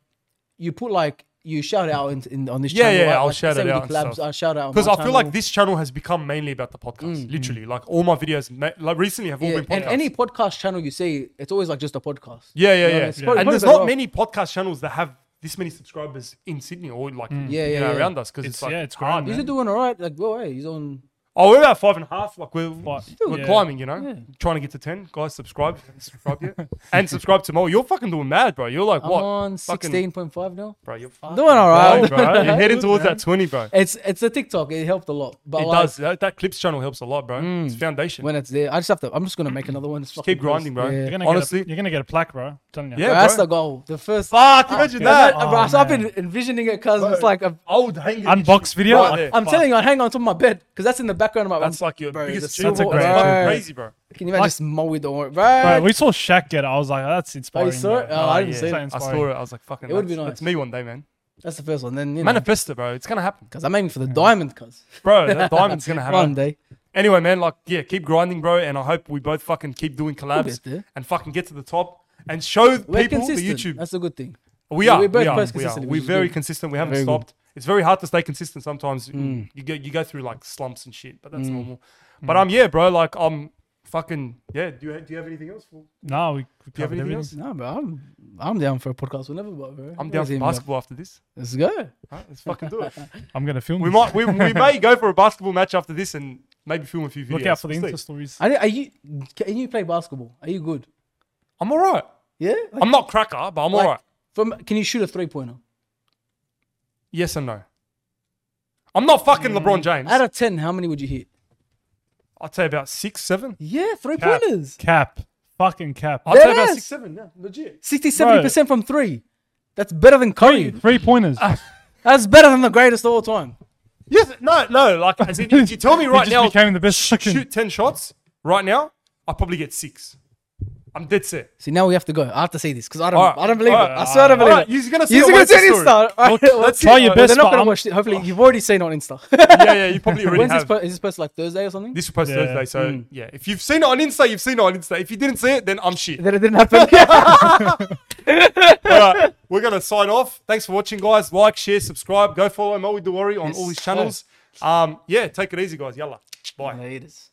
Speaker 3: you put like you shout out in, in on this
Speaker 2: Yeah,
Speaker 3: channel.
Speaker 2: yeah,
Speaker 3: like,
Speaker 2: I'll
Speaker 3: like,
Speaker 2: shout
Speaker 3: say
Speaker 2: it
Speaker 3: we do
Speaker 2: out and
Speaker 3: collabs,
Speaker 2: stuff.
Speaker 3: I'll shout out on
Speaker 2: because
Speaker 3: my
Speaker 2: I feel like
Speaker 3: channel. Mm,
Speaker 2: this channel has become mainly about the podcast. literally, like all my videos, ma- like recently, have all
Speaker 3: Yeah,
Speaker 2: been podcasts.
Speaker 3: and any podcast channel you see, it's always like just a podcast.
Speaker 2: Yeah, yeah,
Speaker 3: You know,
Speaker 2: yeah.
Speaker 3: it's probably-
Speaker 2: And
Speaker 3: probably
Speaker 2: there's
Speaker 3: better
Speaker 2: not
Speaker 3: off.
Speaker 2: many podcast channels that have this many subscribers in Sydney or like
Speaker 3: Mm. Yeah,
Speaker 2: you
Speaker 3: yeah,
Speaker 2: know,
Speaker 3: yeah.
Speaker 2: around us because it's,
Speaker 1: It's-
Speaker 2: like
Speaker 1: yeah, it's
Speaker 2: hard.
Speaker 1: grand,
Speaker 3: He's
Speaker 1: man.
Speaker 3: doing all right. Like, well, hey, he's on.
Speaker 2: Oh, we're about five and a half. Like we're, we're
Speaker 1: yeah.
Speaker 2: climbing, you know, trying to get to ten. Guys, subscribe, subscribe yet, and subscribe to more. You're fucking doing mad, bro. You're like
Speaker 3: I'm
Speaker 2: what? Fucking-
Speaker 3: on sixteen point five now.
Speaker 2: bro. You're
Speaker 3: I'm
Speaker 2: fucking
Speaker 3: doing all
Speaker 2: wild,
Speaker 3: right.
Speaker 2: bro. You're heading towards that twenty, bro. It
Speaker 3: it's it's a TikTok. It helped a lot, but like, Mm.
Speaker 2: does. That, that clips channel helps a lot, bro. It's foundation.
Speaker 3: when it's there, I just have to. I'm just gonna make another one. It's fucking
Speaker 2: keep grinding,
Speaker 3: gross.
Speaker 2: bro.
Speaker 3: Yeah.
Speaker 1: You're gonna
Speaker 2: Honestly,
Speaker 1: get a, you're gonna get a plaque, bro. I'm telling you.
Speaker 2: Yeah.
Speaker 3: Bro, that's
Speaker 2: bro.
Speaker 3: the goal. The first.
Speaker 2: fuck. Imagine
Speaker 3: Yeah,
Speaker 2: that.
Speaker 3: no, bro,
Speaker 1: Oh,
Speaker 3: so I've
Speaker 1: man.
Speaker 3: been envisioning it because it's like a,
Speaker 2: I would hang this
Speaker 1: Unbox video.
Speaker 2: Right
Speaker 1: like,
Speaker 2: there.
Speaker 3: I'm telling you, I hang on top of my bed because that's in the background of my.
Speaker 2: That's like your
Speaker 3: Bro,
Speaker 2: biggest
Speaker 3: the
Speaker 2: achievement.
Speaker 1: That's a
Speaker 2: That's
Speaker 1: great-
Speaker 2: fucking
Speaker 3: Bro.
Speaker 2: crazy, bro.
Speaker 3: Can you imagine just mowing the orange? Right.
Speaker 1: Bro, we saw Shaq get it. I was like, that's inspiring.
Speaker 3: saw it?
Speaker 1: bro.
Speaker 3: Oh, I didn't
Speaker 1: yeah.
Speaker 3: see
Speaker 1: So
Speaker 3: it. I
Speaker 2: I
Speaker 1: inspiring.
Speaker 2: saw it. I was like, fucking.
Speaker 3: It would be
Speaker 2: that's-
Speaker 3: nice.
Speaker 2: That's me one day, man.
Speaker 3: That's the first one. Then you know,
Speaker 2: Manifesto, bro. It's gonna happen,
Speaker 3: because I'm aiming for the diamond, cause
Speaker 2: bro. That diamond's gonna happen.
Speaker 3: one day.
Speaker 2: Anyway, man, like, yeah, keep grinding, bro. And I hope we both fucking keep doing collabs
Speaker 3: get there.
Speaker 2: and fucking get to the top and show
Speaker 3: We're
Speaker 2: people the
Speaker 3: consistent.
Speaker 2: YouTube.
Speaker 3: That's a good thing.
Speaker 2: we
Speaker 3: yeah,
Speaker 2: are.
Speaker 3: we both
Speaker 2: We are.
Speaker 3: post
Speaker 2: We are.
Speaker 3: consistently,
Speaker 2: We're
Speaker 3: which is
Speaker 2: very
Speaker 3: good.
Speaker 2: consistent. We haven't
Speaker 3: Very good. Mm.
Speaker 2: stopped. It's very hard to stay consistent sometimes. You go you go through like slumps and shit, but that's normal. But um, yeah, bro. Like, um, fucking yeah. Do you do you have anything else? Do
Speaker 1: No, we, we
Speaker 2: you have
Speaker 1: covered
Speaker 2: anything
Speaker 1: everything.
Speaker 2: else?
Speaker 3: No, bro, I'm I'm down for a podcast whenever, but bro.
Speaker 2: I'm down for basketball after this.
Speaker 3: Let's go.
Speaker 2: All right, let's fucking do it.
Speaker 1: I'm gonna film.
Speaker 2: We
Speaker 1: this.
Speaker 2: might we, we may go for a basketball match after this and maybe film a few videos.
Speaker 1: look out for the
Speaker 2: We'll see.
Speaker 1: Insta stories.
Speaker 3: Are, are you? Can you play basketball? Are you good?
Speaker 2: I'm all right.
Speaker 3: Yeah. Like,
Speaker 2: I'm not cracker, but I'm
Speaker 3: like,
Speaker 2: all right.
Speaker 3: From can you shoot a three pointer?
Speaker 2: Yes and no. I'm not fucking
Speaker 3: Mm.
Speaker 2: LeBron James.
Speaker 3: Out of ten, how many would you hit?
Speaker 2: I'd say about six, seven.
Speaker 3: Yeah, three
Speaker 2: Cap.
Speaker 3: pointers.
Speaker 1: Cap, fucking cap.
Speaker 2: I'd say about
Speaker 3: Yes.
Speaker 2: six, seven. Yeah, legit.
Speaker 3: 60 70 percent from three. That's better than Curry.
Speaker 1: Three pointers.
Speaker 3: That's better than the greatest of all time.
Speaker 2: Yes, no, no. Like, as in, if you tell me
Speaker 1: He
Speaker 2: right
Speaker 1: just
Speaker 2: now,
Speaker 1: became the best fucking-
Speaker 2: shoot ten shots right now, I probably get six. I'm dead set.
Speaker 3: See, now we have to go. I have to see this because I don't.
Speaker 2: Alright,
Speaker 3: I don't believe it.
Speaker 2: alright,
Speaker 3: I swear I don't believe
Speaker 2: alright,
Speaker 3: it.
Speaker 2: you're gonna see
Speaker 3: You're
Speaker 2: it on
Speaker 3: gonna see
Speaker 2: Insta
Speaker 3: it on
Speaker 2: story.
Speaker 3: Insta. Alright,
Speaker 2: Look,
Speaker 3: let's
Speaker 1: try
Speaker 3: see.
Speaker 1: your best,
Speaker 3: They're not
Speaker 1: but
Speaker 3: gonna
Speaker 1: I'm-
Speaker 3: watch it. Hopefully, you've already seen it on Insta.
Speaker 2: yeah, yeah. You probably already
Speaker 3: When's this
Speaker 2: have.
Speaker 3: post? Is this post like Thursday or something?
Speaker 2: this was post
Speaker 1: Yeah.
Speaker 2: Thursday, so yeah. If you've seen it on Insta, you've seen it on Insta. If you didn't see it, then I'm shit.
Speaker 3: That it didn't happen.
Speaker 2: All right, we're gonna sign off. Thanks for watching, guys. Like, share, subscribe, go follow Moe Dewari on all his channels. Um, yeah, take it easy, guys. Yalla, bye.
Speaker 3: Haters.